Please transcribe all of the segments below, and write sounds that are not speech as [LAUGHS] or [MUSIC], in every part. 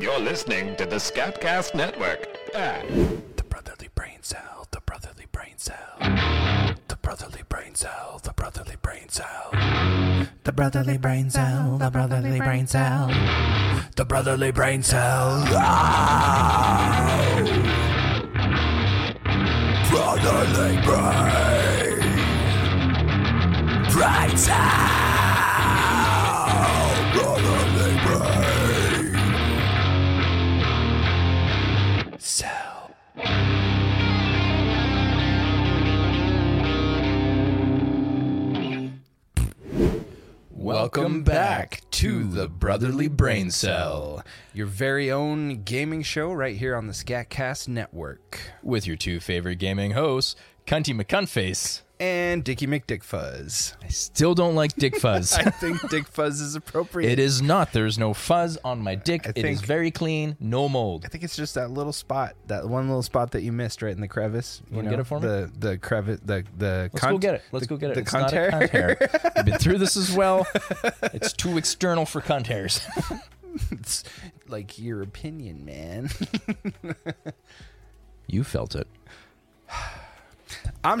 You're listening to the Scatcast Network. Ah. The brotherly brain cell, the brotherly brain cell. The brotherly brain cell, the brotherly brain cell. The brotherly brain cell, the brotherly brain cell. The brotherly brain cell. Ah! Brotherly brain. Brain cell. Brotherly brain. Cell. Welcome back to the Brotherly Brain Cell Your very own gaming show right here on the Scatcast Network. with your two favorite gaming hosts, Cunty McCunface. And Dickie McDickfuzz. I still don't like [LAUGHS] Dick Fuzz. [LAUGHS] I think Dick Fuzz is appropriate. it is not. There's no fuzz on my dick. I It is think- very clean, no mold. I think it's just that little spot, that one little spot that you missed right in the crevice. You wanna know, get it for me? the the crevice, the the. Let's go get it. Let's go get it. The it's not a contair. cunt hair. I've been through this as [LAUGHS] well. It's too external for cunt hairs. [LAUGHS] It's like your opinion, man. [LAUGHS] [LAUGHS] You felt it. I'm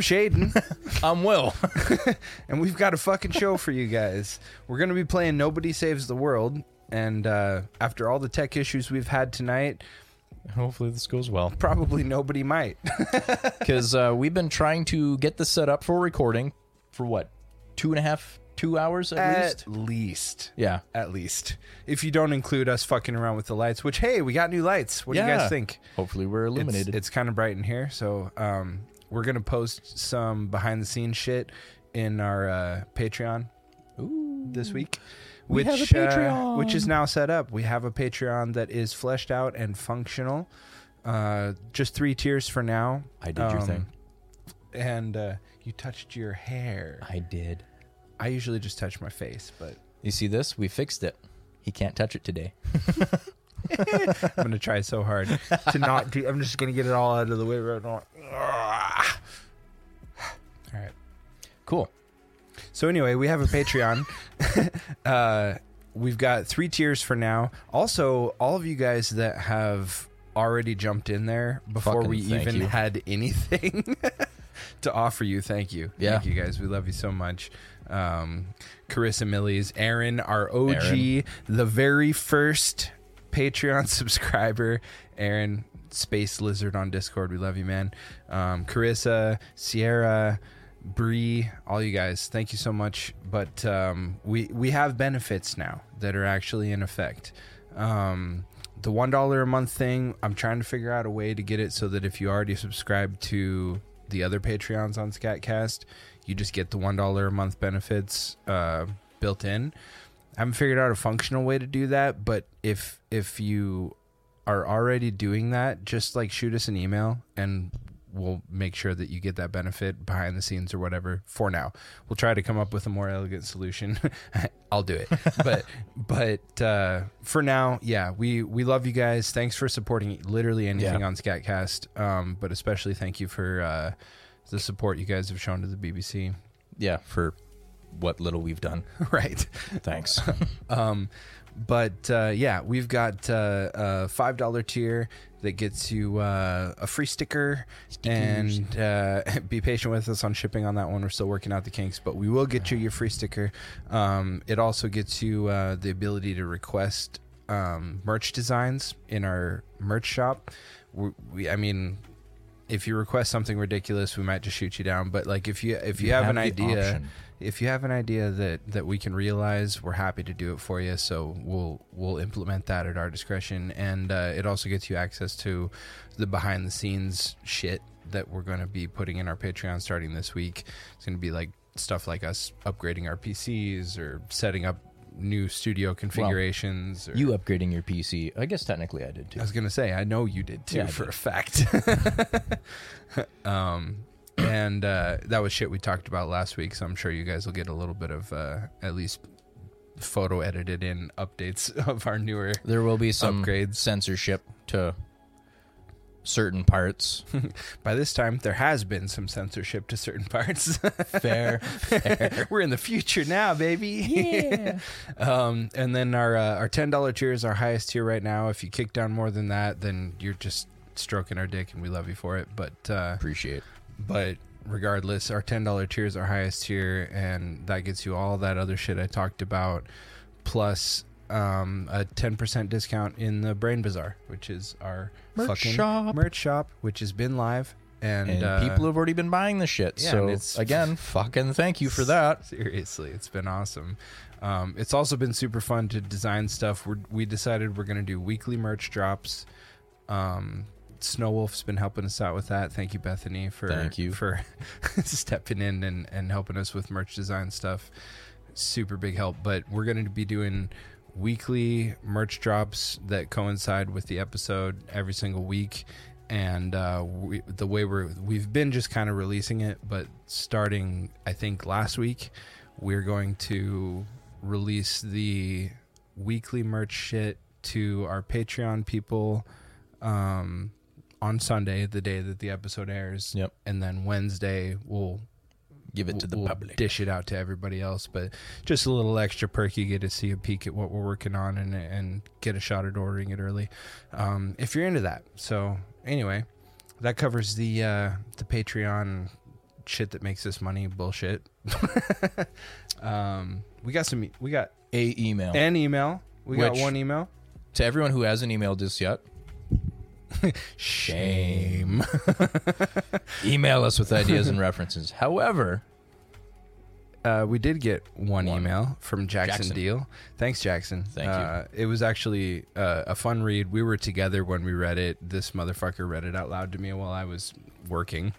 [LAUGHS] Shaden, I'm Will. and we've got a fucking show for you guys. We're gonna be playing Nobody Saves the World, and uh, after all the tech issues we've had tonight, Hopefully this goes well. probably nobody might. because uh, we've been trying to get this set up for recording for what two and a half two hours at, least At least. yeah At least. If you don't include us fucking around with the lights, which, hey, we got new lights. What do you Yeah. guys think? hopefully we're It's, illuminated it's kind of bright in here. So um, we're going to post some behind the scenes shit in our uh, Patreon this week. We have Which, a Uh, Patreon. which is now set up. We have a Patreon that is fleshed out and functional. Uh, just three tiers for now. i did your Um, thing And uh, you touched your hair. i did I usually just touch my face, but you see this we fixed it he can't touch it today I'm gonna try so hard [LAUGHS] to not do. I'm just gonna get it all out of the way right now. All right. cool So anyway, we have a Patreon. [LAUGHS] uh, we've got three tiers for now. Also, all of you guys that have already jumped in there before Fucking we thank even you. had anything [LAUGHS] to offer you, thank you. Yeah. Thank you guys. We love you so much. Um, Carissa Millies, Aaron, our OG, Aaron. the very first Patreon [LAUGHS] subscriber, Aaron Space Lizard on Discord. We love you, man. Um, Carissa, Sierra, Bree, all you guys, thank you so much. But um, we we have benefits now that are actually in effect. Um, the one dollar a month thing, I'm trying to figure out a way to get it so that if you already subscribe to the other Patreons on Scatcast, you just get the one dollar a month benefits uh, built in. I haven't figured out a functional way to do that, but if if you are already doing that, just like shoot us an email and we'll make sure that you get that benefit behind the scenes or whatever for now. We'll try to come up with a more elegant solution. [LAUGHS] I'll do it. But but uh for now, yeah, we we love you guys. Thanks for supporting literally anything Yeah. on Scatcast. Um but especially thank you for uh the support you guys have shown to the BBC. yeah for what little we've [LAUGHS] done [LAUGHS] right. thanks Um, but uh, yeah, we've got uh, a five dollar tier that gets you uh, a free sticker, and uh, [LAUGHS] be patient with us on shipping on that one. We're still working out the kinks, but we will get you your free sticker. Um, it also gets you uh, the ability to request um, merch designs in our merch shop. We, we I mean. If you request something ridiculous, we might just shoot you down. But like, if you if you, You have, have an the idea, option. if you have an idea that that we can realize, we're happy to do it for you. So we'll we'll implement that at our discretion, and uh, it also gets you access to the behind the scenes shit that we're going to be putting in our Patreon starting this week. It's going to be like stuff like us upgrading our PCs or setting up new studio configurations. or, you upgrading your pc i guess technically i did [LAUGHS] I too was gonna say, I know you did too, Yeah, I for did. a fact. [LAUGHS] um, and uh, that was shit we talked about last week, so I'm sure you guys will get a little bit of uh, at least photo edited in updates [LAUGHS] of our newer. there will be some Upgrades. censorship to certain parts. By this time, there has been some censorship to certain [LAUGHS] parts. [LAUGHS] Fair. We're in the future now, baby. Yeah. [LAUGHS] um, and then our uh, our ten dollar tier is our highest tier right now. If you kick down more than that, then you're just stroking our dick, and we love you for it. But uh, Appreciate. but regardless, our ten dollar tier is our highest tier, and that gets you all that other shit I talked about, plus um, a ten percent discount in the Brain Bazaar, which is our Merch fucking shop. merch shop, which has been live, and, And, uh, people have already been buying the shit. yeah, so and it's- again, fucking thank you for that. Seriously, it's been awesome. Um, it's also been super fun to design stuff. We're, we decided we're going to do weekly merch drops. Um, Snow Wolf's been helping us out with that. Thank you, Bethany, for Thank you. for [LAUGHS] stepping in and, and helping us with merch design stuff. Super big help. But we're going to be doing weekly merch drops that coincide with the episode every single week. And uh, we, the way we're we've been just kind of releasing it, but starting I think last week, we're going to release the weekly merch shit to our Patreon people um, on Sunday, the day that the episode airs. Yep. And then Wednesday, we'll Give it to the we'll public. dish it out to everybody else. But just a little extra perk, you get to see a peek at what we're working on and and get a shot at ordering it early, um, if you're into that. So anyway, that covers the uh, the Patreon shit that makes us money bullshit. [LAUGHS] um, we got some. We got A email an email. We got Oh. Which- one email. to everyone who hasn't emailed us yet. Shame. [LAUGHS] Email us with ideas and references. However, Uh, we did get one, email from Jackson, Jackson. Deal. Thanks, Jackson. Thank you. uh, you. It was actually uh, a fun read. We were together when we read it. This motherfucker read it out loud to me while I was working.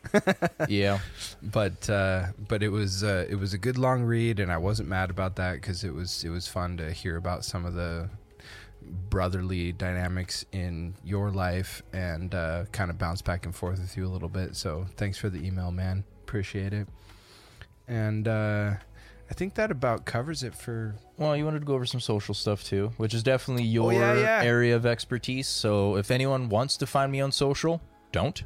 yeah, but uh, but it was uh, it was a good long read, and I wasn't mad about that because it was it was fun to hear about some of the brotherly dynamics in your life and uh, kind of bounce back and forth with you a little bit. So thanks for the email, man. Appreciate it. And uh, I think that about covers it for Well, you wanted to go over some social stuff too, which is definitely your Oh, yeah, yeah. area of expertise. So if anyone wants to find me on social, don't.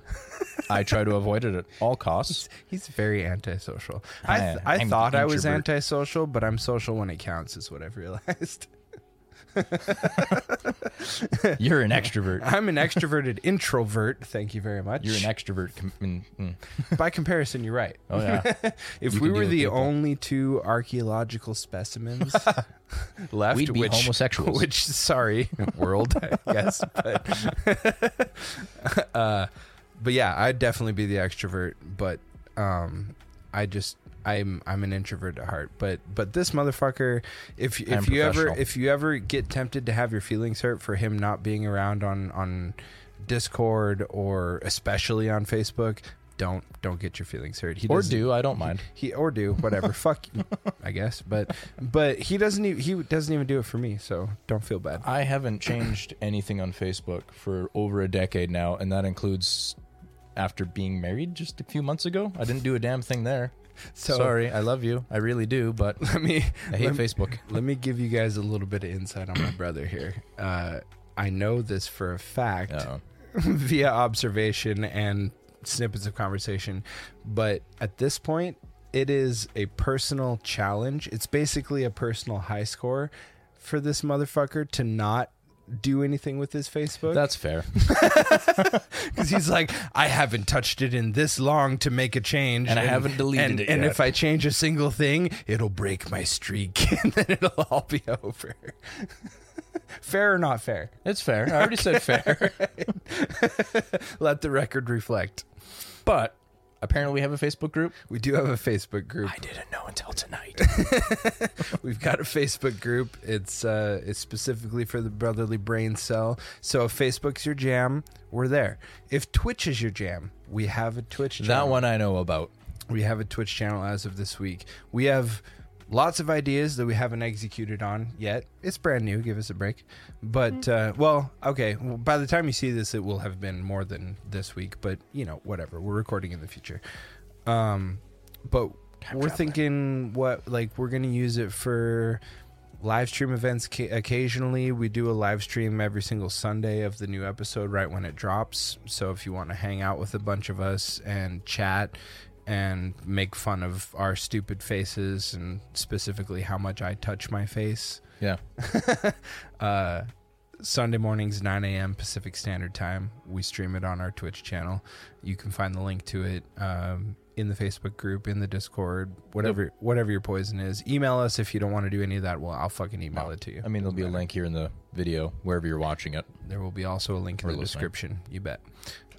I try to avoid it at all [LAUGHS] costs. He's very antisocial. I th- I- I I'm thought I was introvert. antisocial, but I'm social when it counts, is what I've realized. [LAUGHS] You're an extrovert. I'm an extroverted introvert. Thank you very much. You're an extrovert. Com- mm, mm. By comparison, you're right. Oh [LAUGHS] yeah. If You we can deal were with the people. only two [LAUGHS] archaeological specimens left, We'd be [LAUGHS] which, homosexuals. Which, sorry, [LAUGHS] world, I guess. But, [LAUGHS] uh, but yeah, I'd definitely be the extrovert. But um, I just. I'm I'm an introvert at heart, but but this motherfucker, if if I'm you ever professional. if you ever get tempted to have your feelings hurt for him not being around on on Discord or especially on Facebook, don't don't get your feelings hurt. He or doesn't- do I don't mind. he or do [LAUGHS] whatever fuck you, i guess but but he doesn't even he doesn't even do it for me so don't feel bad I haven't [CLEARS THROAT] changed anything on Facebook for over a decade now, and that includes after being married just a few months ago. I didn't do a damn thing there. So- Sorry, I love you. I really do, but [LAUGHS] let me I hate let, me- Facebook. [LAUGHS] let me give you guys a little bit of insight on my brother here uh i know this for a fact Uh-oh. [LAUGHS] via observation and snippets of conversation but at this point it is a personal challenge it's basically a personal high score for this motherfucker to not do anything with his facebook That's fair. Because he's like, I haven't touched it in this long to make a change, And I haven't deleted and- it And yet. if I change a single thing, it'll break my streak, [LAUGHS] and then it'll all be over. [LAUGHS] fair or not fair? It's fair. I already said fair. [LAUGHS] Let the record reflect. But apparently, we have a Facebook group. We do have a Facebook group. didn't know until tonight. We've got a Facebook group. It's uh, it's specifically for the Brotherly Brain Cell. So if Facebook's your jam, we're there. If Twitch is your jam, we have a Twitch. that channel. one I know about. we have a Twitch channel as of this week. We have lots of ideas that we haven't executed on yet. It's brand new. Give us a break. But uh, well, okay. Well, by the time you see this, it will have been more than this week. But you know, whatever. We're recording in the future. Um, but we're thinking what like we're gonna use it for live stream events ca- occasionally. We do a live stream every single Sunday of the new episode right when it drops. So if you want to hang out with a bunch of us and chat and make fun of our stupid faces and specifically how much I touch my face, Yeah. uh, Sunday mornings, 9 a.m. Pacific Standard Time. We stream it on our Twitch channel. You can find the link to it um, in the Facebook group, in the Discord, whatever whatever your poison is. Email us if you don't want to do any of that. Well, I'll fucking email it to you. I mean, there'll be a link here in the video wherever you're watching it. There will be also a link in the listening. description. You bet.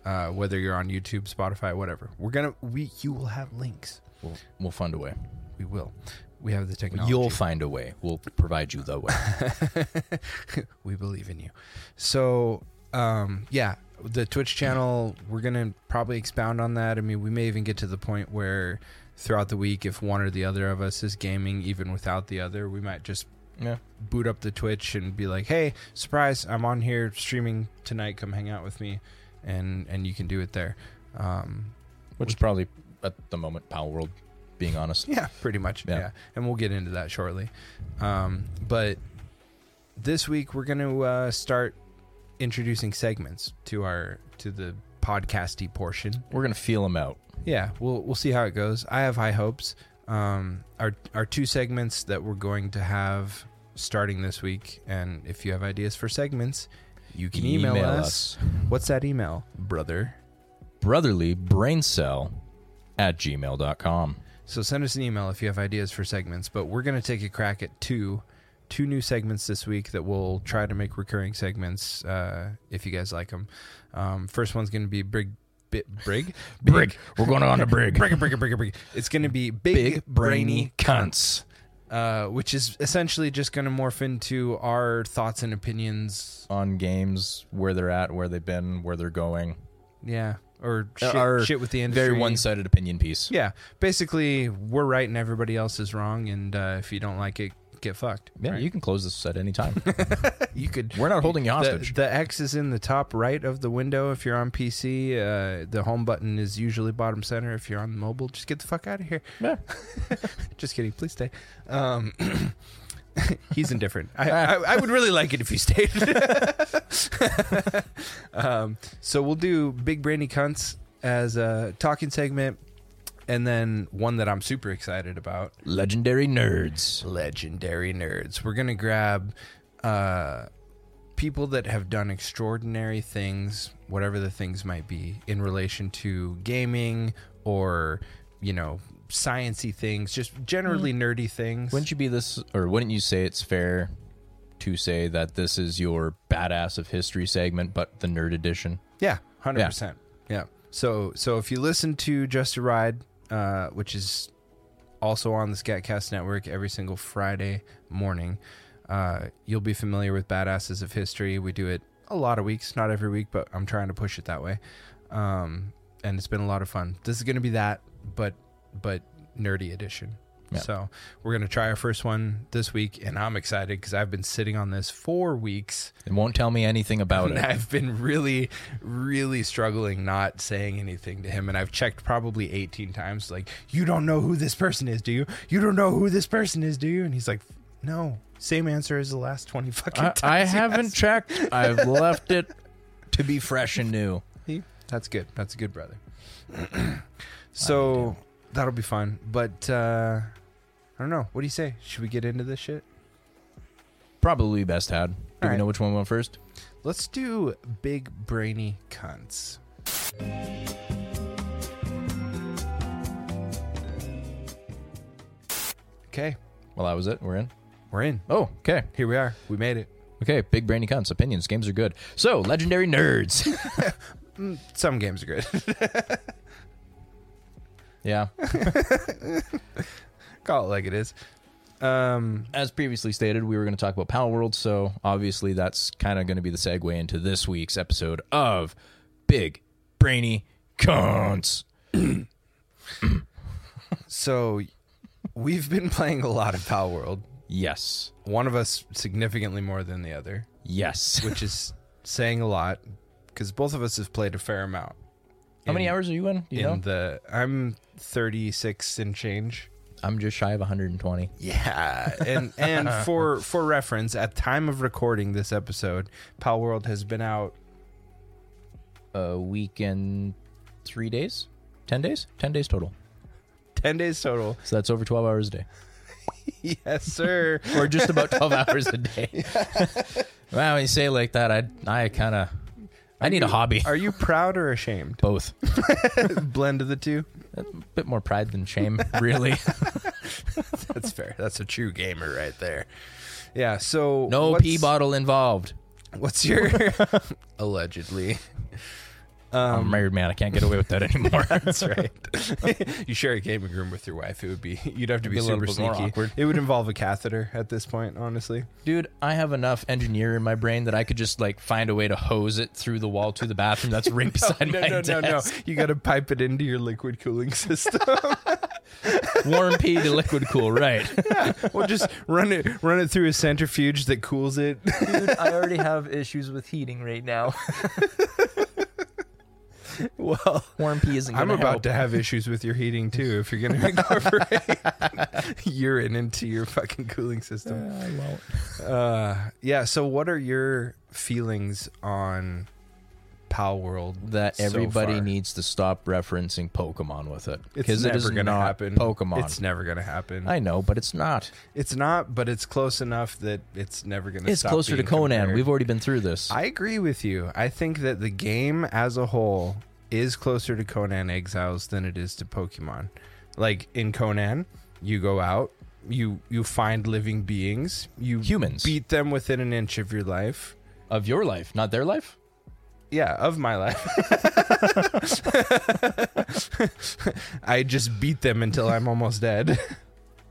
Uh, whether you're on YouTube, Spotify, whatever, we're gonna we you will have links. We'll, we'll find a way. We will. We have the technology. You'll find a way. We'll provide you the [LAUGHS] way. we believe in you. So, um, yeah, the Twitch channel, we're going to probably expound on that. I mean, we may even get to the point where throughout the week, if one or the other of us is gaming, even without the other, we might just yeah. boot up the Twitch and be like, hey, surprise, I'm on here streaming tonight. Come hang out with me. And, and you can do it there. Um, Which is probably at the moment Pal World, being honest. Yeah, pretty much. Yeah. Yeah. And we'll get into that shortly. Um, but this week we're going to uh, start introducing segments to our to the podcasty portion. We're gonna feel them out. Yeah, we'll we'll see how it goes. I have high hopes. Um, our our two segments that we're going to have starting this week, and if you have ideas for segments, you can email, us. What's that email, brother? brotherly brain cell at gmail.com. So send us an email if you have ideas for segments, but we're going to take a crack at two two new segments this week that we'll try to make recurring segments uh, if you guys like them. Um, first one's going to be Brig Bit Brig Brig. We're going on a [LAUGHS] brig. Brig Brig Brig Brig. It's going to be Big, Big brainy cunts. uh, which is essentially just going to morph into our thoughts and opinions. On games, where they're at, where they've been, where they're going. Yeah, or shit, Uh, Our shit with the industry. Very one sided opinion piece. Yeah, basically we're right and everybody else is wrong, and uh, if you don't like it, get fucked. Yeah, right? you can close this at any time. [LAUGHS] you [LAUGHS] could We're not holding you the, hostage. the X is in the top right of the window if you're on PC. Uh, the home button is usually bottom center if you're on mobile. Just get the fuck out of here. Yeah. [LAUGHS] Just kidding. Please stay. Um, [COUGHS] he's indifferent. I, Ah. I, I would really like it if you stayed. [LAUGHS] um, so we'll do Big Brandy Cunts as a talking segment. And then one that I'm super excited about Legendary nerds. legendary nerds. We're gonna grab uh, people that have done extraordinary things, whatever the things might be, in relation to gaming or you know sciency things, just generally nerdy things. Wouldn't you be this, or wouldn't you say it's fair to say that this is your badass of history segment, but the nerd edition? Yeah, hundred percent. Yeah. So so if you listen to Just a Ride, uh, which is also on the Scatcast Network every single Friday morning, uh, you'll be familiar with Badasses of History. We do it a lot of weeks, not every week, but I'm trying to push it that way. Um, and it's been a lot of fun. This is going to be that, but but nerdy edition. Yeah. So we're gonna try our first one this week, and I'm excited because I've been sitting on this for weeks. It won't tell me anything [LAUGHS] about [LAUGHS] And it. I've been really, really struggling not saying anything to him. And I've checked probably 18 times, like, you don't know who this person is, do you? You don't know who this person is, do you? And he's like, no. Same answer as the last 20 fucking I, times. I you haven't asked checked. [LAUGHS] I've left it to be fresh and new. me." That's good. That's a good brother. [CLEARS THROAT] so that'll be fun. But uh, I don't know. What do you say? Should we get into this shit? Probably best had. Do Alright. we know which one went first? Let's do big brainy cunts. Okay, Well, that was it. We're in. we're in. Oh, okay. Here we are. We made it. Okay, big brainy cunts. Opinions. Games are good. So, legendary nerds. [LAUGHS] Some games are good. [LAUGHS] yeah. Call it like it is. Um, As previously stated, we were going to talk about Pal World. So, obviously, that's kind of going to be the segue into this week's episode of Big Brainy Cunts. so we've been [LAUGHS] playing a lot of Pal World. Yes. One of us significantly more than the other, Yes. which is saying a lot because both of us have played a fair amount. How many in- hours are you in? You in know? the I'm 36 and change. I'm just shy of 120. Yeah, [LAUGHS] and and for for reference, at time of recording this episode, Pal World has been out A week and three days, ten days, ten days total. ten days total. [LAUGHS] So that's over 12 hours a day, [LAUGHS] Yes, sir. or just about [LAUGHS] 12 hours a day. wow, when you say it like that, I I kind of I need a hobby. Are you proud or ashamed? [LAUGHS] Both. Blend of the two. A bit more pride than [LAUGHS] shame, really. That's fair. That's a true gamer right there. Yeah. So No what's- pee bottle involved. [LAUGHS] What's your allegedly? I'm a [LAUGHS] married man. I can't get away with that anymore. Um, That's right. [LAUGHS] you share a gaming room with your wife. It would be you'd have to be, be a little super bit more sneaky. awkward. It would involve a catheter at this point, honestly. Dude, I have enough engineer in my brain that I could just like find a way to hose it through the wall to the bathroom that's right beside [LAUGHS] No, my no, no, no. desk. You got to pipe it into your liquid [LAUGHS] cooling system. Warm pee to liquid cool, right? we'll just run it run it through a centrifuge that cools it. Dude, [LAUGHS] I already have issues with heating right now. well, Warm pee isn't. I'm Gonna about help. to have issues with your heating too if you're going to incorporate [LAUGHS] urine into your fucking cooling system. I won't. Uh, yeah. So, what are your feelings on Pal World? That so everybody far? needs to stop referencing Pokemon with it It's because it never is going to not happen. Pokemon. It's never going to happen. I know, but it's not. it's not, but it's close enough that it's never going to. It's closer to Conan. Compared. We've already been through this. I agree with you. I think that the game as a whole is closer to Conan Exiles than it is to Pokemon. Like in Conan, you go out, you you find living beings, you Humans. beat them within an inch of your life. of your life, not their life. Yeah, of my life. [LAUGHS] I just beat them until I'm almost dead.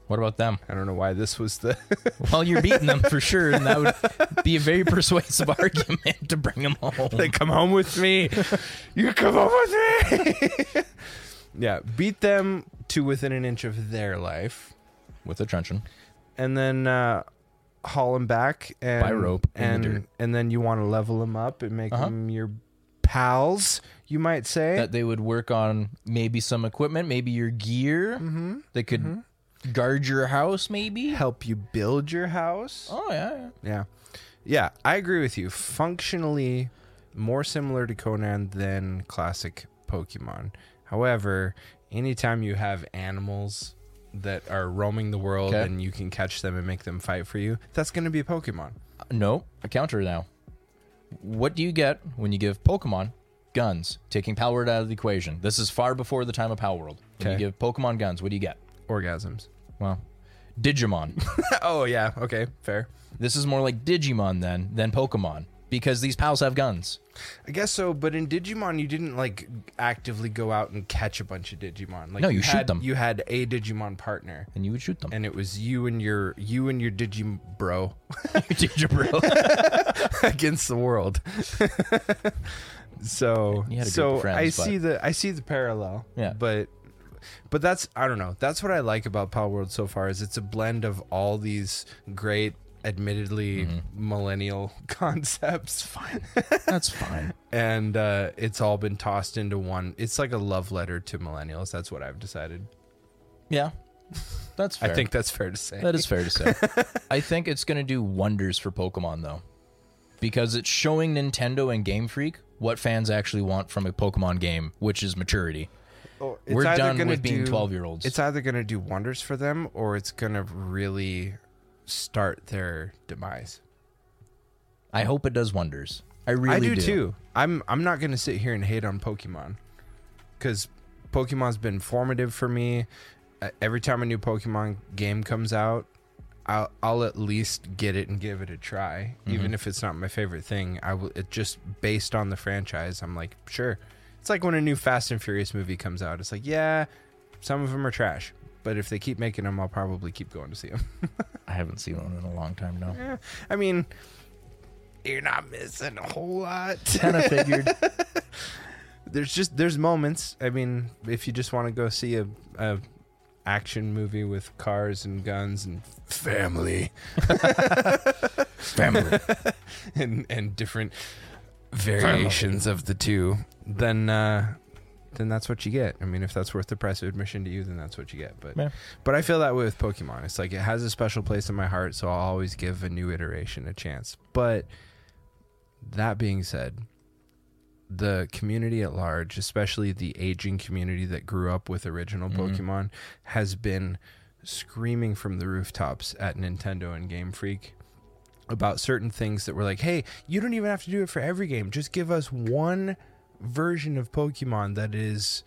What about them? I don't know why this was the [LAUGHS] Well, you're beating them for sure, and that would be a very [LAUGHS] persuasive argument to bring them home. [LAUGHS] They come home with me. you come home with me. [LAUGHS] yeah, beat them to within an inch of their life, with a truncheon. and then uh, haul them back and By rope in the and dirt. and then you want to level them up and make Uh-huh. them your pals. You might say That they would work on maybe some equipment, maybe your gear. Mm-hmm. They could guard your house, maybe. Mm-hmm. help you build your house. Oh yeah, yeah. Yeah, yeah, I agree with you. Functionally, more similar to Conan than classic Pokemon. However, anytime you have animals that are roaming the world Okay. and you can catch them and make them fight for you, that's going to be Pokemon. No, a counter now. What do you get when you give Pokemon guns, taking Power World out of the equation? This is far before the time of Power World. When Okay. you give Pokemon guns, what do you get? Orgasms. [LAUGHS] Well, Digimon. oh yeah. Okay. Fair. this is more like Digimon then than Pokemon because these pals have guns. I guess so, but in Digimon, you didn't like actively go out and catch a bunch of Digimon. Like No, you shoot had, them. You had a Digimon partner, And you would shoot them. [LAUGHS] and it was you and your you and your Digim bro. [LAUGHS] Digibro. against the world. [LAUGHS] so You had a group so of friends, I but- see the I see the parallel. Yeah. But but that's I don't know. That's what I like about Power World so far is it's a blend of all these great admittedly Mm-hmm. millennial [LAUGHS] concepts fine That's fine. and uh, it's all been tossed into one it's like a love letter to millennials that's what i've decided Yeah. That's fair. i think that's fair to say that is fair to [LAUGHS] say. I think it's going to do wonders for Pokemon though. Because it's showing Nintendo and Game Freak what fans actually want from a Pokemon game, which is maturity. Or it's We're either done gonna with being do- 12-year-olds. It's either going to do wonders for them or it's going to really start their demise. I hope it does wonders. I really I do, too. I'm I'm not going to sit here and hate on Pokemon cuz Pokemon's been formative for me. Uh, every time a new Pokemon game comes out, I'll, I'll at least get it and give it a try, even if it's not my favorite thing. I will. It just based on the franchise, I'm like, sure. It's like when a new Fast and Furious movie comes out. It's like, yeah, some of them are trash, but if they keep making them, I'll probably keep going to see them. I haven't seen one in a long time now. [LAUGHS] I mean, you're not missing a whole lot. [LAUGHS] kind of figured. there's just there's moments. I mean, if you just want to go see a, a action movie with cars and guns and family Family. and and different variations of the two, then uh, then that's what you get. I mean, if that's worth the price of admission to you, then that's what you get. But Yeah. but I feel that way with Pokemon. It's like it has a special place in my heart, so I'll always give a new iteration a chance. But that being said, the community at large, especially the aging community that grew up with original Pokemon, has been screaming from the rooftops at Nintendo and Game Freak about certain things that were like, hey, you don't even have to do it for every game. Just give us one version of Pokemon that is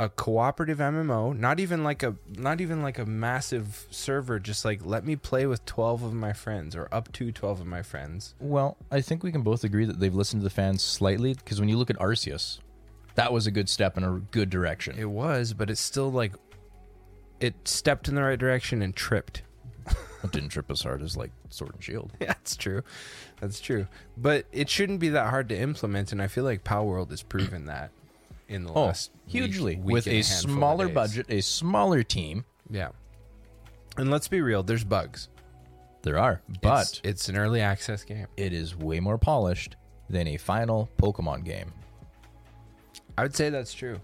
a cooperative MMO, not even like a not even like a massive server, just like let me play with 12 of my friends or up to 12 of my friends. Well, I think we can both agree that they've listened to the fans slightly because when you look at Arceus, that was a good step in a good direction. It was, but it's still like it stepped in the right direction and tripped. [LAUGHS] It didn't trip as hard as like Sword and Shield. Yeah, that's true. That's true. But it shouldn't be that hard to implement, and I feel like Power World has proven that in the Oh, last week- hugely week with and a handful of smaller days. budget, a smaller team. Yeah. And let's be real, there's bugs. There are, but It's- it's an early access game. it is way more polished than a final Pokemon game. I would say that's true.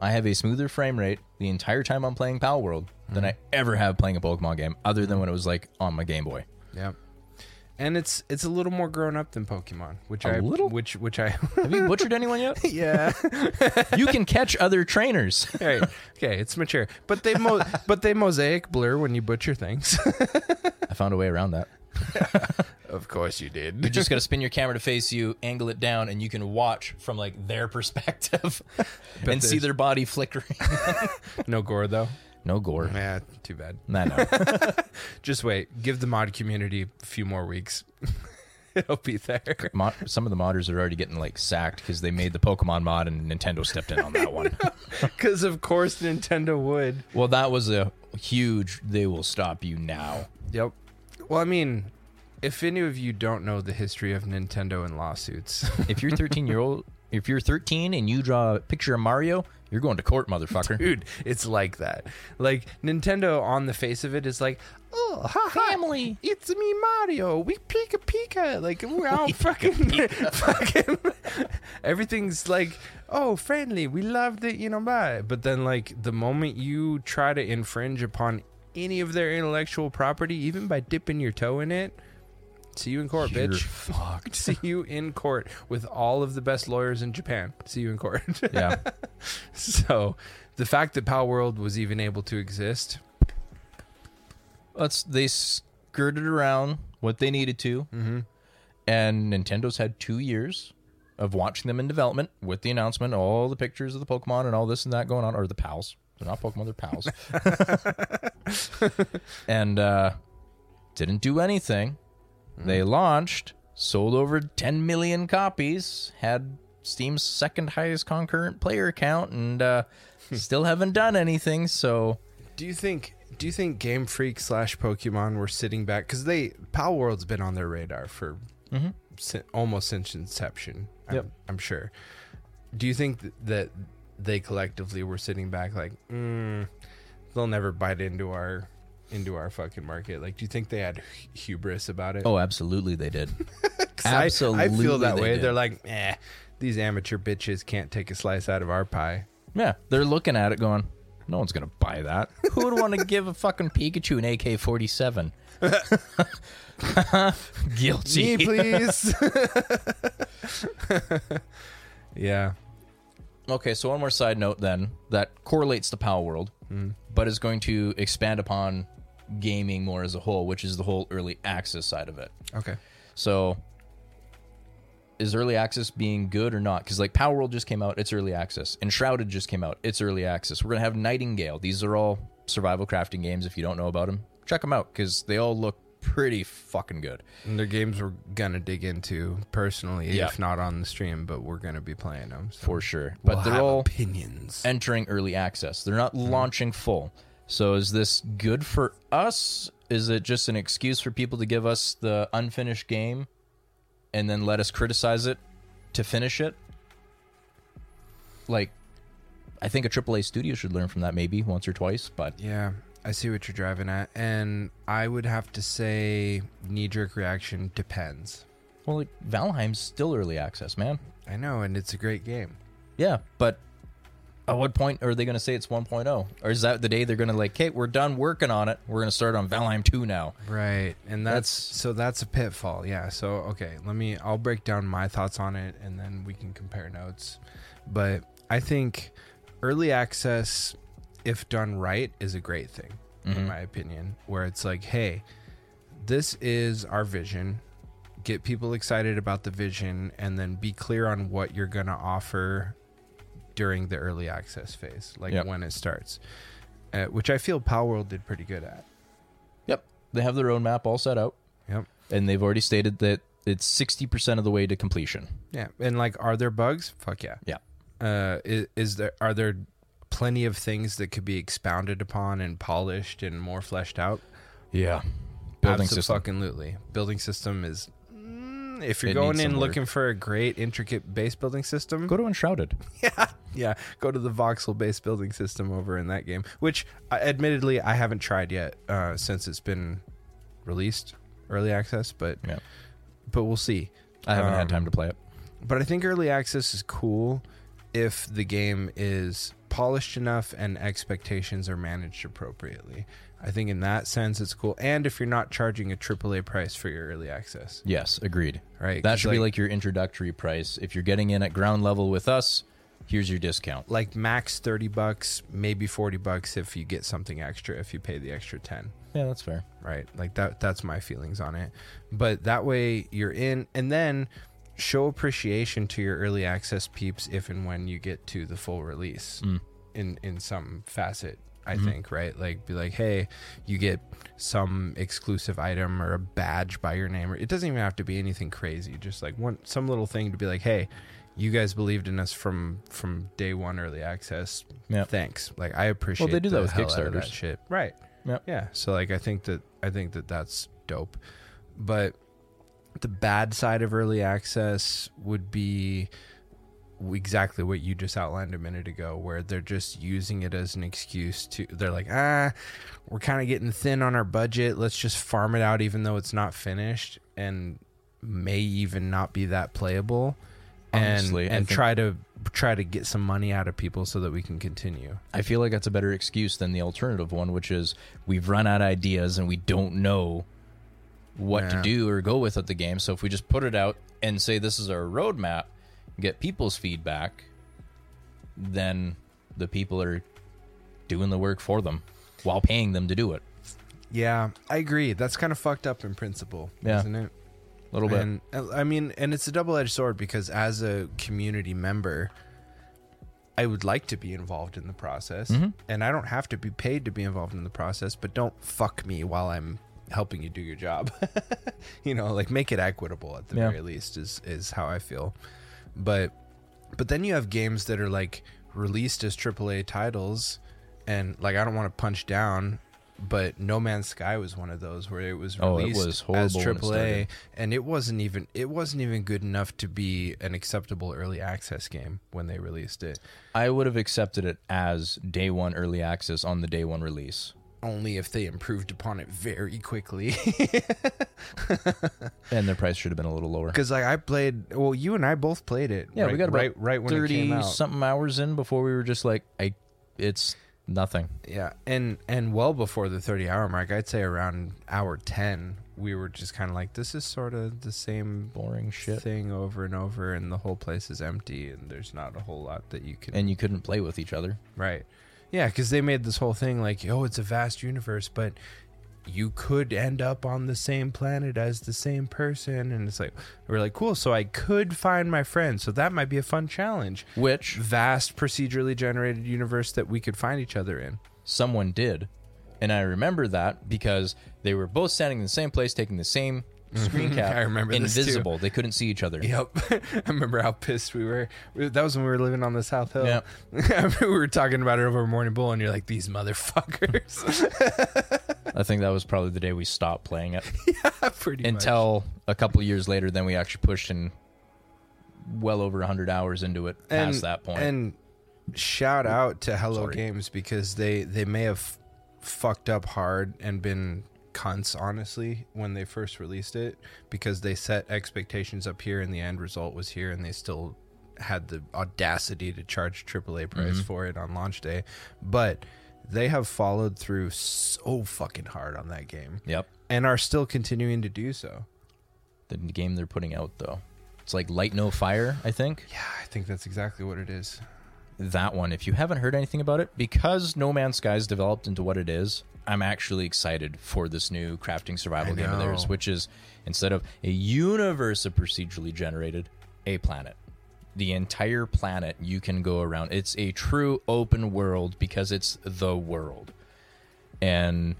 I have a smoother frame rate the entire time I'm playing Pal World than I ever have playing a Pokemon game, other than when it was like on my Game Boy. Yeah. And it's it's a little more grown up than Pokemon, which A I little? which which [LAUGHS] I Have you [LAUGHS] butchered anyone yet? yeah. you can catch other trainers. right. Okay, it's mature. But they [LAUGHS] mo- but they mosaic blur when you butcher things. [LAUGHS] I found a way around that. of course you You did. just got to spin your camera to face you, angle it down, and you can watch from like their [LAUGHS] perspective and see there's- their body flickering. No gore though. No [LAUGHS] gore. [LAUGHS] Yeah, too bad. Nah, no. Just wait. Give the mod community a few more weeks. [LAUGHS] It'll be there. [LAUGHS] Mod, some of the modders are already getting like sacked because they made the Pokemon mod and Nintendo stepped in on that [LAUGHS] one. Because of course Nintendo would. well, that was a huge. They will stop you now. Yep. Well, I mean, if any of you don't know the history of Nintendo and lawsuits, If you're 13 year old, if you're 13 and you draw a picture of Mario, you're going to court, motherfucker. dude, it's like that. Like Nintendo, on the face of it, is like, oh, ha, ha, Family. it's me Mario. We pika pika. [LAUGHS] Like we're all fucking, [LAUGHS] fucking. Everything's like, oh, friendly. We loved it, you know. Bye. But then, like, the moment you try to infringe upon any of their intellectual property, even by dipping your toe in it, see you in court, You're bitch. fucked. [LAUGHS] See you in court with all of the best lawyers in Japan. See you in court. Yeah. [LAUGHS] so, the fact that Power World was even able to exist, Let's. They skirted around what they needed to, mm-hmm. and Nintendo's had two years of watching them in development with the announcement, all the pictures of the Pokemon and all this and that going on, or the pals. They're not Pokemon, they're pals. and uh, didn't do anything. They launched, sold over 10 million copies, had Steam's second highest concurrent player count, and uh, still haven't done anything. So do you think? Do you think Game Freak slash Pokemon were sitting back because they Power World's been on their radar for si- almost since inception? I'm- Mm-hmm. Yep. I'm, sure. Do you think th- that they collectively were sitting back like, mm, they'll never bite into our into our fucking market? Like, do you think they had hu- hubris about it? Oh, absolutely, they did. 'Cause I- I, feel Absolutely that they way. did. They're like, eh, these amateur bitches can't take a slice out of our pie. yeah, they're looking at it, going, "No one's gonna buy that. Who would want to [LAUGHS] give a fucking Pikachu an AK-47?" [LAUGHS] Guilty. Me, [LAUGHS] please. yeah. Okay, so one more side note then that correlates to Power World, Hmm. but is going to expand upon gaming more as a whole, which is the whole early access side of it. Okay. So, is early access being good or not? Because like Power World just came out, it's early access. Enshrouded just came out, it's early access. We're gonna have Nightingale. These are all survival crafting games. If you don't know about them, check them out because they all look pretty fucking good. And their games we're gonna dig into personally, Yeah. if not on the stream, but we're gonna be playing them. So. for sure. But We'll they're have all opinions. entering early access. They're not launching full. So is this good for us? Is it just an excuse for people to give us the unfinished game and then let us criticize it to finish it? Like I think a AAA studio should learn from that maybe once or twice, but yeah, I see what you're driving at, and I would have to say knee jerk reaction depends. well like Valheim's still early access, man. I know, and it's a great game. Yeah, but at what point are they going to say it's 1.0? Or is that the day they're going to like, okay, we're done working on it. We're going to start on Valheim 2 now. Right. And that's, That's- so that's a pitfall. Yeah. So okay, let me I'll break down my thoughts on it and then we can compare notes. But I think early access if done right is a great thing Mm-hmm. in my opinion where it's like, hey, this is our vision. Get people excited about the vision and then be clear on what you're going to offer during the early access phase, like Yep. when it starts. Uh, which I feel Power World did pretty good at. Yep. They have their own map all set out. Yep. And they've already stated that it's 60% of the way to completion. Yeah, and like, are there bugs? Fuck yeah. Yeah. Uh, is, is there are there plenty of things that could be expounded upon and polished and more fleshed out? Yeah. Building system. Absolutely. Building system is. Mm, If you're It going needs some in work. looking for a great intricate base building system, Go to Enshrouded. yeah, go to the voxel based building system over in that game, which uh, admittedly I haven't tried yet uh, since it's been released early access, but Yeah. but we'll see. I haven't Um, had time to play it. But I think early access is cool if the game is polished enough and expectations are managed appropriately. I think in that sense it's cool. And if you're not charging a AAA price for your early access, Yes, agreed. right? That 'Cause, should be like your introductory price. If you're getting in at ground level with us, here's your discount. like max 30 bucks, maybe 40 bucks if you get something extra if you pay the extra 10. Yeah, that's fair. right like that that's my feelings on it but that way you're in and then show appreciation to your early access peeps if and when you get to the full release Mm. in in some facet i Mm-hmm. think right like be like hey you get some exclusive item or a badge by your name or it doesn't even have to be anything crazy just like one some little thing to be like hey you guys believed in us from from day one early access Yeah. thanks like i appreciate do the that with hell out of that Kickstarters. shit right Yep. yeah. So like I think that I think that that's dope. But the bad side of early access would be exactly what you just outlined a minute ago where they're just using it as an excuse to they're like ah we're kind of getting thin on our budget let's just farm it out even though it's not finished and may even not be that playable Honestly, I and and think- try to try to get some money out of people so that we can continue I feel like that's a better excuse than the alternative one, which is we've run out of ideas and we don't know what Yeah. to do or go with at the game. So if we just put it out and say this is our roadmap, get people's feedback, then the people are doing the work for them while paying them to do it. Yeah, I agree. That's kind of fucked up in principle, Yeah. isn't it? A little bit. And uh, I mean, and it's a double-edged sword because as a community member, I would like to be involved in the process, Mm-hmm. and I don't have to be paid to be involved in the process. But don't fuck me while I'm helping you do your job. [LAUGHS] you know, like make it equitable at the Yeah. very least is is how I feel. But but then you have games that are like released as AAA titles, and like I don't want to punch down, but No Man's Sky was one of those where it was Oh, it released was horrible as when it AAA, started. and it wasn't even it wasn't even good enough to be an acceptable early access game when they released it. I would have accepted it as day one early access on the day one release. Only if they improved upon it very quickly. [LAUGHS] And their price should have been a little lower. Because like I played, well, you and I both played it. Yeah, right, we got about right right when it came thirty out. something hours in before we were just like, I, it's nothing. Yeah, and and well before the 30 hour mark, I'd say around hour 10, we were just kind of like this is sort of the same Boring shit. thing over and over and the whole place is empty and there's not a whole lot that you can And you couldn't play with each other. Right. Yeah, cuz they made this whole thing like, "Oh, it's a vast universe, but you could end up on the same planet as the same person." And it's like we're like, "Cool, so I could find my friend." So that might be a fun challenge. Which Vast procedurally generated universe that we could find each other in. someone did. And I remember that because they were both standing in the same place, taking the same screen cap. [LAUGHS] I remember this too. invisible. They couldn't see each other. Yep. [LAUGHS] I remember how pissed we were. We- That was when we were living on the South Hill. Yep. I remember [LAUGHS] we were talking about it over Morning Bull, and you're like, these motherfuckers. [LAUGHS] I think that was probably the day we stopped playing it. Pretty much. Until a couple years later, then we actually pushed in well over hundred hours into it past that point. And shout out to Hello Sorry. Games because they, they may have fucked up hard and been cunts, honestly, when they first released it because they set expectations up here, and the end result was here, and they still had the audacity to charge AAA Mm-hmm. price for it on launch day, but they have followed through so fucking hard on that game Yep. and are still continuing to do so. The game they're putting out though. It's like Light No Fire, I think. Yeah, I think that's exactly what it is. that one if you haven't heard anything about it because no man's sky's developed into what it is i'm actually excited for this new crafting survival I game of theirs know. which is instead of a universe of procedurally generated a planet the entire planet you can go around it's a true open world because it's the world and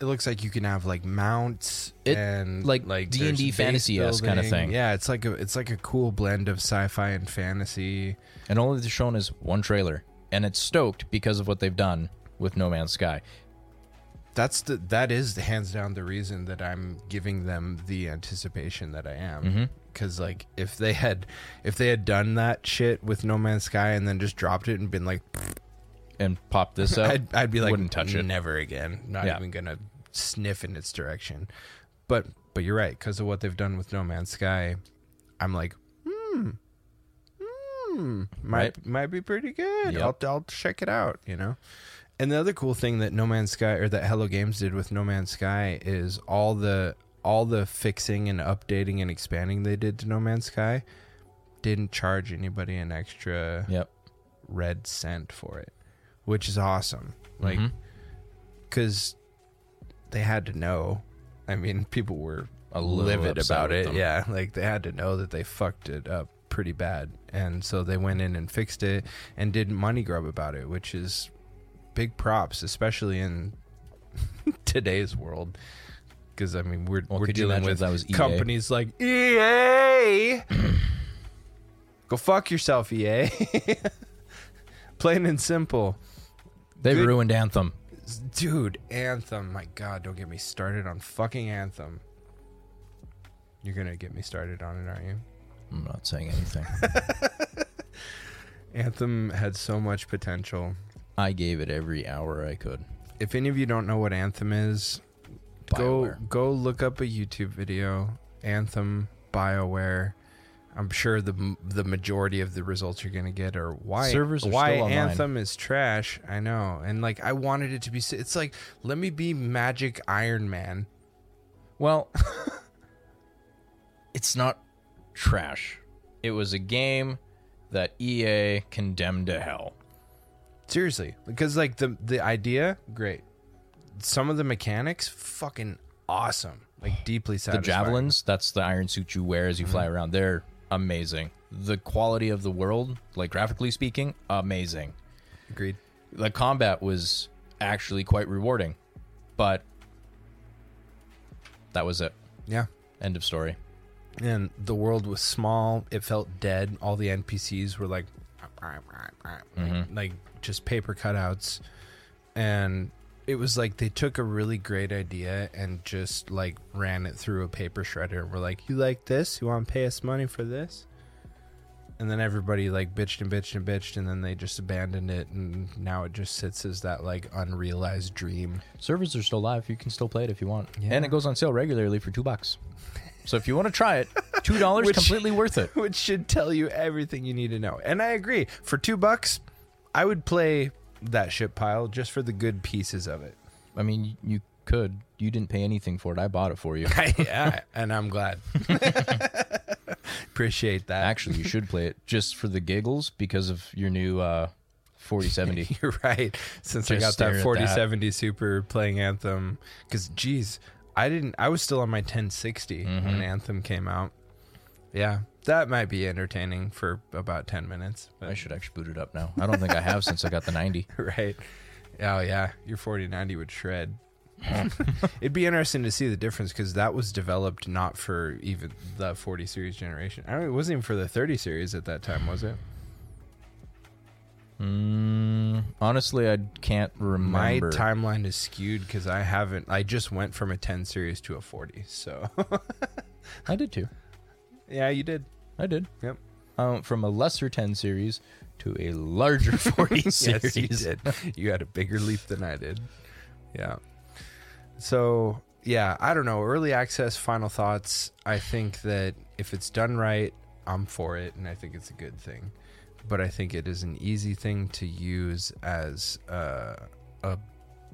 It looks like you can have like mounts It- and like like D&D there's base fantasy-esque kinda building. thing. Yeah, it's like a it's like a cool blend of sci-fi and fantasy. and all they've shown is one trailer and it's stoked because of what they've done with no man's sky That's the that is the hands down the reason that I'm giving them the anticipation that I am. Mm-hmm. Cause like if they had if they had done that shit with No Man's Sky and then just dropped it and been like and pop [LAUGHS] this up I'd, I'd be like wouldn't touch it never again. Not Yeah. even gonna sniff in its direction. But but you're right because of what they've done with No Man's Sky. I'm like, hmm, hmm, might Right. might be pretty good. Yep. I'll I'll check it out. You know. And the other cool thing that No Man's Sky or that Hello Games did with No Man's Sky is all the all the fixing and updating and expanding they did to No Man's Sky didn't charge anybody an extra yep red cent for it, which is awesome. Like, Mm-hmm. because they had to know. I mean, people were A little livid upset about with it. them. Yeah, like they had to know that they fucked it up pretty bad, and so they went in and fixed it and did money grub about it, which is big props, especially in today's world. Because I mean, we're Well, we're could you dealing imagine if with that was EA? companies like E EA. Go fuck yourself, EA. [LAUGHS] Plain and simple. they Good- ruined anthem Dude, Anthem. My God, don't get me started on fucking Anthem. You're going to get me started on it, aren't you? I'm not saying anything. [LAUGHS] Anthem had so much potential. I gave it every hour I could. If any of you don't know what Anthem is, go BioWare. go look up a YouTube video. Anthem, BioWare. I'm sure the the majority of the results you're gonna get are why Servers are why still online. Anthem is trash. I know, and like I wanted it to be. s- It's like let me be Magic Iron Man. Well, it's not trash. It was a game that EA condemned to hell. Seriously, because like the the idea, great. Some of the mechanics, fucking awesome. Like deeply The satisfying. javelins, that's the iron suit you wear as you fly around. They're amazing. The quality of the world, like graphically speaking, amazing. agreed. the combat was actually quite rewarding, but that was it. Yeah, End of story. and the world was small. It felt dead. All the NPCs were like, like, like just paper cutouts, and it was like they took a really great idea and just like ran it through a paper shredder. And we're like, you like this? You want to pay us money for this? And then everybody like bitched and bitched and bitched, and then they just abandoned it, and now it just sits as that like unrealized dream. Servers are still live. You can still play it if you want, and it goes on sale regularly for two bucks. So if you want to try [LAUGHS] it, two dollars Which- completely worth it. [LAUGHS] which should tell you everything you need to know. And I agree. For two bucks, I would play that ship pile just for the good pieces of it. [LAUGHS] I mean, you could. You didn't pay anything for it. I bought it for you. [LAUGHS] yeah, and I'm glad. [LAUGHS] Appreciate that. Actually, you should play it just for the giggles because of your new uh, forty seventy. [LAUGHS] [LAUGHS] You're right. Since I Just got stare at that that. 4070 Super playing Anthem, because geez, I didn't. I was still on my 1060 Mm-hmm. when Anthem came out. Yeah, that might be entertaining for about 10 minutes. But I should actually boot it up now. I don't think I have since I got the ninety. [LAUGHS] right? Oh yeah, your 4090 would shred. It'd be interesting to see the difference because that was developed not for even the 40 series generation. I don't, it wasn't even for the 30 series at that time, was it? Mm, honestly, I can't My remember. timeline is skewed because I haven't. I just went from a 10 series to a 40. So [LAUGHS] I did too. yeah, you did. I did. Yep. um, from a lesser 10 series to a [LAUGHS] larger 40 [LAUGHS] series. yes, you did. You had a bigger leap than I did. Yeah. So yeah, I don't know. Early access, final thoughts. I think that if it's done right, I'm for it, and I think it's a good thing. But I think it is an easy thing to use as uh, a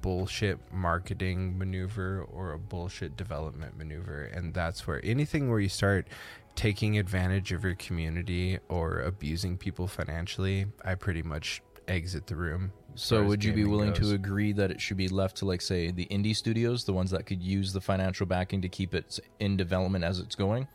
bullshit marketing maneuver or a bullshit development maneuver, and that's where anything where you start taking advantage of your community or abusing people financially, I pretty much exit the room. as So far as would you be gaming willing goes. to agree that it should be left to like say the indie studios, the ones that could use the financial backing to keep it in development as it's going?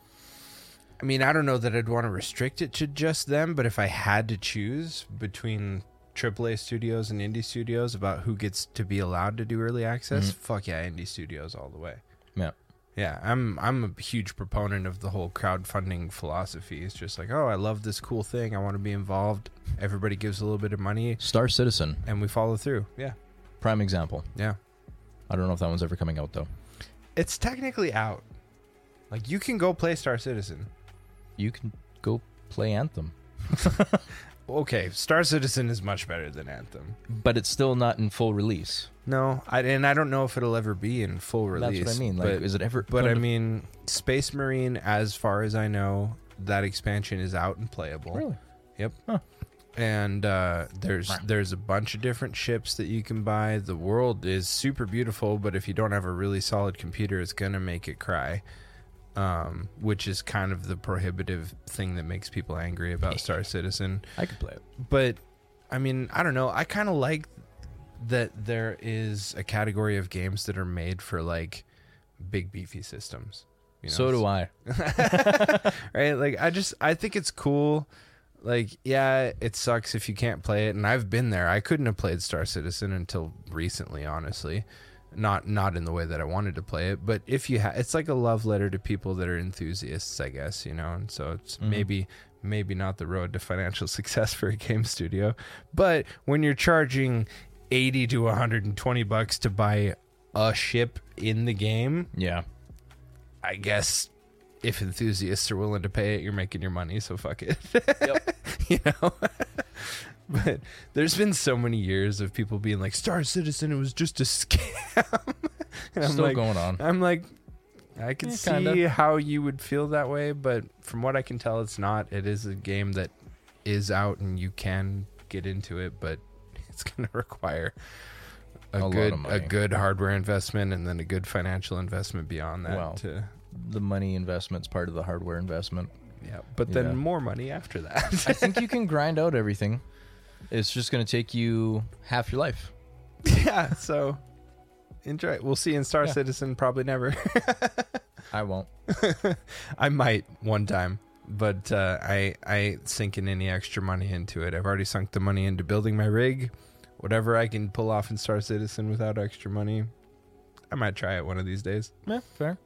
I mean, I don't know that I'd want to restrict it to just them, but if I had to choose between AAA studios and indie studios about who gets to be allowed to do early access, Mm-hmm. fuck yeah, indie studios all the way. Yeah. Yeah, I'm I'm a huge proponent of the whole crowdfunding philosophy. It's just like, oh, I love this cool thing, I want to be involved. Everybody gives a little bit of money, Star Citizen, and we follow through. Yeah, prime example. yeah. I don't know if that one's ever coming out though. It's technically out. Like you can go play Star Citizen. You can go play Anthem, Okay, Star Citizen is much better than Anthem. but it's still not in full release. No, I, and I don't know if it'll ever be in full release. That's what I mean. Like, but, is it ever? but going I to- mean, Space Marine, as far as I know, that expansion is out and playable. really? Yep. Huh. And uh, there's there's a bunch of different ships that you can buy. The world is super beautiful, but if you don't have a really solid computer, it's gonna make it cry. Um, which is kind of the prohibitive thing that makes people [LAUGHS] angry about Star Citizen I could play it. but I mean, I don't know. I kind of like that there is a category of games that are made for like big beefy systems. You so do I. Right? Like I just I think it's cool. Like yeah, it sucks if you can't play it and I've been there. I couldn't have played Star Citizen until recently, honestly. Not not in the way that I wanted to play it, but if you ha- it's like a love letter to people that are enthusiasts, I guess, you know. And so it's maybe maybe not the road to financial [LAUGHS] success for a game studio, but when you're charging 80 to 120 bucks to buy a ship in the game, Yeah. I guess if enthusiasts are willing to pay it, you're making your money, so fuck it. [LAUGHS] you know? but there's been so many years of people being like, Star Citizen, it was just a scam. [LAUGHS] and still like, [LAUGHS] going on. [LAUGHS] I'm like, I can Yeah, see kinda. how you would feel that way, but from what I can tell, it's not. It is a game that is out and you can get into it, but [LAUGHS] it's going to require A a, lot of good a money. good hardware investment and then a good financial investment beyond that Well, to The money investment's part of the hardware investment. yeah, but Yeah. then more money after that. [LAUGHS] I think you can grind out everything. It's just going to take you half your life. yeah, so enjoy. We'll see in Star Citizen probably never. [LAUGHS] I won't. I might one time, but uh, I I ain't sinking any extra money into it. I've already sunk the money into building my rig. Whatever I can pull off in Star Citizen without extra money, I might try it one of these days, Yeah, fair.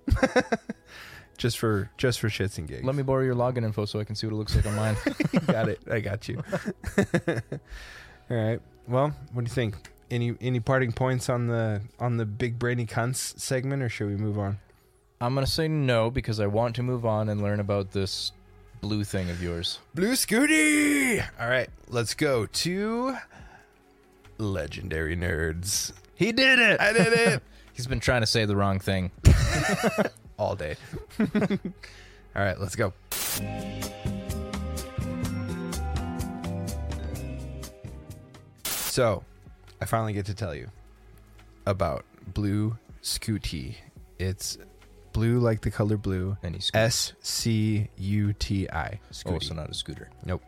just for just for shits and gigs. Let me borrow your login info so I can see what it looks like on [LAUGHS] mine. got it. [LAUGHS] I got you. All right. Well, what do you think? Any any parting points on the on the big brainy cunts segment, or should we move on? I'm going to say no because I want to move on and learn about this blue thing of yours. Blue Scooty. All right, let's go to legendary nerds. He did it. I did it He's been trying to say the wrong thing. all day. all right, let's go. So, I finally get to tell you about Blue Scooty. It's blue like the color blue. And he's S C U T I. Oh, so not a scooter. Nope.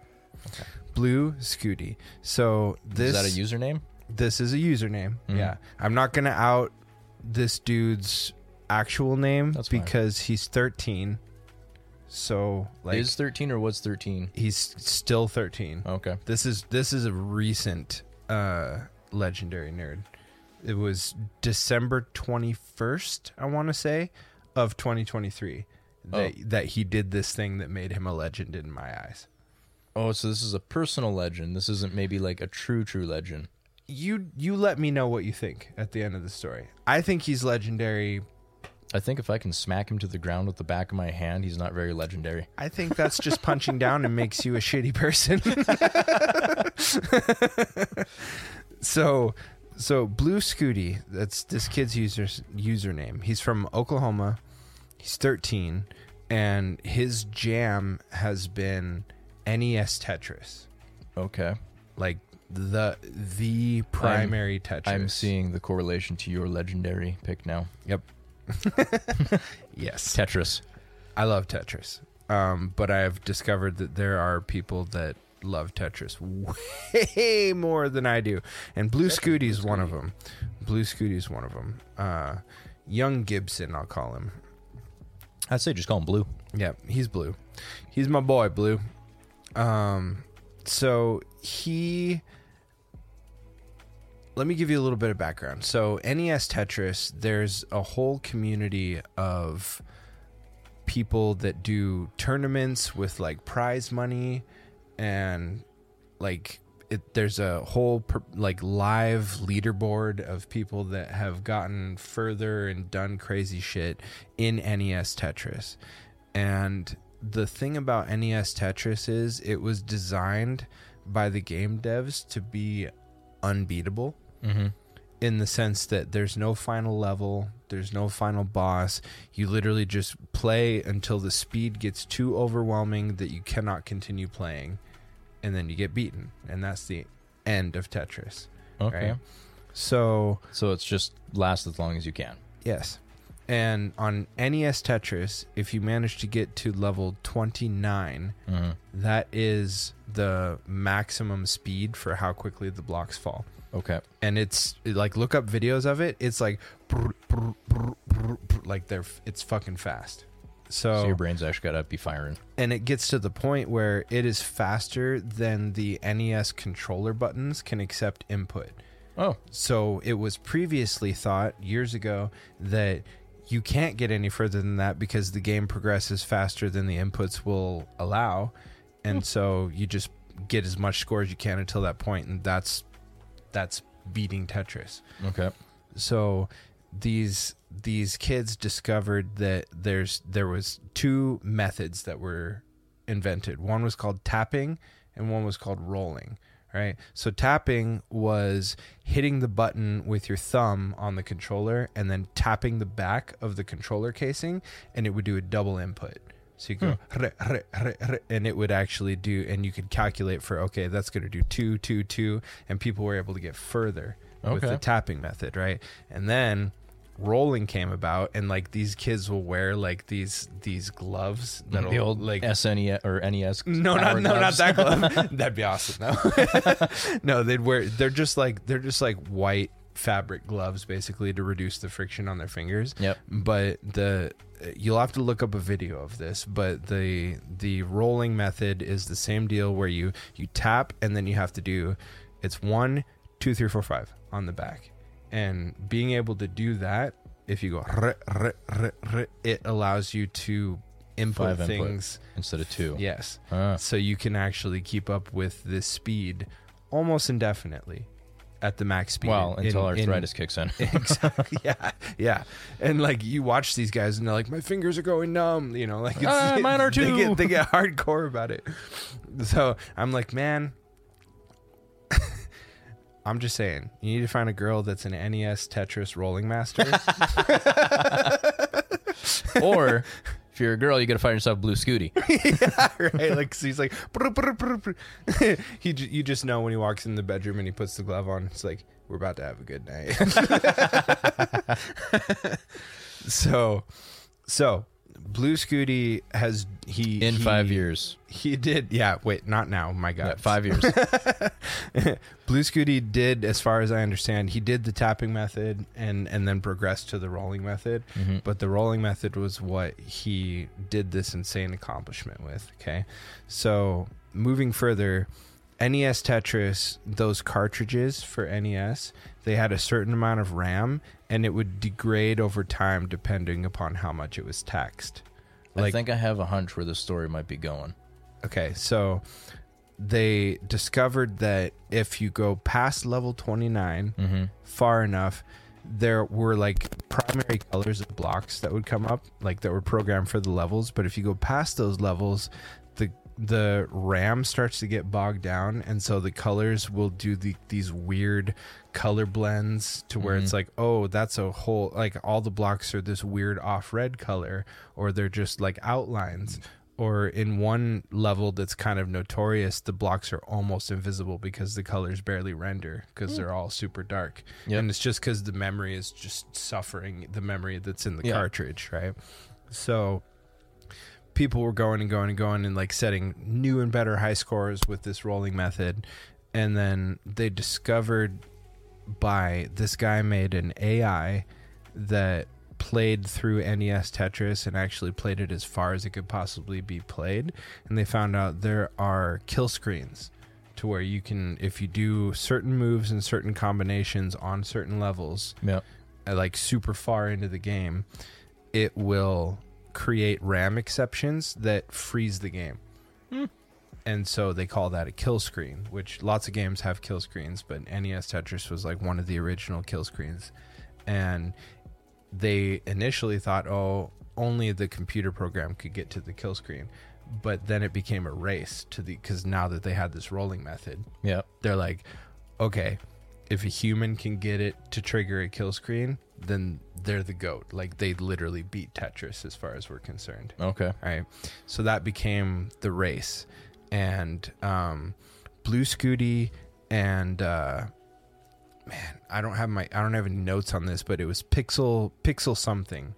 Blue Scooty. So Is this that a username? this is a username. Mhm. Yeah. I'm not going to out this dude's actual name That's fine. because he's 13. So like is Oh. 13 or was 13? he's still 13. Okay. This is this is a recent uh legendary nerd. It was December 21st, I want to say, of 2023 that that he did this thing that made him a legend in my eyes. Oh, so this is a personal legend. This isn't maybe like a true, true legend. You you let me know what you think at the end of the story. I think he's legendary I think if I can smack him to the ground with the back of my hand, he's not very legendary. I think that's just punching down and makes you a shitty person. [LAUGHS] so, so Blue Scooty, that's this kid's user username. He's from Oklahoma. He's 13 and his jam has been NES Tetris, Okay. like the the primary Tetris. I'm seeing the correlation to your legendary pick now. Yep. [LAUGHS] yes. Tetris. I love Tetris. Um, but I've discovered that there are people that love Tetris [LAUGHS] way more than I do. And Blue Scooty's one of them. Blue Scooty's one of them. Uh, young Gibson, I'll call him. I'd say just call him blue. Yeah, he's blue. He's my boy, blue. Um, so he. Let me give you a little bit of background. So NES Tetris, there's a whole community of people that do tournaments with like prize money and like it, there's a whole per, like live leaderboard of people that have gotten further and done crazy shit in NES Tetris. And the thing about NES Tetris is it was designed by the game devs to be unbeatable Mm-hmm. in the sense that there's no final level, there's no final boss. You literally just play until the speed gets too overwhelming that you cannot continue playing, and then you get beaten, and that's the end of Tetris. Okay. Right. So, So it's just last as long as you can. yes. And on NES Tetris, if you manage to get to level 29, Mm-hmm. that is the maximum speed for how quickly the blocks fall. Okay. and it's like look up videos of it. It's like brr, brr, brr, brr, brr, like they're it's fucking fast. So, So your brain's actually got to be firing. and it gets to the point where it is faster than the NES controller buttons can accept input. Oh, So it was previously thought years ago that you can't get any further than that because the game progresses faster than the inputs will allow. And so you just get as much score as you can until that point and that's that's beating Tetris okay. so these these kids discovered that there's there was two methods that were invented one was called tapping and one was called rolling right so tapping was hitting the button with your thumb on the controller and then tapping the back of the controller casing and it would do a double input so you go "Hre, hre, hre, hre," and it would actually do and you could calculate for okay that's going to do two two two and people were able to get further with Okay. the tapping method, right? And then rolling came about, and like these kids will wear like these these gloves that'll The old like like SNES or NES. [LAUGHS] no, not power no, not gloves. [LAUGHS] that glove. That'd be awesome though. [LAUGHS] no, they'd wear. They're just like they're just like white fabric gloves, basically to reduce the friction on their fingers. Yep. But the you'll have to look up a video of this. But the the rolling method is the same deal where you you tap and then you have to do it's one, two, three, four, five on the back, and being able to do that. If you go, it allows you to input Five input. things instead of two. Yes. Ah. So you can actually keep up with this speed almost indefinitely at the max speed. Well, in- until in- arthritis kicks [LAUGHS] in. exactly. Yeah. Yeah. And like you watch these guys and they're like, my fingers are going numb. You know, like it's, [LAUGHS] Ah, mine are They too. get, they get hardcore about it. So I'm like, man. [LAUGHS] I'm just saying, you need to find a girl that's an NES Tetris [LAUGHS] Rolling Master. or if you're a girl, you got to find yourself a blue [LAUGHS] scooty. right? Like so he's like, brr, brr, brr, brr. [LAUGHS] he ju- you just know when he walks in the bedroom and he puts the glove on. It's like we're about to have a good night. [LAUGHS] so, so Blue Scooty has he In he- five years. he did yeah wait not now my god Yeah, five [LAUGHS] years. Blue Scooty did, as far as I understand, he did the tapping method and and then progressed to the rolling method. But the rolling method was what he did this insane accomplishment with. Okay, so moving further, NES Tetris, those cartridges for NES, they had a certain amount of RAM, and it would degrade over time depending upon how much it was taxed. I Like- think I have a hunch where this story might be going. Okay, so they discovered that if you go past level 29 far enough, there were like primary colors of blocks that would come up, like that were programmed for the levels. But if you go past those levels, the the RAM starts to get bogged down, and so the colors will do the, these weird color blends to where it's like, oh, that's a whole like all the blocks are this weird off red color, or they're just like outlines. Or in one level that's kind of notorious, the blocks are almost invisible because the colors barely render because they're all super dark, Hmm. Yep. and it's just because the memory is just suffering the memory that's in the Yeah. cartridge, right? So people were going and going and going and like setting new and better high scores with this rolling method. And then they discovered by this guy made an AI that played through NES Tetris and actually played it as far as it could possibly be played. And they found out there are kill screens to where you can, if you do certain moves and certain combinations on certain levels, Yeah. uh, like super far into the game, it will create RAM exceptions that freeze the game. And so they call that a kill screen, which lots of games have kill screens, but NES Tetris was like one of the original kill screens. And they initially thought, oh, only the computer program could get to the kill screen. But then it became a race to the because now that they had this rolling method, Yeah. they're like, okay, if a human can get it to trigger a kill screen, then they're the goat. Like they literally beat Tetris as far as we're concerned. Okay. All right. So that became the race. And um, Blue Scooty and uh, man, I don't have my I don't have any notes on this, but it was Pixel Pixel something.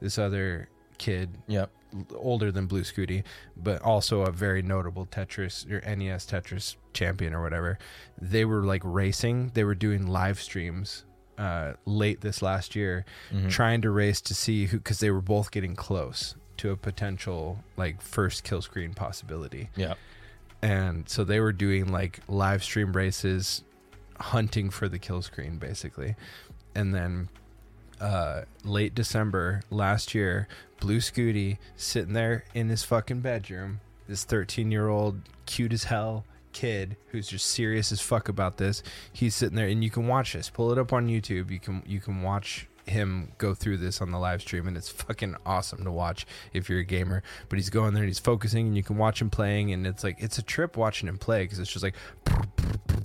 This other kid Yep. older than Blue Scooty, but also a very notable Tetris or NES Tetris champion or whatever. They were like racing. They were doing live streams uh, late this last year, trying to race to see who, because they were both getting close to a potential like first kill screen possibility Yeah. and so they were doing like live stream races hunting for the kill screen basically and then uh late december last year blue scooty sitting there in his fucking bedroom this 13 year old cute as hell kid who's just serious as fuck about this he's sitting there and you can watch this pull it up on youtube you can you can watch him go through this on the live stream and it's fucking awesome to watch if you're a gamer but he's going there and he's focusing and you can watch him playing and it's like it's a trip watching him play because it's just like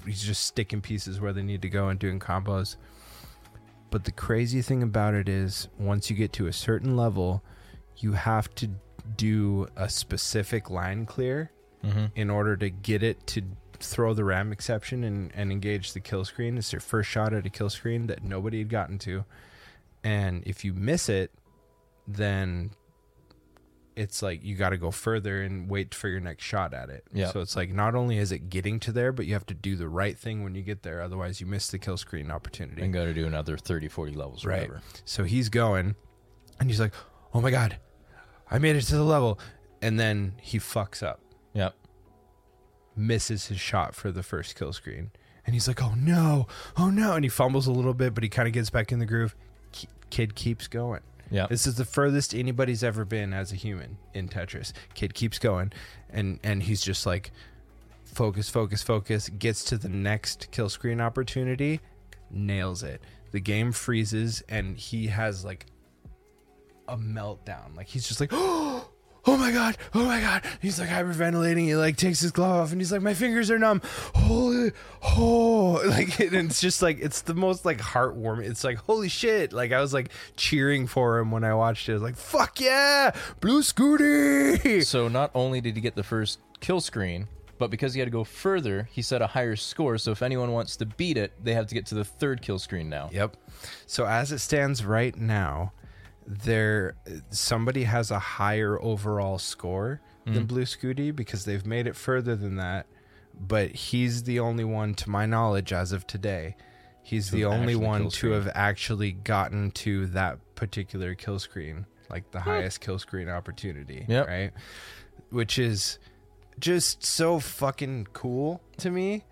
he's just sticking pieces where they need to go and doing combos but the crazy thing about it is once you get to a certain level you have to do a specific line clear in order to get it to throw the ram exception and, and engage the kill screen it's their first shot at a kill screen that nobody had gotten to and if you miss it then it's like you got to go further and wait for your next shot at it Yeah. so it's like not only is it getting to there but you have to do the right thing when you get there otherwise you miss the kill screen opportunity And got to do another 30, 40 levels, or whatever. so he's going and he's like, oh my God, I made it to the level. And then he fucks up, Yep. misses his shot for the first kill screen. And he's like, oh no, oh no. And he fumbles a little bit, but he kind of gets back in the groove. Ki- Kid keeps going. Yep. This is the furthest anybody's ever been as a human in Tetris. Kid keeps going, and and he's just like, focus, focus, focus. Gets to the next kill screen opportunity, nails it. The game freezes, and he has like a meltdown. Like he's just like, [GASPS] oh. my god! Oh my god! He's like hyperventilating. He like takes his glove off and he's like, my fingers are numb. Holy, oh! [LAUGHS] Like and it's just like it's the most like heartwarming. It's like holy shit! Like I was like cheering for him when I watched it. I was like, fuck yeah, Blue Scooty! [LAUGHS] So not only did he get the first kill screen, but because he had to go further, he set a higher score. So if anyone wants to beat it, they have to get to the third kill screen now. Yep. So as it stands right now, there somebody has a higher overall score Mm-hmm. than Blue Scooty because they've made it further than that, but he's the only one to my knowledge as of today. He's the have actually only one kill to screen. have actually gotten to that particular kill screen, like the highest kill screen opportunity, Hmm. Yep. right? Which is just so fucking cool to me.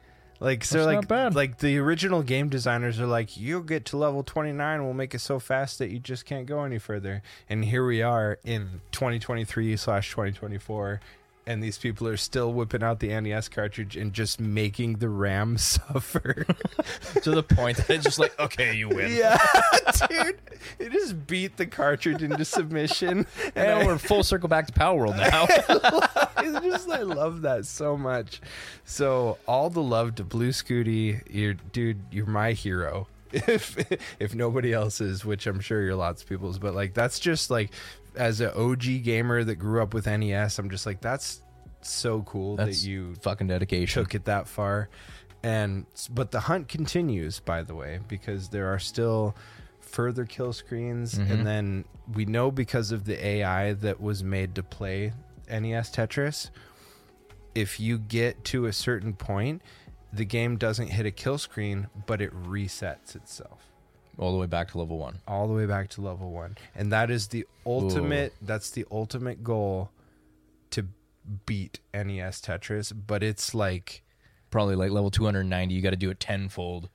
Like so, That's like not bad. like the original game designers are like, you'll get to level twenty nine, we'll make it so fast that you just can't go any further. And here we are in twenty twenty three slash twenty twenty four, and these people are still whipping out the NES cartridge and just making the RAM [LAUGHS] suffer. to the point that it's just like, okay, you win. yeah, [LAUGHS] dude, it just beat the cartridge [LAUGHS] into submission. And now I- we're full circle back to Power [LAUGHS] World now. it's just I love that so much. So all the love to Blue Scooty, you're dude, you're my hero. [LAUGHS] If if nobody else is, which I'm sure you're lots of people's, but like that's just like as an OG gamer that grew up with NES, I'm just like that's so cool That's that you fucking dedication. took it that far. And but the hunt continues, by the way, because there are still further kill screens, and then we know because of the AI that was made to play NES Tetris. If you get to a certain point, the game doesn't hit a kill screen, but it resets itself All the way back to level one. all the way back to level one, and that is the ultimate. That's the ultimate goal to beat NES Tetris, but it's like. Probably like level 290. You got to do it tenfold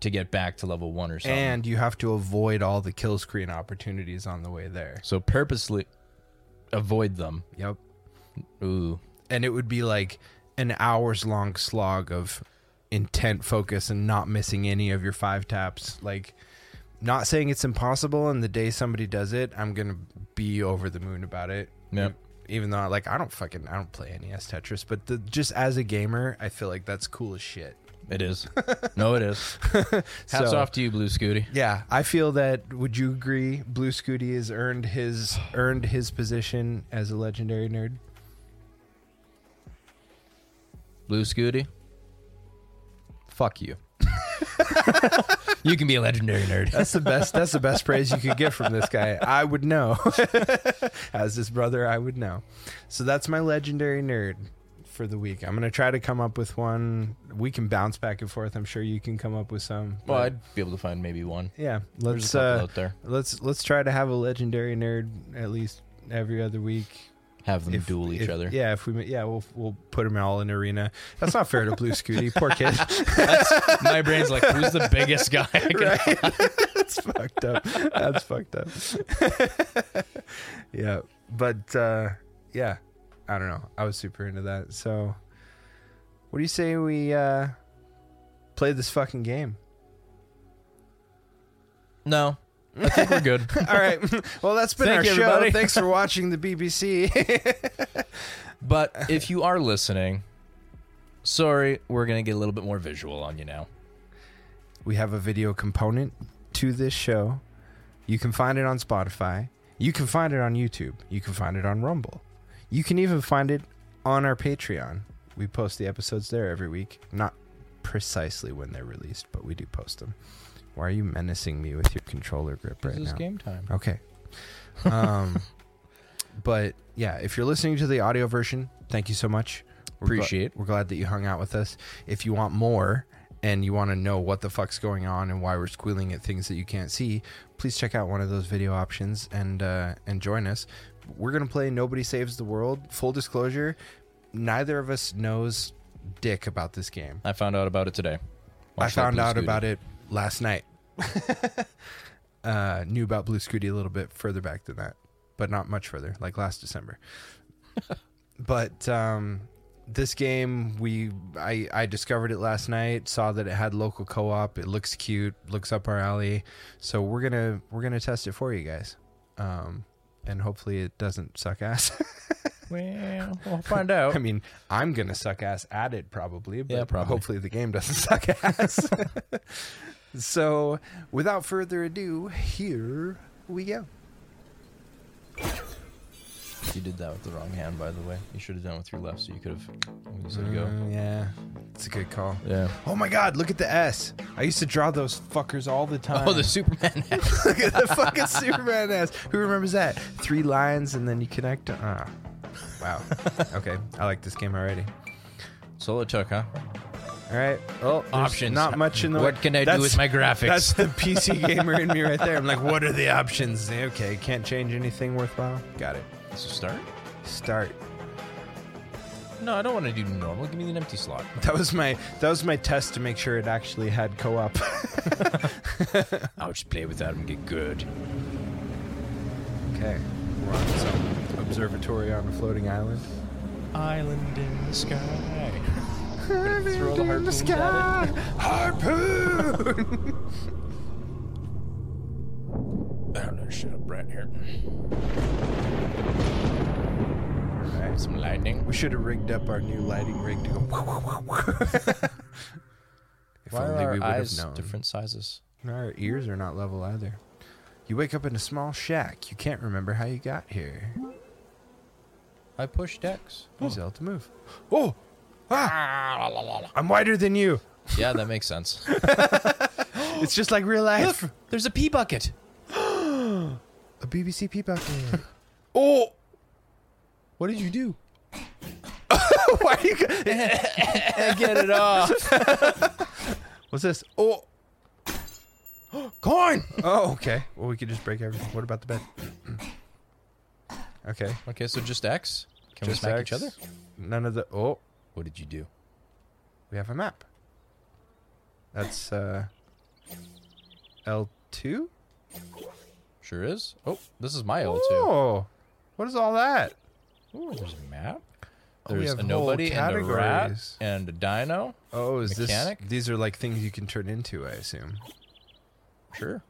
to get back to level one or something. and you have to avoid all the kill screen opportunities on the way there. so purposely avoid them. Yep. Ooh. And it would be like an hours long slog of intent focus and not missing any of your five taps. Like not saying it's impossible and the day somebody does it, I'm going to be over the moon about it. Yep. Even though I like I don't fucking I don't play NES Tetris, but the, just as a gamer, I feel like that's cool as shit. It [LAUGHS] is. No, it is. Hats So- off to you, Blue Scooty. Yeah, I feel that. Would you agree? Blue Scooty has earned his earned his position as a legendary nerd. Blue Scooty. Fuck you. [LAUGHS] you can be a legendary nerd. That's the best. That's the best praise you could get from this guy. I would know, [LAUGHS] as his brother, I would know. So that's my legendary nerd for the week. I'm gonna try to come up with one. We can bounce back and forth. I'm sure you can come up with some. [LAUGHS] Well, but- I'd be able to find maybe one. yeah, There's let's a couple uh, out there. let's let's try to have a legendary nerd at least every other week. Have them if- duel each if- other. [LAUGHS] Yeah, [LAUGHS] if we yeah we'll we'll put them all in arena. That's not fair to Blue Scooty, [LAUGHS] poor kid. My brain's like, who's the biggest [LAUGHS] guy? I can [LAUGHS] That's fucked up. That's fucked up. [LAUGHS] yeah, but uh, yeah, I don't know. I was super into that. So, what do you say we uh, play this fucking game? No. I think we're good. [LAUGHS] All right. Well, that's been Thank our you, show. everybody. [LAUGHS] Thanks for watching the BBC. But if you are listening, sorry, we're going to get a little bit more visual on you now. We have a video component to this show. You can find it on Spotify. You can find it on YouTube. You can find it on Rumble. You can even find it on our Patreon. We post the episodes there every week. Not precisely when they're released, but we do post them. Why are you menacing me with your controller grip right this is now? game time. Okay. Um, [LAUGHS] but yeah, if you're listening to the audio version, thank you so much. We're gl- Appreciate. we're glad that you hung out with us. If you want more and you want to know what the fuck's going on and why we're squealing at things that you can't see, please check out one of those video options and uh, and join us. We're gonna play Nobody Saves the World. Full disclosure: neither of us knows dick about this game. I found out about it today. I found out about it last night. [LAUGHS] uh, knew about Blue Scooty a little bit further back than that, but not much further, like last December. but um, this game, we I, I discovered it last night. Saw that it had local co-op. It looks cute. Looks up our alley. So we're gonna we're gonna test it for you guys, um, and hopefully it doesn't suck ass. [LAUGHS] Well, we'll find out. I mean, I'm gonna suck ass at it probably, but Yeah, probably. hopefully the game doesn't [LAUGHS] suck ass. so, without further ado, here we go. you did that with the wrong hand, by the way. You should have done it with your left, so you could have. You said go. Uh, yeah, it's a good call. Yeah. Oh my God! Look at the S. I used to draw those fuckers all the time. Oh, the Superman. hand. [LAUGHS] look at [LAUGHS] the fucking Superman S. Who remembers that? Three lines and then you connect. Ah, [LAUGHS] wow. okay, I like this game already. Solo took, huh? All right. Well, there's Options. Not much in the. What can I do That's- with my graphics? That's [LAUGHS] the PC gamer in me right there. I'm like, what are the options? Okay, can't change anything worthwhile. Got it. Let's just start. Start. No, I don't want to do normal. Give me an empty slot. [LAUGHS] That was my that was my test to make sure it actually had co-op. [LAUGHS] I'll just play with that and get good. okay. We're on some observatory on a floating island. Island in the sky. Throw the harpoons at it. Harpoon! I don't know shit up right here. Alright. Some lightning. [LAUGHS] We should have rigged up our new lighting rig to go. [LAUGHS] if Why only are we our would eyes have known. different sizes? Our ears are not level either. You wake up in a small shack. You can't remember how you got here. I push decks. Use L to move. Oh! Ah! I'm wider than you. Yeah, that makes sense. It's just like real life. Look, there's a pea bucket. [GASPS] A BBC peacock. [LAUGHS] oh! What did you do? [LAUGHS] Why are you? Go- [LAUGHS] Get it off. [LAUGHS] What's this? Oh! [GASPS] Corn. Oh, okay. Well, we could just break everything. What about the bed? [CLEARS THROAT] okay. Okay, so just X. Can Just we smack X. each other? None of the. Oh, What did you do? we have a map. That's uh. L two. Sure is. Oh, this is my L2. Oh, what is all that? Ooh, there's a map. Oh, we There's have a whole nobody and a rat categories. and a dino. Oh, is Mechanic? this? These are like things you can turn into, I assume. Sure.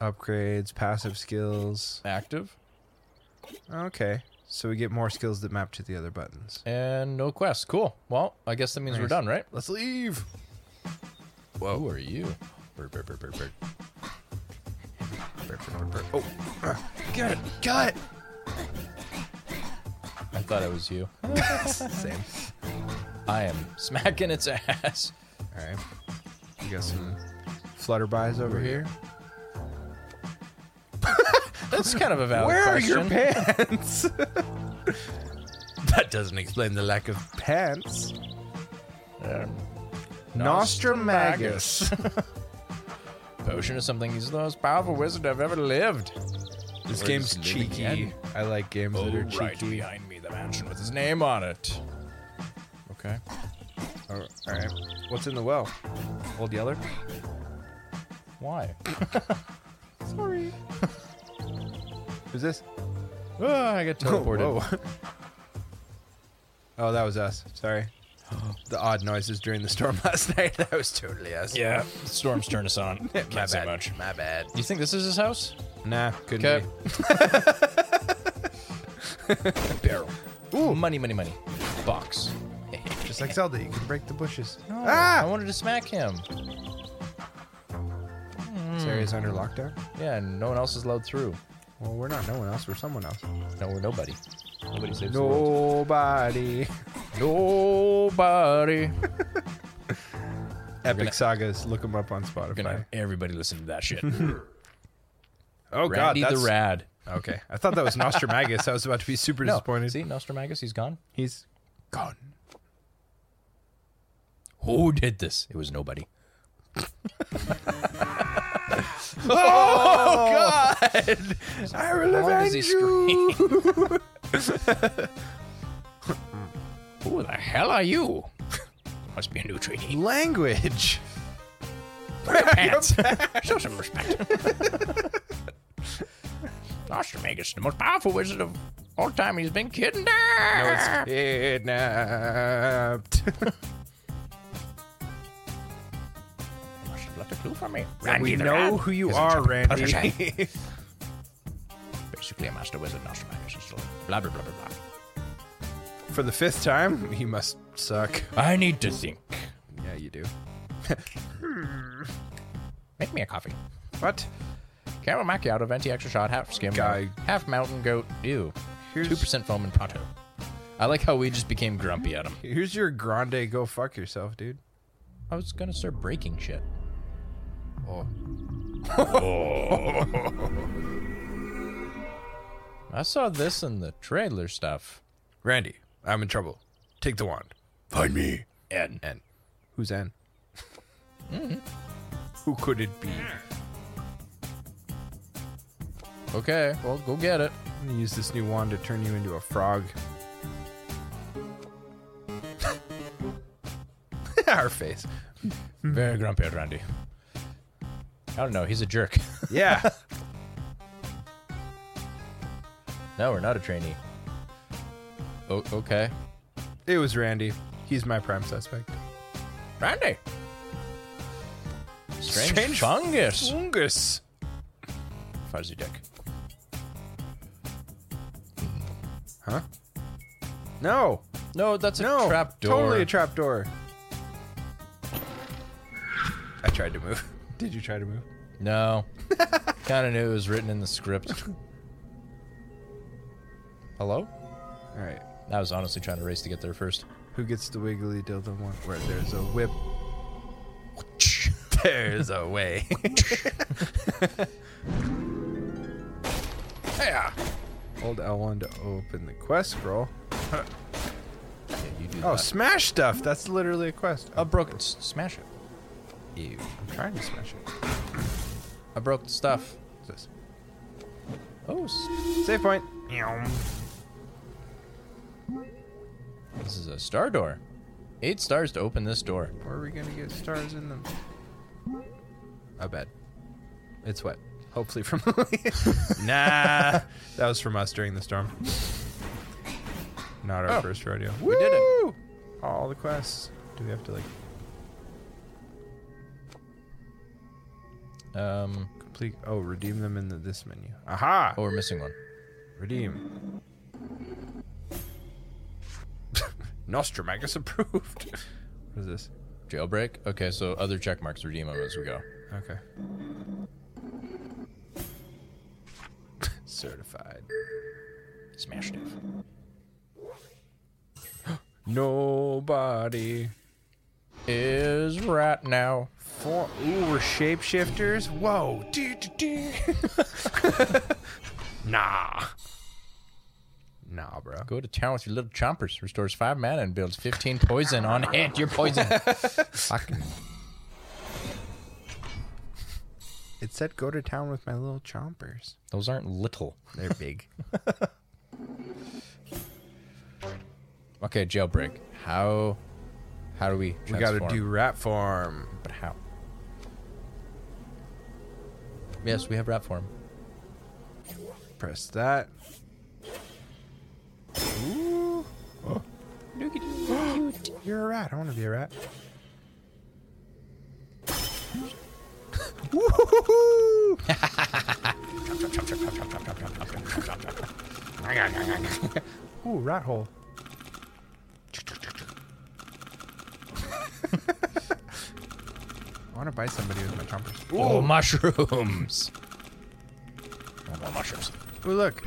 Upgrades, passive skills. Active Okay, so we get more skills that map to the other buttons. and no quest. Cool. Well, I guess that means we're Nice. done, right? Let's leave. Whoa. Who are you? Burp, burp, burp, burp, burp. Oh, got it, got it. I thought it was you. Oh, [LAUGHS] Same. I am smacking its ass. All right. We got some flutterbys over here. That's kind of a valid Where question. are your pants? [LAUGHS] that doesn't explain the lack of pants. Nostromagus. Potion of something. He's the most powerful wizard I've ever lived. this We're game's just living cheeky. in. I like games Oh, that are right cheeky. behind me, the mansion with his name on it. Okay. Oh, all right. What's in the well? Old Yeller? Why? Sorry. Who's this? Oh, I got teleported. Oh, [LAUGHS] whoa. [LAUGHS] oh, that was us. [GASPS] Sorry. The odd noises during the storm [LAUGHS] last night. That was totally us. Yeah, storms turn us [LAUGHS] on. Can't My say bad. much. My bad. You think this is his house? Nah, couldn't Okay. be. Barrel. Ooh. Money, money, money. Box. Just like Zelda, you can break the bushes. I ah! wanted to smack him. Hmm. This area's under lockdown. Yeah, and no one else is allowed through. Well, we're not no one else. We're someone else. No, we're nobody. Nobody saves the world. Nobody. Nobody. We're [LAUGHS] Epic gonna- sagas. Look them up on Spotify. gonna have everybody listen to that [LAUGHS] shit. oh Randy the Rad. Okay, I thought that was Nostramagus. I was about to be super [LAUGHS] No, disappointed. see, Nostramagus, he's gone. He's gone. Who did this? It was [LAUGHS] nobody. [LAUGHS] Oh, I will How long does he avenge you. scream? [LAUGHS] Who the hell are you? [LAUGHS] Must be a new treaty. Language. [LAUGHS] Pants. Show some respect. [LAUGHS] Nostramagus, the most powerful wizard of all time, he's been kidnapped. Kidnapped. [LAUGHS] You must have left a clue for me. we Randy the know Rat who you is a are, type of Randy. protege. Basically, a master wizard, Nostramagus, and so blah blah blah blah blah. [LAUGHS] For the fifth time, he must suck. I need to think. Yeah, you do. Make me a coffee. What? Caramel macchiato, venti extra shot, half skim, Guy. half mountain goat. Ew. Here's- Two percent foam and pronto. I like how we just became grumpy at him. Here's your grande. Go fuck yourself, dude. I was gonna start breaking shit. Oh. I saw this in the trailer stuff. Randy, I'm in trouble. Take the wand. Find me. And N. Mm-hmm. Who's N? Who could it be? okay, well, go get it. I'm gonna use this new wand to turn you into a frog. [LAUGHS] Our face. Hmm. Very grumpy at Randy. I don't know. He's a jerk. [LAUGHS] Yeah. no, we're not a trainee. O- Oh, okay. [LAUGHS] It was Randy. He's my prime suspect. Randy. Strange, Strange fungus. Fungus. Fuzzy dick. Huh? No. No, that's a no. trap door. Totally a trap door. I tried to move. [LAUGHS] Did you try to move? [LAUGHS] No. kind of knew it was written in the script. Hello? All right. I was honestly trying to race to get there first. Who gets the wiggly dildo one? Where there's a whip. There's a way. yeah. Hold L1 to open the quest scroll. [LAUGHS] Yeah, you do Oh, that. smash stuff. That's literally a quest. I broke it. S- Smash it. you. I'm trying to smash it. I broke the stuff. What's this? Oh, s- Save point. this is a star door. Eight stars to open this door. Where are we gonna get stars in them? I bet. It's wet. Hopefully from [LAUGHS] nah, that was from us during the storm. Not our Oh. first rodeo. We did it. Woo! All the quests. Do we have to like Um, complete? Oh, redeem them in the, this menu. Aha! oh, we're missing one. Redeem. [LAUGHS] Nostromagus approved. [LAUGHS] what is this? Jailbreak. Okay, so other check marks redeem them as we go. Okay. [LAUGHS] Certified. Smash it. Nobody. Is right now. For ooh, we're shapeshifters. Whoa. Dee, dee, dee. [LAUGHS] nah. Nah, bro. Go to town with your little chompers. Restores five mana and builds 15 poison on hand. You're [LAUGHS] poison. Fucking. It said go to town with my little chompers. Those aren't little. They're big. Okay, jailbreak. How. How do we. we gotta transform? do rat farm. But how? Yes, we have rap [LAUGHS] form. Press that. Ooh. Oh. You're a rat. I want to be a rat. [LAUGHS] Woo-hoo-hoo! Ooh, rat hole. [LAUGHS] I want to bite somebody with my chompers. Oh, mushrooms! No more mushrooms. Ooh, look.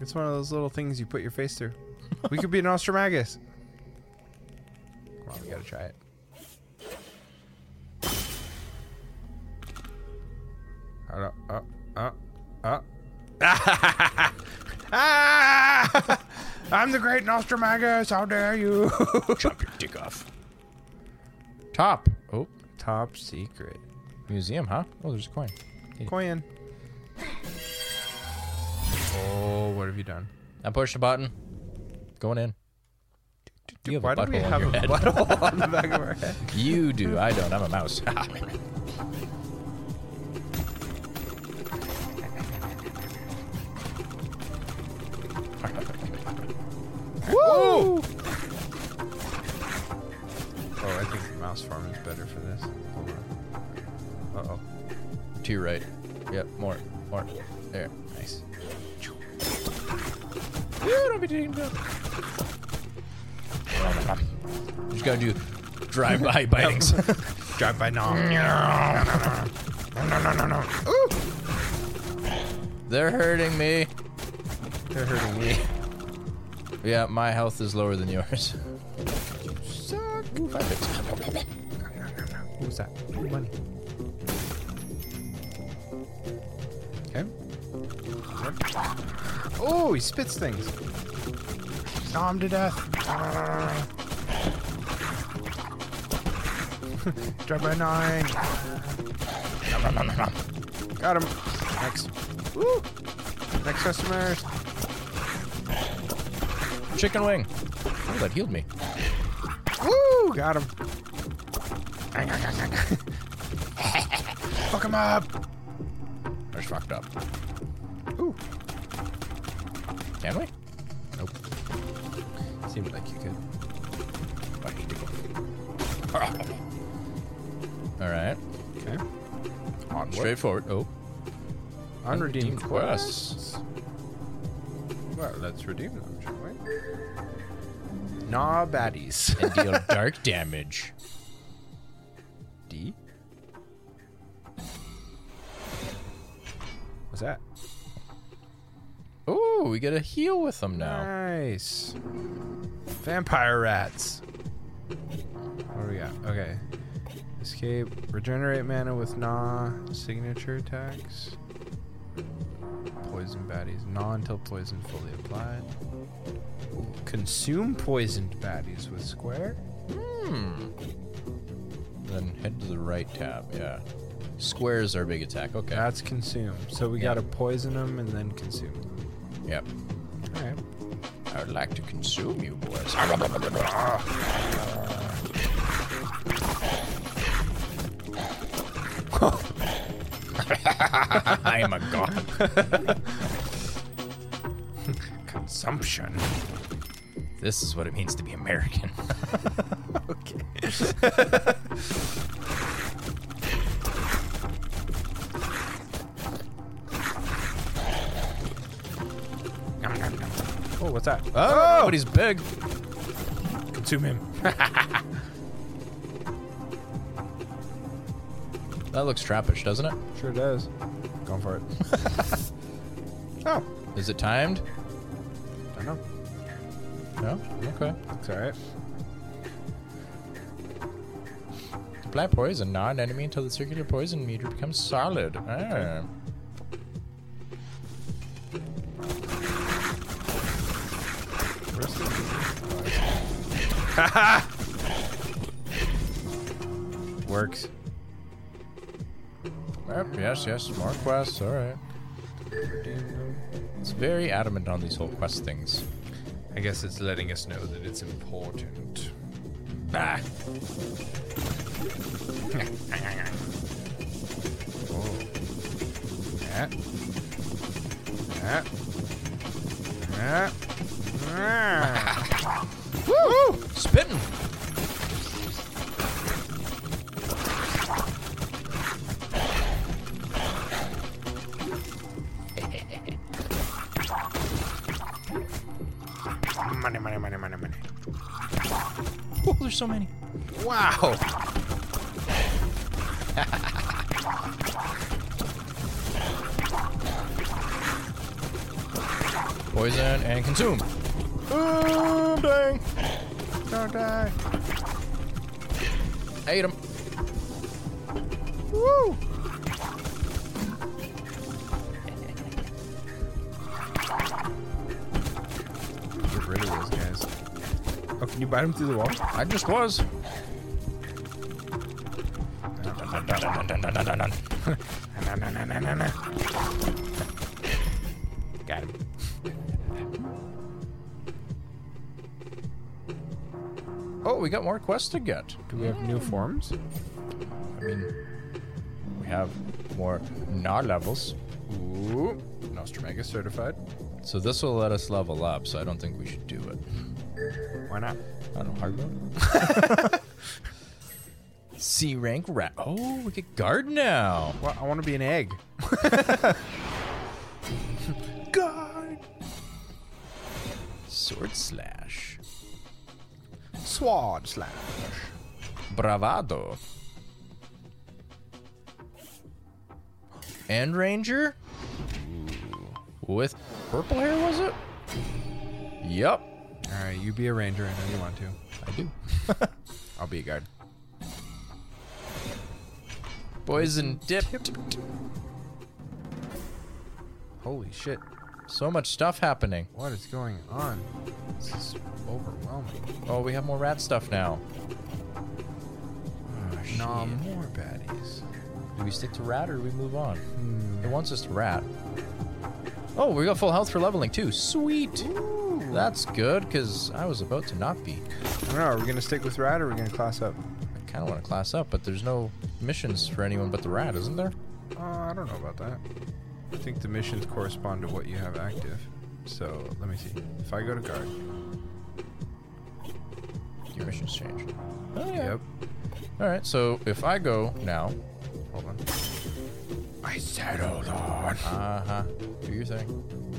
It's one of those little things you put your face through. We could be an Ostromagus. Come on, we gotta try it. Uh, uh, uh, uh. [LAUGHS] ah! I'm the great Nostromagus, how dare you? [LAUGHS] Chop your dick off. Top. Oh, Top secret. museum, huh? Oh, there's a coin. Coin. Oh, what have you done? I pushed a button. Going in. You have a Why do we butthole on have your a head. butthole on the back of our head? You do. I don't. I'm a mouse. [LAUGHS] Ah, Woo! Oh, I think the mouse farm is better for this. Hold on. Uh oh. to your right. Yep, more. More. There. Nice. Just gotta do drive-by bitings. Drive by now. No, no, no, no, no. Ooh! [LAUGHS] They're hurting me. They're hurting me. Yeah, my health is lower than yours. [LAUGHS] Suck. Ooh, five hits. Who's that? Money. Okay. Oh, he spits things. Gnaw him to [LAUGHS] death. Drive by nine. Got him. Next. Woo. Next customer. Chicken wing. Oh, that healed me. Woo! Got him. Fuck him up. I just fucked up. Ooh. Can we? Nope. Seemed like you could. I need to go. [LAUGHS] All right. Okay. Onward. Straightforward. Oh. Unredeemed Redeemed quests. Well, let's redeem them, shall we? Nah, baddies. And deal dark damage. D. What's that? Oh, we get a heal with them now. Nice. Vampire rats. What do we got? Okay. Escape. Regenerate mana with Gnaw. Signature attacks. Poison baddies. Gnaw until poison fully applied. Ooh, consume poisoned baddies with square. Then head to the right tab. Yeah. Square is our big attack. Okay. That's consume. So we Yeah. gotta poison them and then consume them. yep. Alright. I would like to consume you, boys. [LAUGHS] I am a god. Consumption. This is what it means to be American. Okay. oh, what's that? Oh, but he's big. Consume him. That looks trappish, doesn't it? Sure does. Going for it. [LAUGHS] oh, Is it timed? don't know. No. Okay. It's all right. Apply poison, non enemy until the circular poison meter becomes solid. Ah. Works. Yep, yes, yes, more quests. All right. It's very adamant on these whole quest things. I guess it's letting us know that it's important. Ah. Oh. Yeah. Yeah. Yeah. Yeah. Woo! Spitting. money, money, money, money, money. Oh, there's so many. Wow. [LAUGHS] Poison and consume. Boom, dang. Don't die. Ate 'em. Woo. Get rid of those guys. Oh, can you bite them through the wall? I just was. Na, na, na, na, na, na. Got him. Oh, we got more quests to get. Do [LAUGHS] we have new forms? I mean, we have more gnar levels. Ooh. Nostromagus certified. So this will let us level up, so I don't think we should do it. Why not? I don't know, hard mode? [LAUGHS] C rank rat. Oh, we get guard now. Well, I want to be an egg. [LAUGHS] God. Sword slash. Sword slash. Bravado. And ranger? With purple hair, was it? Yep. All right, you be a ranger. I know you want to. I do. [LAUGHS] I'll be a guard. Poison dip. Holy shit. So much stuff happening. What is going on? This is overwhelming. Oh, we have more rat stuff now. Ah, Nah, more baddies. Hmm. Do we stick to rat or do we move on? It wants us to rat. Oh, we got full health for leveling too. Sweet. That's good because I was about to not be. I don't know. Are we going to stick with rat or are we going to class up? I kind of want to class up, but there's no missions for anyone but the rat, isn't there? Uh, I don't know about that. I think the missions correspond to what you have active. So let me see. If I go to guard, Commissions change. Oh, yeah. Yep. All right. So if I go now, Hold on. I settled on. uh huh, do your thing.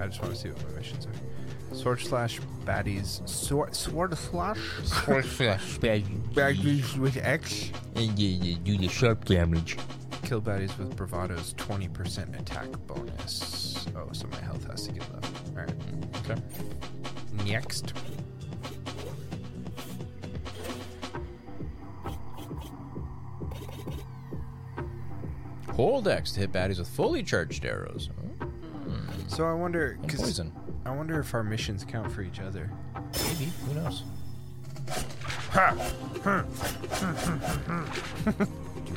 I just want to see what my missions are. Sword slash baddies. Sword, sword slash? Sword slash Baddies with X. and yeah, yeah, do the sharp damage. Kill baddies with bravado's 20% attack bonus. Oh, so my health has to get low. Alright. Okay. Next. Hold X to hit baddies with fully charged arrows. Hmm, So I wonder, And because poison. I wonder if our missions count for each other. Maybe. Who knows?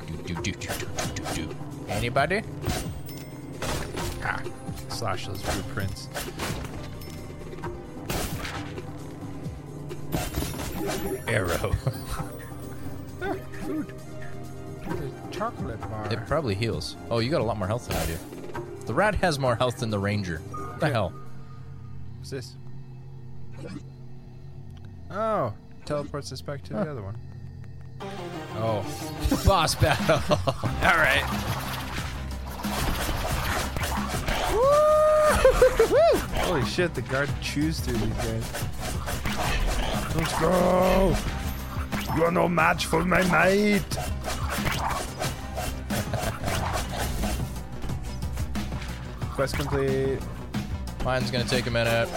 Do, do, do, do, do, do, do. Anybody? Ah, slash those blueprints. Arrow. Ah, food. The chocolate bar. [LAUGHS] It probably heals. Oh, you got a lot more health than I do. The rat has more health than the ranger. What the hell? What's this? Oh, teleports us back to the other one. Oh, [LAUGHS] Boss battle. all right. Holy shit! The guard chews through these guys. Let's go! You're no match for my [LAUGHS] mate! Quest complete. Mine's gonna take a minute.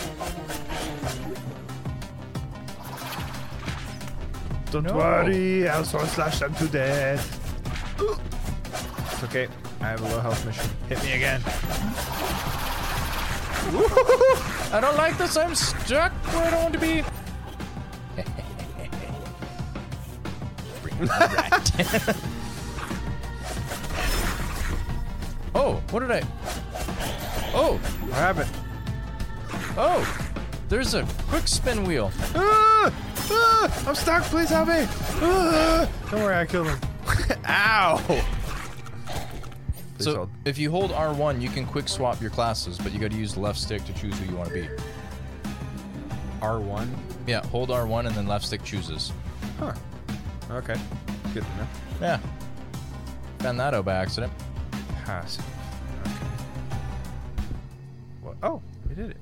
Don't worry, I'll sword slash them to death. It's okay. I have a low health mission. Hit me again. I don't like this. I'm stuck where I don't want to be. Bring the rat. [LAUGHS] oh, what did I? Oh, What happened? oh, there's a quick spin wheel. Ah! Ah! I'm stuck. Please help me. Ah! Don't worry, I killed him. [LAUGHS] Ow! Please so hold. if you hold R1, you can quick swap your classes, but you got to use the left stick to choose who you want to be. R1. Yeah, hold R1 and then left stick chooses. Huh. Okay. Good enough. Yeah. Found that out by accident. Passive. Okay. What? Oh, we did it.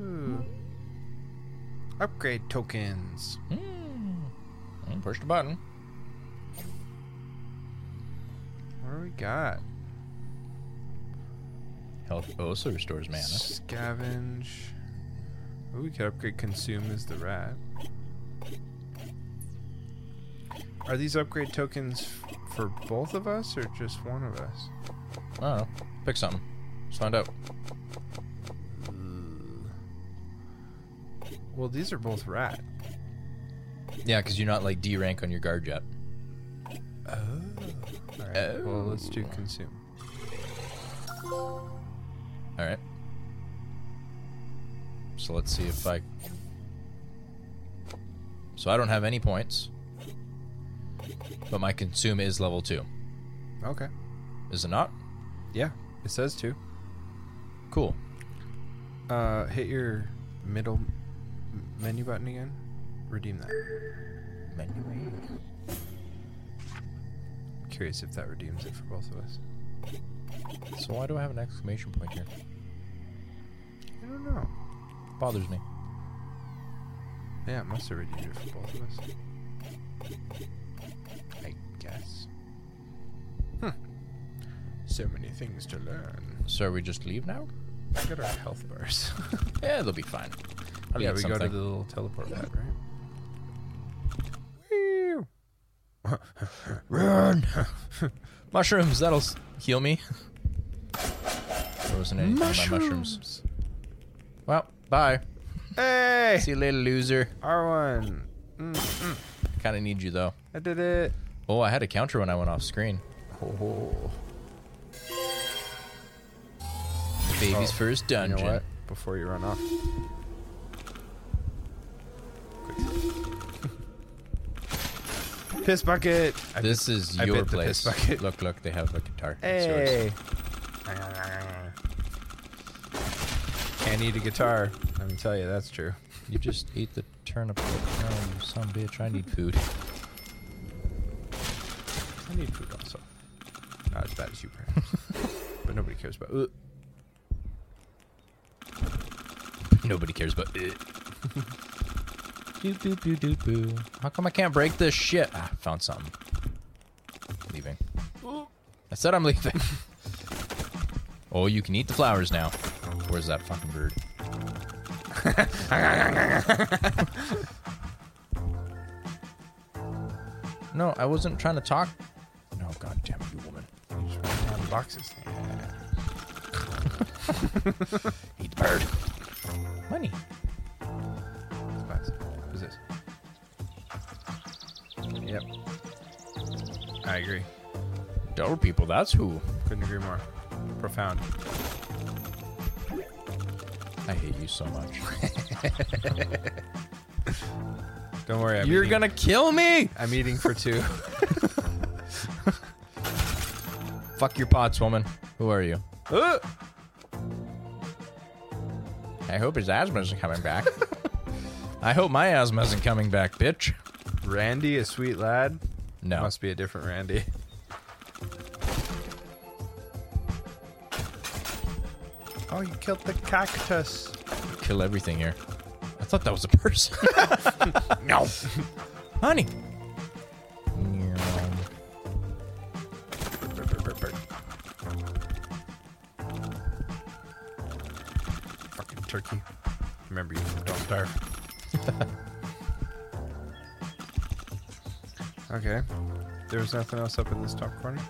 Ooh. Upgrade tokens. And pushed a Hmm, button. What do we got? Health also restores mana. Scavenge. Ooh, we could upgrade consume as the rat. Are these upgrade tokens f- for both of us or just one of us? I don't know. Pick something. Let's find out. Well, these are both rat. Yeah, because you're not like D rank on your guard yet. All right. Well, let's do consume. All right. So let's see if I. So I don't have any points, but my consume is level two. Okay. Is it not? Yeah, it says two. Cool. Uh, hit your middle m- menu button again. Redeem that. Curious if that redeems it for both of us. So why do I have an exclamation point here? I don't know. Bothers me. Yeah, it must have redeemed it for both of us. I guess. Hmm. So many things to learn. So we just leave now? Look at our health bars. [LAUGHS] Yeah, they'll be fine. I'll yeah, eat we go to something. the little teleport pad, right? [LAUGHS] Whew. [LAUGHS] Run! mushrooms, that'll s- heal me. [LAUGHS] there wasn't anything on my mushrooms. Well, bye. Hey! See you later, loser. R1. I kind of need you, though. I did it. Oh, I had a counter when I went off screen. Oh. Baby's first Oh, You dungeon. know what? Before you run off. Quick. [LAUGHS] piss bucket. I This is I your bit the place. piss bucket. Look, look, they have a guitar. It's yours. Hey. need a guitar. Let me tell you, that's true. You just eat the turnip. No, you son of a bitch. I need food. I need food also. Not as bad as you, [LAUGHS] perhaps. but nobody cares about. Uh. Ugh. Nobody cares about it. Doop, doop, doop, doop, boo. How come I can't break this shit? Ah, found something. Leaving. I said I'm leaving. [LAUGHS] oh, you can eat the flowers now. Where's that fucking bird? [LAUGHS] no, I wasn't trying to talk. No, god damn it, you woman. You just went down the boxes. Eat the bird. Money. Supplies. Who's this? Yep. I agree. Dollar people, that's who. Couldn't agree more. Profound. I hate you so much. Don't worry. [LAUGHS] I'm You're eating- gonna kill me! I'm eating for two. Fuck your pots, woman. Who are you? Ugh. I hope his asthma isn't coming [LAUGHS] back. I hope my asthma isn't coming back, bitch. [LAUGHS] Randy, a sweet lad. No. Must be a different Randy. [LAUGHS] Oh, you killed the cactus. kill everything here. I thought that was a [LAUGHS] person. [LAUGHS] [LAUGHS] No. Honey. Fucking turkey. Remember you. Don't [LAUGHS] starve. okay. There's nothing else up in this top corner?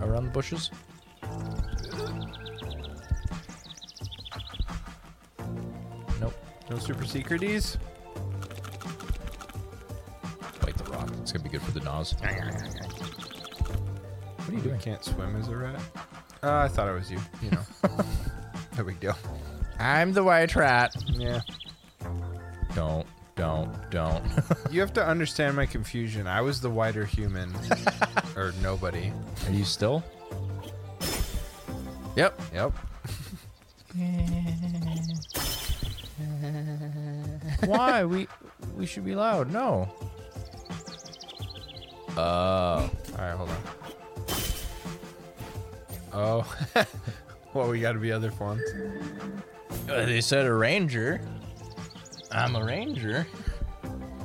Around the bushes? Nope. No super secreties? Bite the rock. It's gonna be good for the nose. What are you You doing? can't swim as a rat? Uh, I thought it was you. You [LAUGHS] know. no big deal. I'm the white rat. Yeah. Don't, don't, don't. You have to understand my confusion. I was the wider [LAUGHS] human, or nobody. Are you still? Yep. [LAUGHS] Yep. Why? We we should be loud. No. Oh. All right, hold on. Oh, [LAUGHS] well, we got to be other forms. Uh, they said a ranger. I'm a ranger.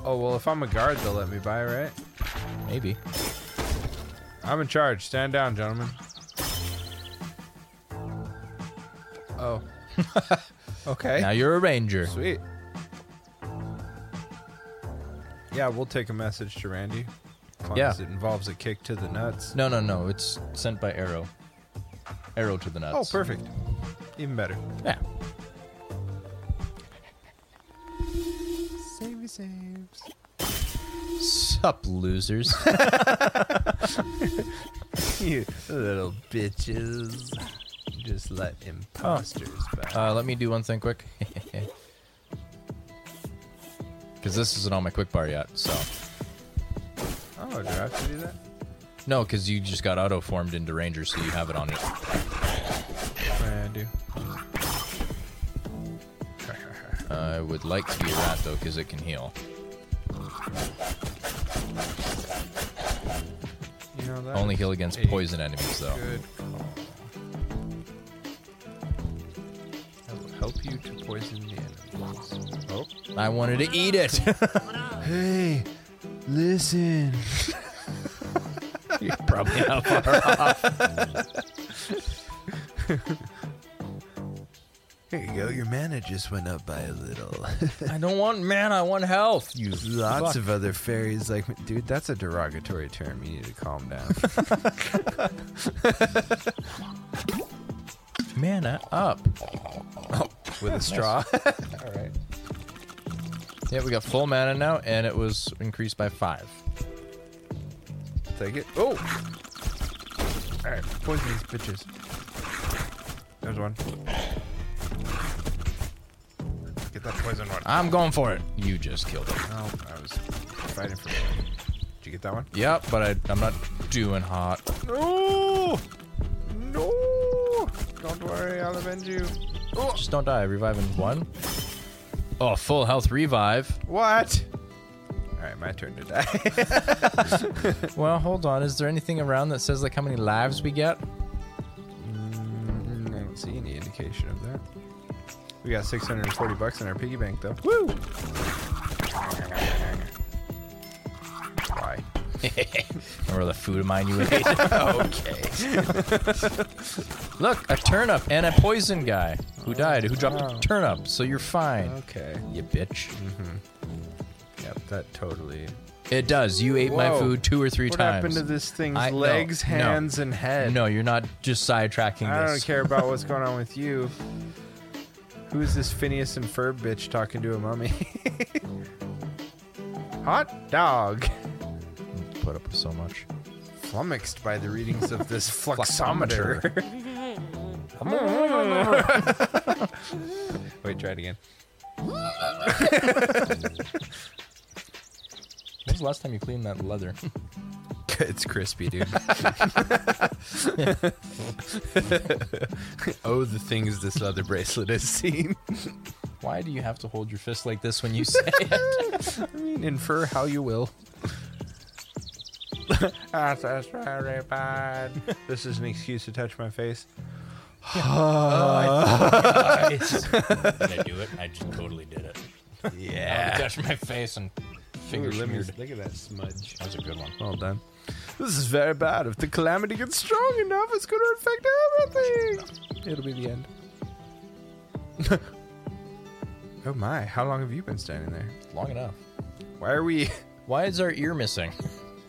Oh well, if I'm a guard, they'll let me by, right? Maybe. I'm in charge. Stand down, gentlemen. Oh. [LAUGHS] okay. Now you're a ranger. Sweet. Yeah, we'll take a message to Randy. As long Yeah. as it involves a kick to the nuts. No, no, no. It's sent by arrow. Arrow to the Oh, nuts. perfect. Even better. Yeah. Savey saves. Sup, losers. [LAUGHS] You little bitches. Just let imposters back. uh, let me do one thing quick. [LAUGHS] Because this isn't on my quick bar yet, so. oh, do I have to do that? No, because you just got auto formed into ranger, so you have it on it. Yeah, I do. I Uh, would like to be a rat though, because it can heal. You know that? Only heal against Eight. poison enemies though. Good call. I will help you to poison the animals. Oh. I wanted to eat it. [LAUGHS] Hey, listen. You're probably not far off. Here you go. Your mana just went up by [LAUGHS] a little. I don't want man, I want health. You Lots fuck. of other fairies like, dude, that's a derogatory term. You need to calm [LAUGHS] down. mana up. With a straw. All right. Yeah, we got full mana now, and it was increased by five. [LAUGHS] Take it. Oh! Alright, poison these bitches. There's one. Get that poison one. I'm going for it. You just killed it. No, I was fighting for one. Did you get that one? Yep, but I, I'm not doing hot. No! No! Don't worry, I'll avenge you. Just don't die. Revive in one. Oh, full health revive. What? All right, my turn to die. [LAUGHS] Well, hold on. Is there anything around that says like how many lives we get? Mm, I don't see any indication of that. We got 640 bucks in our piggy bank, though. Woo! Why? Remember the food of mine [LAUGHS] you ate? okay. [LAUGHS] Look, a turnip and a poison guy who died, who dropped a turnip. So you're fine. Okay. You bitch. Yep, that totally. It does. You ate my Whoa. food two or three What times. happened to this thing's I- no, legs, no. hands, and head? No, you're not just sidetracking I this. don't care about what's going on [LAUGHS] with you. Who is this Phineas and Ferb bitch talking to a mummy? [LAUGHS] Hot dog. Put up with so much. Flummoxed by the readings of this [LAUGHS] fluxometer. [LAUGHS] Wait, try it again. When was the last time you cleaned that leather? [LAUGHS] [LAUGHS] It's crispy, [LAUGHS] dude. oh, the things this leather bracelet has seen. Why do you have to hold your fist like this when you say [LAUGHS] it? [LAUGHS] I mean, [LAUGHS] infer how you will. [LAUGHS] That's very bad. This is an excuse to touch my face. Did I do it? I just totally did it. Yeah. touched my face and Ooh, fingers let me- smeared. look at that smudge. That was a good one. Well done. This is very bad. If the calamity gets strong enough, it's going to affect everything. It'll be the end. [LAUGHS] oh my, how long have you been standing there? Long enough. Why are we Why is our ear missing?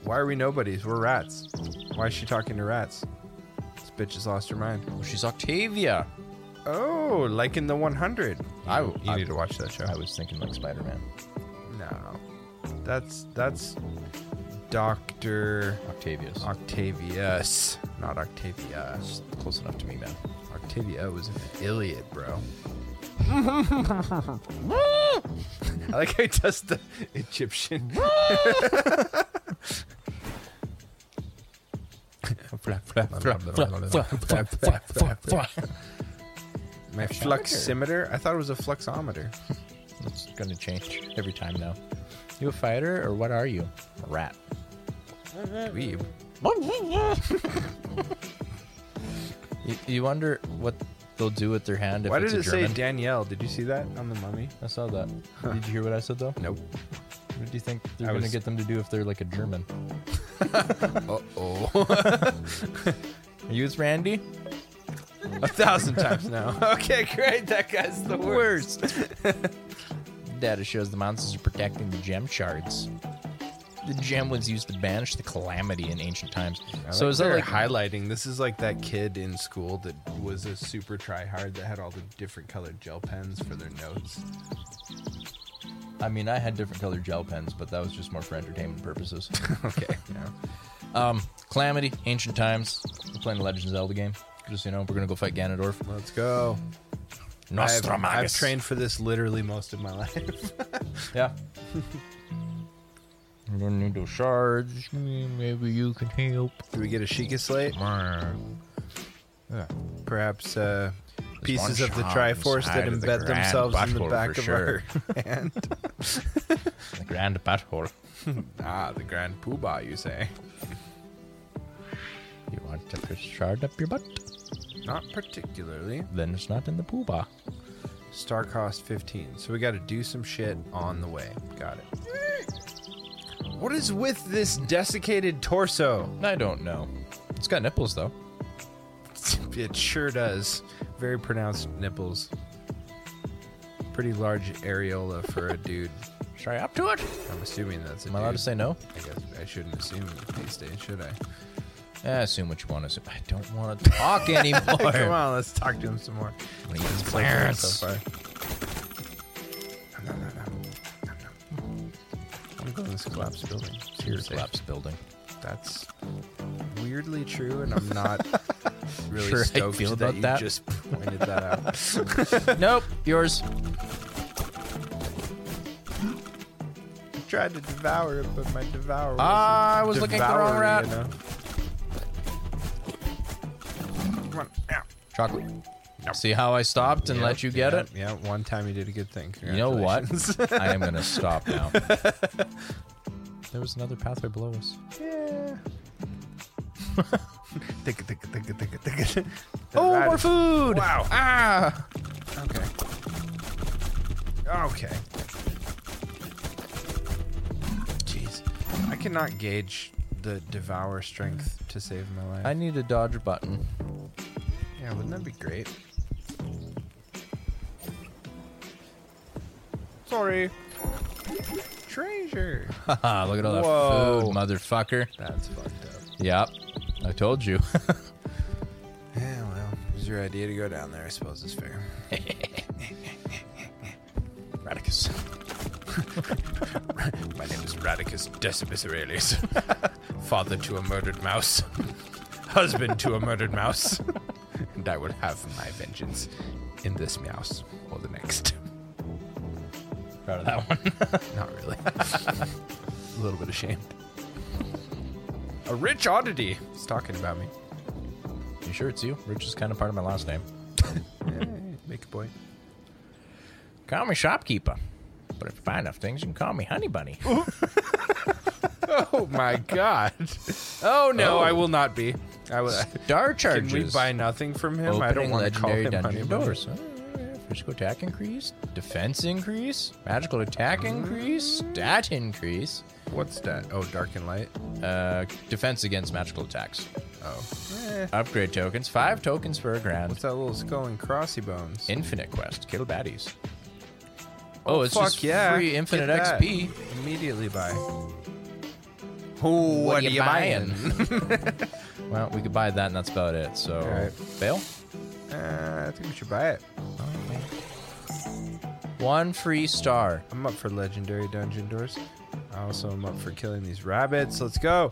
why are we nobodies? We're rats. Why is she talking to rats? This bitch has lost her mind. Oh, she's Octavia. Oh, like in the 100. I- you I- need to watch that show. I was thinking like Spider Man. no. That's that's Dr. Octavius. Octavius, not Octavia. It's close enough to me, man. Octavia was an Iliad, [LAUGHS] bro. I like how he does the [LAUGHS] Egyptian. My fluximeter? I thought it was a fluxometer. It's gonna change every time now. You a fighter or what are you? A rat. Dweeb. You, you wonder what they'll do with their hand if Why it's did it a say German. Danielle? Did you see that on the mummy? I saw that. Did you hear what I said though? Nope. What do you think they're I gonna was- get them to do if they're like a [LAUGHS] German? Uh oh. Are [LAUGHS] you with Randy? a thousand times now. [LAUGHS] Okay, great. That guy's the worst. [LAUGHS] Data shows the monsters are protecting the gem shards. The gem was used to banish the calamity in ancient times. so is that they're like highlighting? This is like that kid in school that was a super tryhard that had all the different colored gel pens for their notes. I mean, I had different colored gel pens, but that was just more for entertainment purposes. [LAUGHS] Okay. [LAUGHS] Yeah. um, Calamity, Ancient Times. We're playing the Legend of Zelda game. Just so you know, we're gonna go fight Ganondorf. Let's go. I've, Nostramagus. I've trained for this literally most of my [LAUGHS] life. Yeah. [LAUGHS] We're gonna need those shards. Maybe you can help. Do we get a Sheikah slate? Perhaps uh, pieces one of the shot Triforce that inside of the embed grand themselves in butthole the for back of sure. our [LAUGHS] hand. [LAUGHS] The grand battle. ah, the Grand Poobah, you say? You want to put a shard up your butt? Not particularly. Then it's not in the poobah. Star cost 15. So we got to do some shit on the way. Got it. What is with this desiccated torso? I don't know. It's got nipples though. It sure does. Very pronounced nipples. Pretty large areola for a dude. Should I up to it? I'm assuming that's a Am I allowed dude. to say no? I guess I shouldn't assume these days, should I? [LAUGHS] Eh, assume what you want to assume. I don't want to talk anymore. Come on, let's talk to him some more. Please, So Clarence. far. Nom, nom, nom, nom, nom. I'm going to this collapsed building. Your Seriously. collapse building. That's weirdly true, and [LAUGHS] I'm not really Sure I stoked feel that about you that. just pointed that [LAUGHS] [LAUGHS] out. [LAUGHS] nope, yours. I tried to devour it, but my devourer. Ah, I wasn't was looking at the wrong devouring rat. enough. Come on, ow. Chocolate. See how I stopped and let you get it? Yeah, one time you did a good thing. You know what? Congratulations. I am gonna stop [LAUGHS] now. there was another pathway below us. [LAUGHS] Thick, thick, thick, thick, thick, thick. [LAUGHS] Oh, That more is- food! Wow. Ah! Okay. Okay. Jeez. I cannot gauge the devour strength to save my life. I need a dodge button. [LAUGHS] yeah, wouldn't that be great? Sorry. Treasure. Haha, Ah, look at all that Whoa. food, motherfucker. That's fucked up. Yep. I told you. [LAUGHS] Yeah, well, it was your idea to go down there. I suppose it's [LAUGHS] fair. Radicus. [LAUGHS] My name is Radicus Decimus Aurelius, [LAUGHS] father to a murdered mouse, [LAUGHS] husband to a murdered mouse, [LAUGHS] and I will have my vengeance in this mouse or the next. [LAUGHS] Proud of that one. Not really. [LAUGHS] a little bit ashamed. A rich oddity. He's talking about me. You sure it's you? Rich is kind of part of my last name. Make a point. Call me shopkeeper. But if you buy enough things, you can call me honey bunny. Oh my god. Oh no, Oh. I will not be. I will. Star Can charges. we buy nothing from him? I Opening don't want to call legendary dungeon him honey doors. Uh, Physical attack increase, defense increase, magical attack increase, stat increase, What's that? Oh, dark and light. uh, defense against magical attacks. Eh. Oh. Upgrade tokens, five tokens per grand. What's that little skull and crossy bones? Infinite quest, kill baddies. Oh, it's Fuck just yeah. free infinite Get that. XP. Immediately buy. Who? are you [LAUGHS] Well, we could buy that, and that's about it. So, Alright. fail. uh, I think we should buy it. One free star. I'm up for legendary dungeon doors. I also am up for killing these rabbits. Let's go.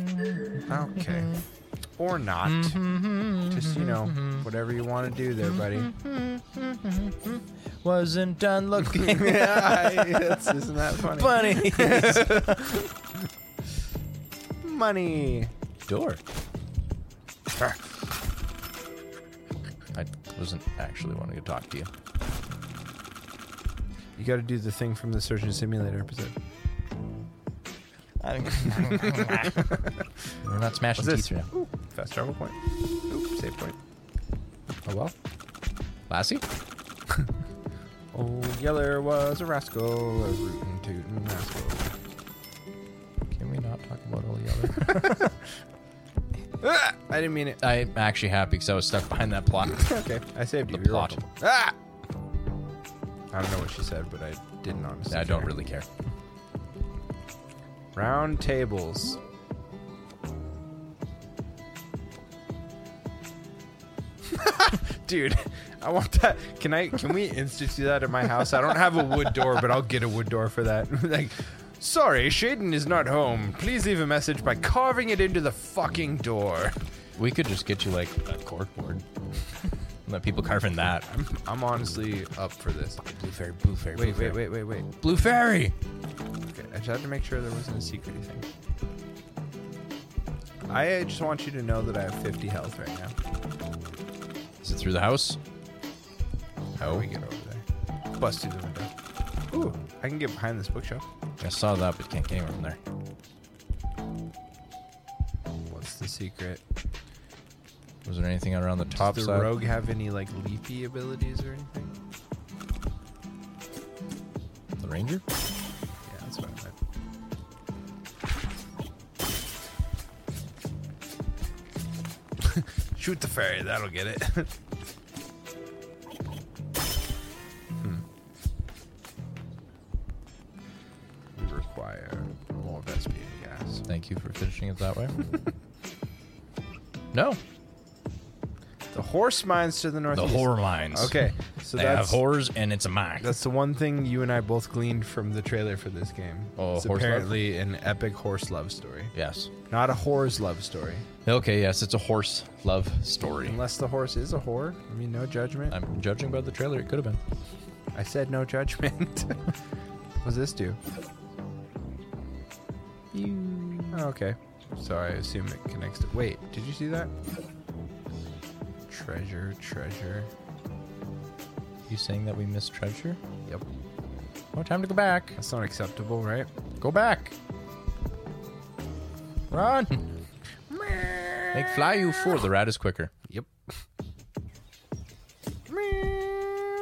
Okay. Or not. Just, you know, whatever you want to do there, buddy. [LAUGHS] Wasn't done [LAUGHS] looking. yeah, it's, isn't that funny? [LAUGHS] Funny Money. door. I wasn't actually wanting to talk to you. You got to do the thing from the Surgeon Simulator episode. We're not smashing What's teeth this? right now. Ooh, fast travel point. Ooh, save point. Oh well. Lassie? Old Yeller was a rascal, a rootin' tootin' rascal. Can we not talk about Old Yeller? Ah, I didn't mean [LAUGHS] it. I'm actually happy because I was stuck behind that plot. Okay, I saved you. The You're plot. welcome. Ah! I don't know what she said, but I didn't honestly. I don't care. really care. Round tables. [LAUGHS] Dude, I want that. Can I? Can we institute that at my house? I don't have a wood door, but I'll get a wood door for that. [LAUGHS] like, sorry, Shaden is not home. Please leave a message by carving it into the fucking door. [LAUGHS] We could just get you like a corkboard. Let people carve in that. I'm honestly up for this. Blue fairy, blue fairy, Wait, wait, wait, wait, wait. Blue fairy! Okay, I just had to make sure there wasn't a secret thing. I just want you to know that I have 50 health right now. Is it through the house? How do we get over there? Bust through the window. Ooh, I can get behind this bookshelf. I saw that, but can't get anywhere from there. What's the secret? Was there anything around the top Does the side? rogue have any like leapy abilities or anything? The ranger? Yeah, that's what I meant. [LAUGHS] Shoot the fairy, that'll get it. [LAUGHS] Hmm. We require more Vespian gas. Thank you for finishing it that [LAUGHS] way. no. The horse mines to the northeast. The horror mines. Okay, so they have that's horrors and it's a mine. that's the one thing you and I both gleaned from the trailer for this game. Oh, it's horse love? apparently an epic horse love story, yes. not a whore's love story. Okay, yes, it's a horse love story. Unless the horse is a whore. I mean, no judgment. I'm judging by the trailer, it could have been. I said no judgment. [LAUGHS] What's this do? Oh, okay. Sorry, I assume it connects to. Wait, did you see that? Treasure, treasure. You saying that we missed treasure? Yep. Oh, time to go back. That's not acceptable, right? Go back. Run. Make fly you fool. The rat is quicker. Yep.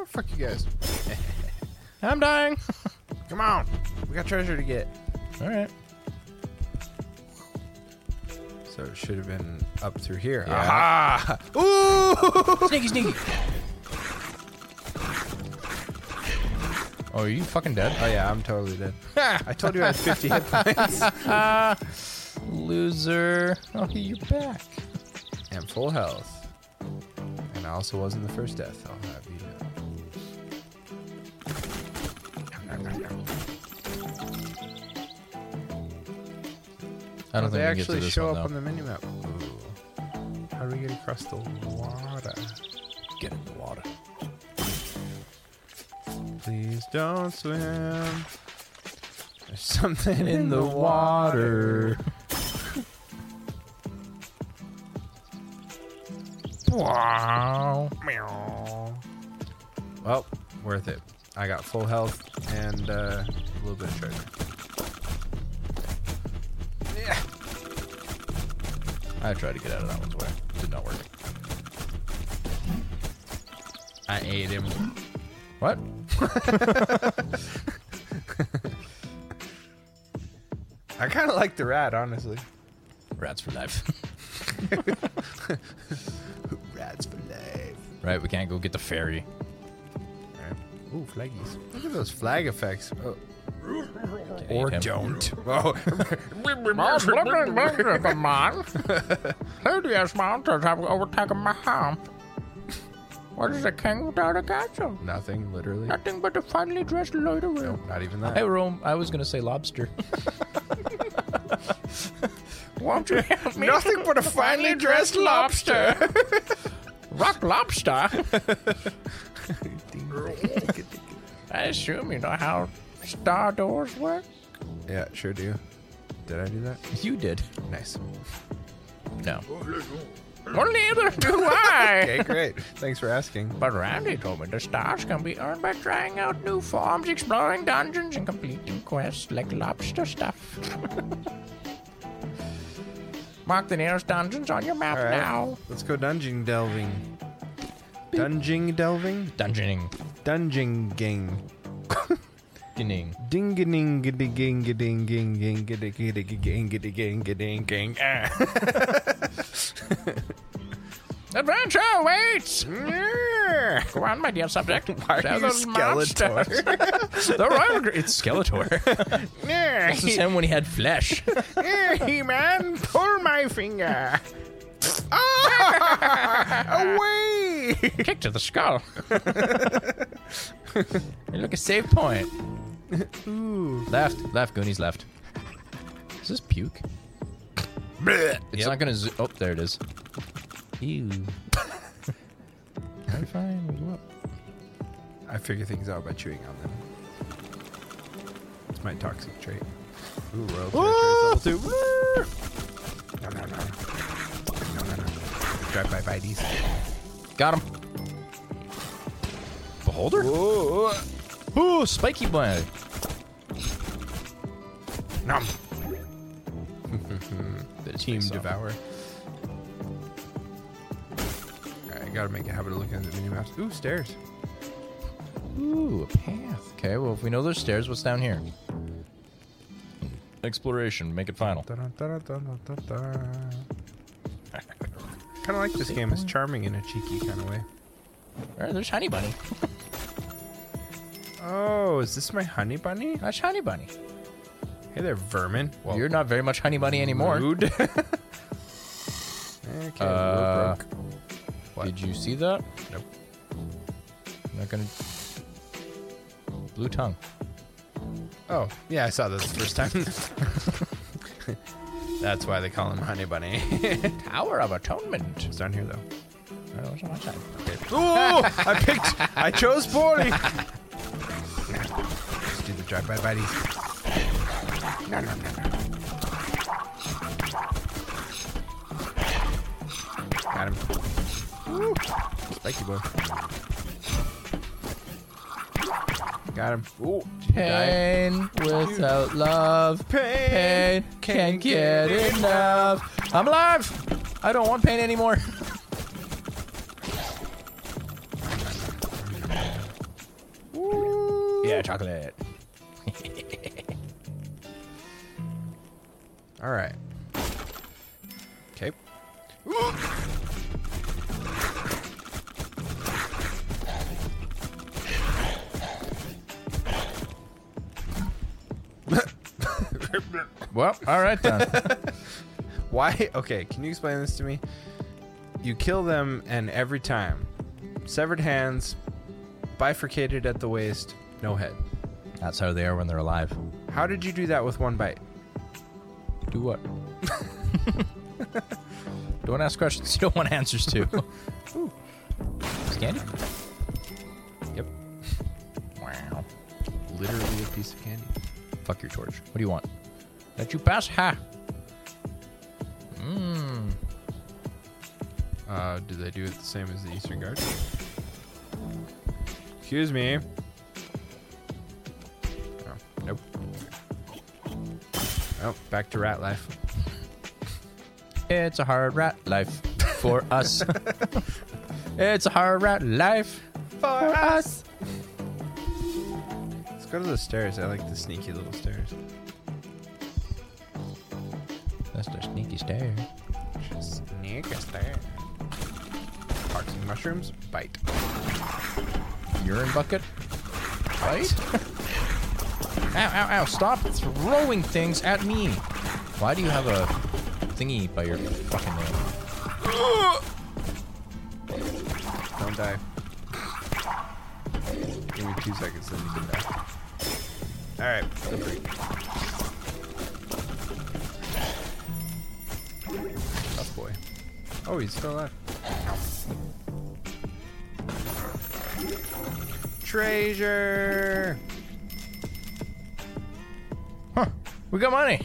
Fuck you guys. I'm dying. Come on. We got treasure to get. All right. So it should have been up through here. Uh-huh. Yeah. Aha! Ah. Ooh! Ah. Sneaky, sneaky. Oh, are you fucking dead? Oh yeah, I'm totally dead. I told you I had 50 hit points. Loser. Oh, you're back. and full health. And I also wasn't the first death, I'll have you know. I don't think we can they get actually to this show one, up on though. the minimap. Ooh. How do we get across the water? Get in the water. Please don't swim. There's something in, In the the water. Wow. Meow. Well, worth it. I got full health and uh, a little bit of treasure. Yeah. I tried to get out of that one's way. Did not work. I ate him. What? [LAUGHS] I kind of like the rat, honestly. Rats for life. [LAUGHS] Rats for life. right, we can't go get the fairy. Ooh, flaggies. Look at those flag effects. Oh. Can't Or eat him. don't. Oh. What is a king without a castle? Nothing, literally. Nothing but a finely dressed loiterer. Nope, not even that. Hey, Rome. I was going to say [LAUGHS] lobster. Won't you help me? Nothing but a finely dressed lobster. [LAUGHS] Rock lobster? I assume you know how star doors work. yeah, sure do. Did I do that? you did. Nice. No. Well, neither do I. [LAUGHS] Okay, great. Thanks for asking. But Randy told me the stars can be earned by trying out new forms, exploring dungeons, and completing quests like lobster stuff. [LAUGHS] Mark the nearest dungeons on your map All right. now. Let's go dungeon delving. Dungeon delving? Dungeoning. Dungeon ging. Ginning. Ding ding ding ding ding ding ding ding ding ding ding ding Adventure awaits! ding. Go on, my [LAUGHS] dear subject. Why Show are you those monsters. Skeletor? the royal. Gr- it's Skeletor. [LAUGHS] this is him when he had flesh. Hey, man, pull my finger. [LAUGHS] Ah, away! Kick to the skull. you look a safe point. left. Left. Goonies left. Is this puke? It's not going to. Zo- oh, there it is. Ew. I'm fine. we go up. I figure things out by chewing on them. It's my toxic trait. Ooh, royal treasure is No, no, no. No, no, no. Drive by bites. Got him. Beholder? Ooh, Ooh, spiky blade. nom. [LAUGHS] Bit of Team space off. devour. Alright, I gotta make a habit of looking at the mini maps. Ooh, stairs. Ooh, a path. Okay, well, if we know there's stairs, what's down here? Exploration. Make it final. Kind of like this game. It's charming in a cheeky kind of way. Alright, there's Honey Bunny. Oh, is this my honey bunny? That's Honey Bunny. Hey there, vermin. Well, You're not very much Honey Bunny anymore. Rude. [LAUGHS] okay, Uh, we're broke. What? Did you see that? Nope. I'm not gonna. Blue tongue. Oh, yeah, I saw this the first time. [LAUGHS] That's why they call him Honey Bunny. [LAUGHS] Tower of Atonement. it's down here though. I don't know what's on that. Ooh, I picked. I chose poorly. Let's do the drive-by bitey. No, no, no, no. Got him. Thank you, boy. Got him. Ooh. Pain without love. Pain can't get enough. I'm alive. I don't want pain anymore. [LAUGHS] yeah, chocolate. All right. Okay. Well, all right then. Why? [LAUGHS] Okay, can you explain this to me? You kill them, and every time, severed hands, bifurcated at the waist, no head. That's how they are when they're alive. How did you do that with one bite? Do what? [LAUGHS] don't ask questions you don't want answers to. Ooh. Is candy? Yep. Wow. Literally a piece of candy. Fuck your torch. What do you want? Let you pass? Ha! Mmm. Uh, do they do it the same as the Eastern Guard? Excuse me. Oh, nope. Oh, back to rat life. It's a hard rat life for us. it's a hard rat life. For us. Let's go to the stairs. I like the sneaky little stairs. That's the sneaky stare. Just sneak us there. Parks and mushrooms bite. Urine bucket. Right? [LAUGHS] ow, ow, ow. Stop throwing things at me. Why do you have a thingy by your fucking name? Don't die. Give me two seconds, then you can die. All right, feel free. Tough boy. Oh, he's still alive. Treasure. Huh. We got money.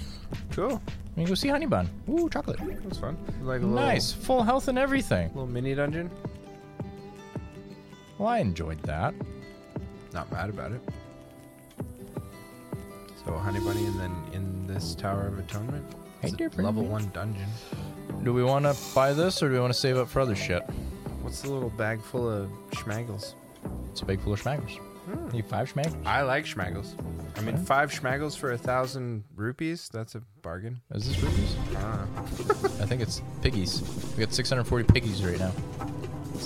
Cool. We can go see Honey Bun. Ooh, chocolate. That was fun. Like a Nice. Full health and everything. little, little mini dungeon. Well, I enjoyed that. Not mad about it. So honey bunny, and then in this Tower of Atonement, Hey, It's a dear friend. level one dungeon. Do we want to buy this or do we want to save up for other shit? What's the little bag full of schmaggles? It's a bag full of schmaggers. Hmm. Need five schmaggers? I like schmaggles. I mean, five schmaggles for a thousand rupees? That's a bargain. Is this rupees? Ah. I think it's piggies. We got 640 piggies right now.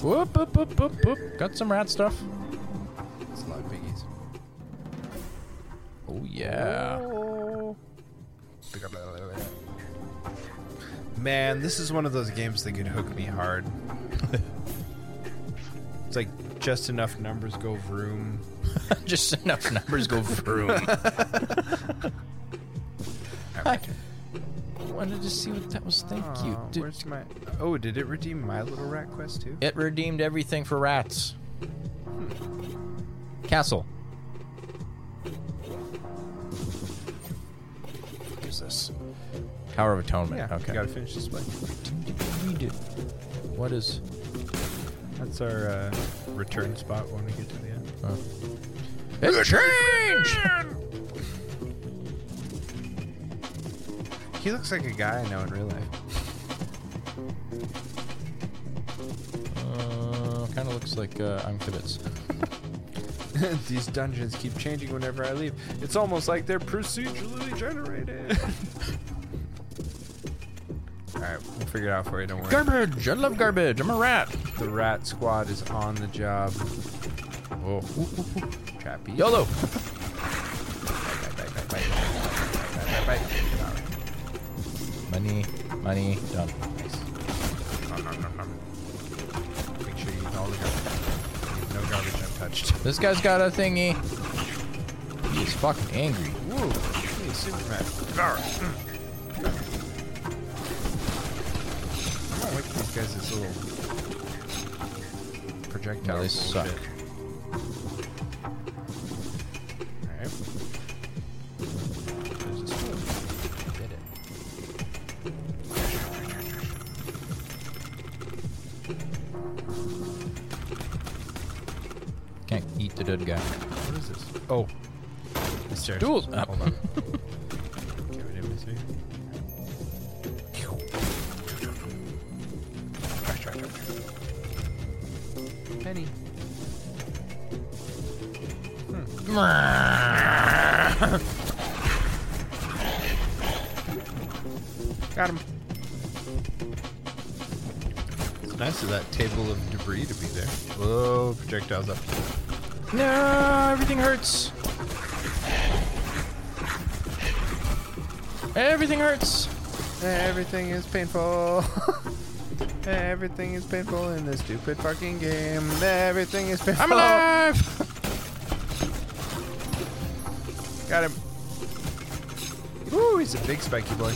Whoop, whoop, whoop, whoop, whoop. Got some rat stuff. That's a lot of piggies. Oh, yeah. [LAUGHS] Man, this is one of those games that could hook me hard. [LAUGHS] it's like just enough numbers go vroom. Just enough numbers go vroom. [LAUGHS] [LAUGHS] I wanted to see what that was. Thank you. Aw, Did- Ah, where's my? Oh, did it redeem my little rat quest too? it redeemed everything for rats. Castle. What is this? Tower of Atonement. Yeah. okay. Gotta finish this play. Read it. What is. That's our uh, return spot when we get to the end. It's change! He looks like a guy I know in real life. [LAUGHS] Uh, kind of looks like uh, I'm Kibitz. These dungeons keep changing whenever I leave. It's almost like they're procedurally [LAUGHS] generated. Alright, we'll figure it out for you, don't worry. Garbage! I love garbage. I'm a rat. The rat squad is on the job. Oh, ooh, ooh, ooh. Trapeze. YOLO. Bite, bite, bite, bite, bite, bite, bite, bite. All right, Money, money, done. nice. Nom, nom, nom, nom. Make sure you eat all the garbage. Leave No garbage untouched. This guy's got a thingy. He's fucking angry. Whoa, hey, Superman. Alright. I don't like these guys, this little projectile. No, they suck. Alright. There's this one. Did it. Hey, eat the dead guy. What is this? Oh. Mr. Duels. Hold on. Get rid of his ear. Trash, trash, trash, trash. Penny. Hmm. Got him. It's nice of that table of debris to be there. Whoa, projectiles up. No, everything hurts. Everything hurts. Everything is painful. [LAUGHS] Everything is painful in this stupid fucking game. Everything is painful. I'm Oh. alive. Got him. Ooh, he's a big spiky boy.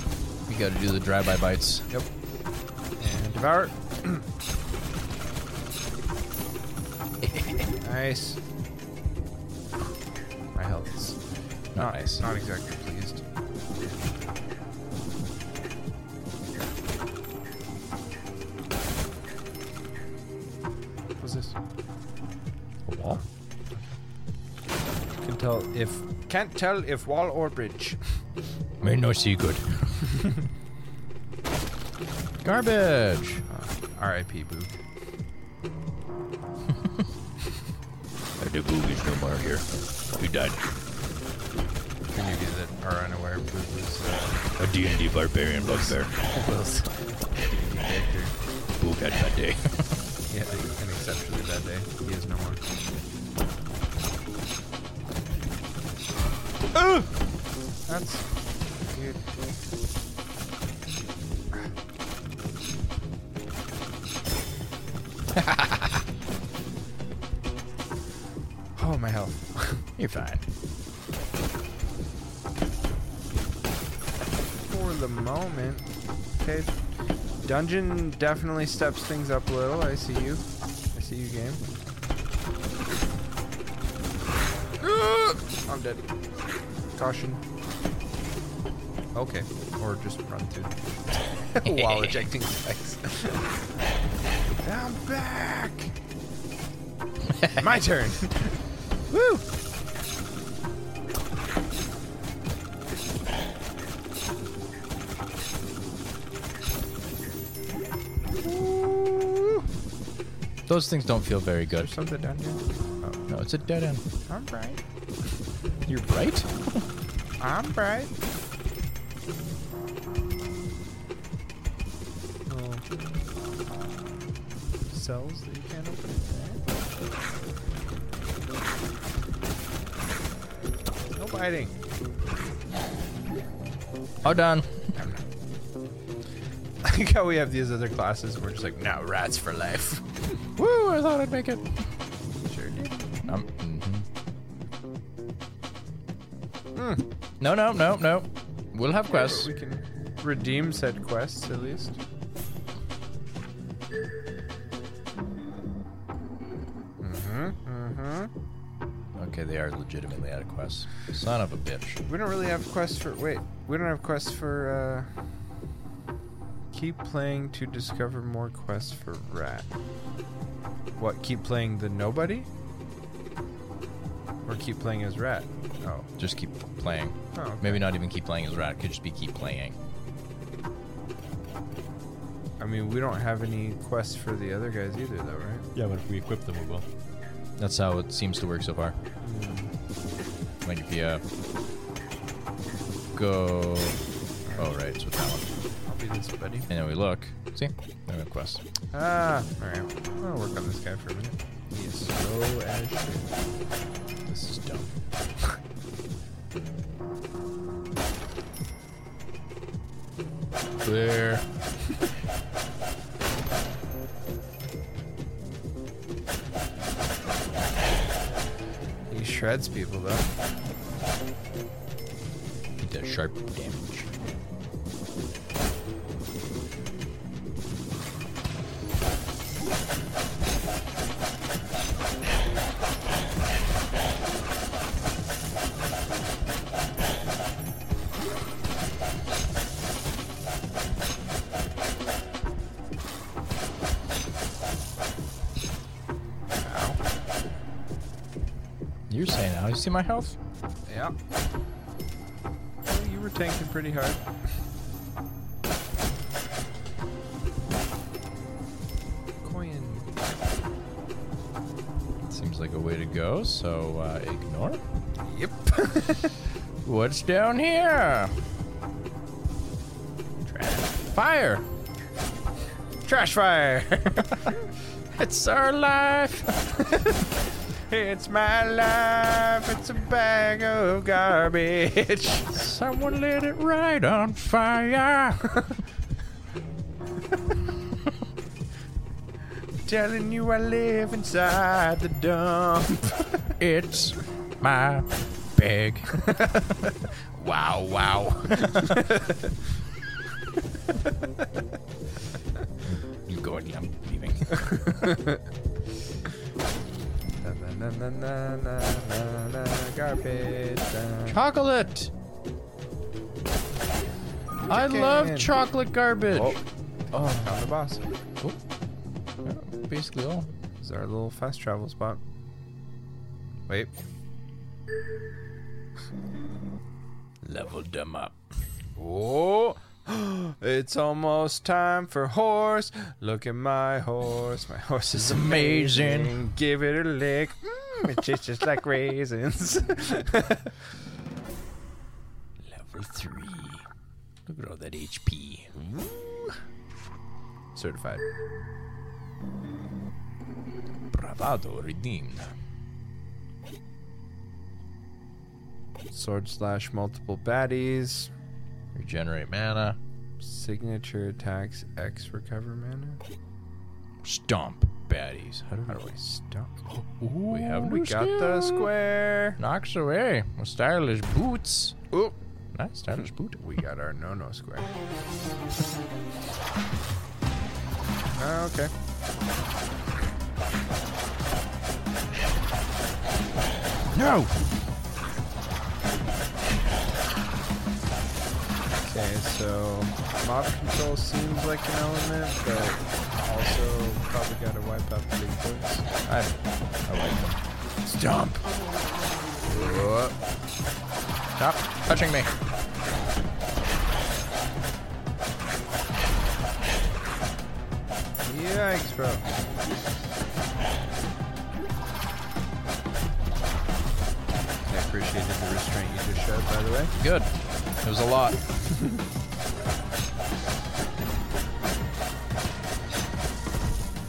You got to do the drive-by bites. Yep. And devour. [CLEARS THROAT] nice. My health is not, Nice. not exactly pleased. What's this? A wall? Can tell if can't tell if wall or bridge. Made no secret. Garbage. [LAUGHS] R.I.P. Boog. The boogie's no more here. He died. Can you get that are unaware Boog was uh, A D&D barbarian [LAUGHS] bugbear. Will's character? Boog had that day. [LAUGHS] Yeah, an exceptionally bad day. He is no more. That's good. oh my health. [LAUGHS] You're fine. For the moment. Okay. Dungeon definitely steps things up a little. I see you. I see you [GASPS] game. I'm dead. Caution. Okay. Or just run through [LAUGHS] while ejecting [LAUGHS] spikes. I'm [LAUGHS] back. My turn. Woo! Ooh. Those things don't feel very good. There's something down here. Oh, No, it's a dead end. I'm right. You're right. I'm right. Little cells that you can't open. No biting. [LAUGHS] All done. I like how we have these other classes and we're just like, no, rats for life. [LAUGHS] Woo! I thought I'd make it. Sure did. Um, mhm. No, no, no, no. We'll have quests. We can redeem said quests at least. Okay, they are legitimately out of quests. Son of a bitch. We don't really have quests for. Wait, we don't have quests for. uh Keep playing to discover more quests for Rat. What? Keep playing the nobody? Or keep playing as Rat? Oh. Just keep playing. Oh, okay. Maybe not even keep playing as Rat. It could just be keep playing. I mean, we don't have any quests for the other guys either, though, right? Yeah, but if we equip them, we will. That's how it seems to work so far. Might if you uh, go. Oh, right, it's with that one. I'll be this buddy. And then we look. See? No have quests. Ah, alright. I'll work on this guy for a minute. He is so as shit. This is dumb. Clear. He shreds people, though. It does sharp damage. You're saying now. You see my health? Yeah. you were tanking pretty hard. Coin. Seems like a way to go, so uh, ignore. Yep. [LAUGHS] What's down here? Fire! Trash fire. [LAUGHS] It's our life! it's my life. It's a bag of garbage. [LAUGHS] Someone lit it right on fire! Telling you I live inside the dump. [LAUGHS] It's my big. [LAUGHS] Wow, wow. [LAUGHS] You go and I'm leaving. Na, na, na, na, na, na, na, garbage. dump. Chocolate! I love Chicken. chocolate garbage! Oh, found the boss. Basically all. This is our little fast travel spot. Wait. Leveled them up. Oh, [GASPS] it's almost time for horse. Look at my horse. My horse is Amazing. amazing. Give it a lick. Mm, it tastes just like raisins. [LAUGHS] Level 3. Oh, Look at all that HP. Certified. Bravado redeemed. Sword slash multiple baddies. Regenerate mana. Signature attacks X recover mana. Stomp baddies. How do How do we I stop? we have We got the square. Knocks away with stylish boots. Oop. Nice stylish boot. We got our no no square. Ah, okay. No. Okay, so mob control seems like an element, but also probably gotta wipe out the big boys. I I like them. Stomp. Whoa. Stop touching me. Yikes, bro. I appreciated the restraint you just showed, by the way. Good. It was a lot. [LAUGHS]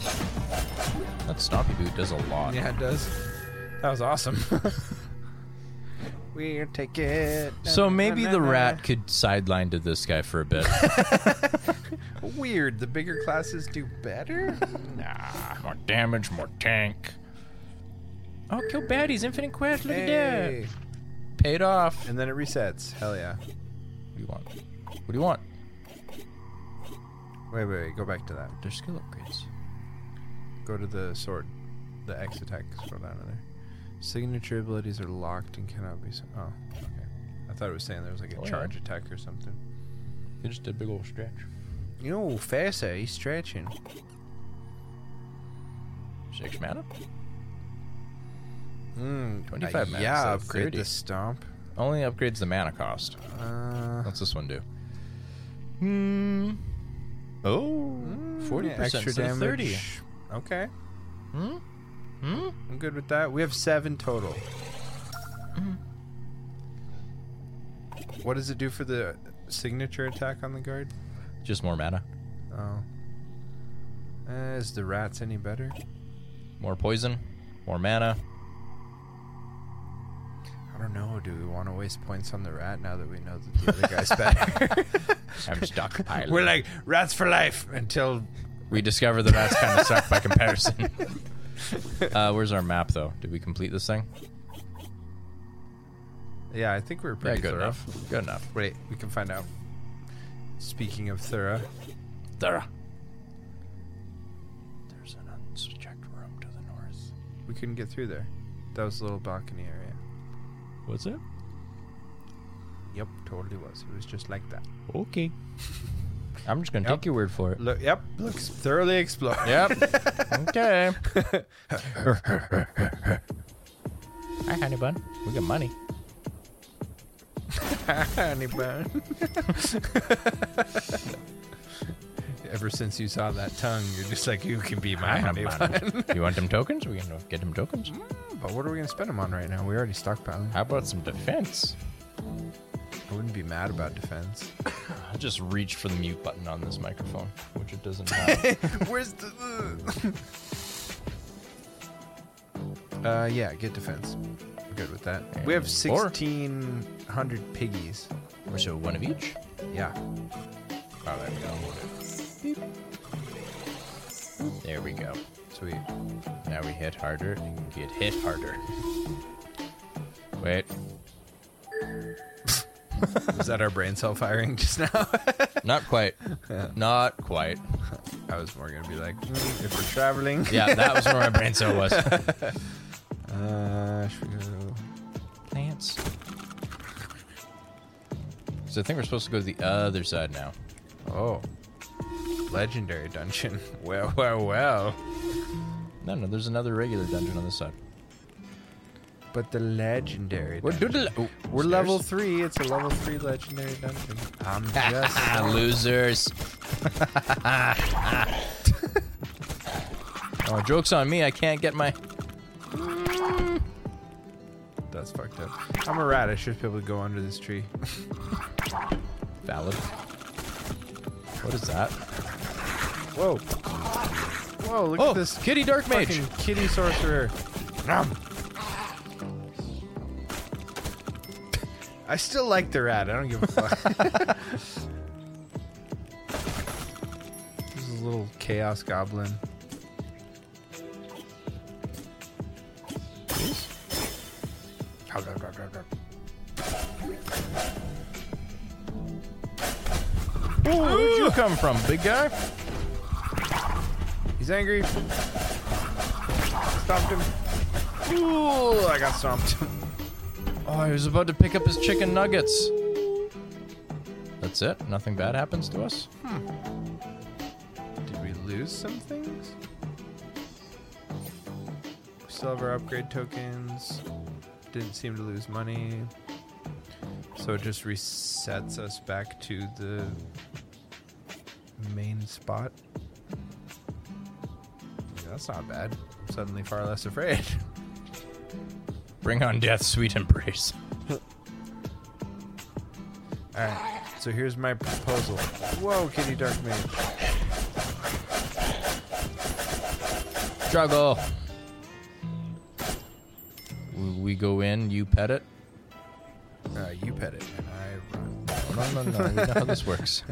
that stompy boot does a lot. Yeah, it does. That was awesome. [LAUGHS] we'll take it. So maybe the rat could sideline to this guy for a [LAUGHS] bit. Weird. The bigger classes do [LAUGHS] better. nah, more damage, more tank. Oh, kill baddies, infinite quest. Look at hey. that. Paid off. And then it resets. Hell yeah. What do you want? What do you want? Wait, wait, wait. Go back to that. There's skill upgrades. Go to the sword. The X attack. Scroll down to there. Signature abilities are locked and cannot be. So- oh, okay. I thought it was saying there was like a Oh, yeah. charge attack or something. They just did a big old stretch. Yo, faster. He's stretching. Six mana? Mm, 25 max, Yeah, so upgrade 30. the stomp. Only upgrades the mana cost. Uh, What's this one do? Hmm. Oh. Forty percent Hmm, extra instead of damage. thirty. Okay. Hmm? Hmm? I'm good with that. We have seven total. Mm-hmm. What does it do for the signature attack on the guard? Just more mana. Oh. Uh, is the rats any better? More poison. More mana. I don't know. Do we want to waste points on the rat now that we know that the [LAUGHS] other guy's better? [LAUGHS] I'm stockpiling. We're like, rats for life until. we discover the rats kind of suck by comparison. [LAUGHS] uh, where's our map though? Did we complete this thing? Yeah, I think we we're Yeah, pretty good thorough. enough. Good enough. Wait, we can find out. Speaking of thorough, There. There's an unchecked room to the north. we couldn't get through there. That was a little balcony area. What's it? Yep, totally was. It was just like that. Okay. I'm just gonna Yep. Mm. take your word for it. Look, yep, looks thoroughly explored. Yep. okay. I honey bun. We got money. [LAUGHS] Honey bun. [LAUGHS] Ever since you saw that tongue, you're just like, you can be my honey bun. you want them tokens? We can get them tokens. But what are we going to spend them on right now? We already stockpiling. How about some defense? I wouldn't be mad about defense. I just reached for the mute button on this microphone, which it doesn't have. Where's the. uh, yeah, get defense. I'm good with that. we have And four. 1,600 piggies. Or so one of each. Yeah. Oh, there we go. There we go. Sweet. Now we hit harder and get hit harder. Wait, Was that our brain cell firing [LAUGHS] just now? not quite. Not quite. I was more going to be like, "Mm, if we're traveling. Yeah, that was where my brain cell was. Uh, should we go- Plants. So I think we're supposed to go to the other side now. Oh. Legendary dungeon. [LAUGHS] Well, well, well. No, no, there's another regular dungeon on this side. But the legendary We're, dungeon. Oh, We're Stairs? level three. It's a level three legendary dungeon. I'm just. [LAUGHS] Ah, losers. [LAUGHS] oh, joke's on me. I can't get my. That's fucked up. I'm a rat. I should be able to go under this tree. Valid. What is that? Whoa. Whoa, look Oh, at this kitty dark mage. fucking kitty sorcerer. Nom. I still like the rat. I don't give [LAUGHS] a fuck. this is a little chaos goblin. Gob, gob, gob, gob, gob. Where'd you come from, big guy? He's angry. Stomped him. Ooh, I got stomped. [LAUGHS] Oh, I was about to pick up his chicken nuggets. That's it. Nothing bad happens to us. Did we lose some things? We still have our upgrade tokens. Didn't seem to lose money. So it just resets us back to the main spot. Yeah, that's not bad. I'm suddenly far less afraid. [LAUGHS] Bring on death, sweet embrace. Alright, so here's my proposal. Whoa, kitty dark mage. Struggle. We- We go in. You pet it. Uh, you pet it, and I run. No, no, no. no. We know how this works. [LAUGHS]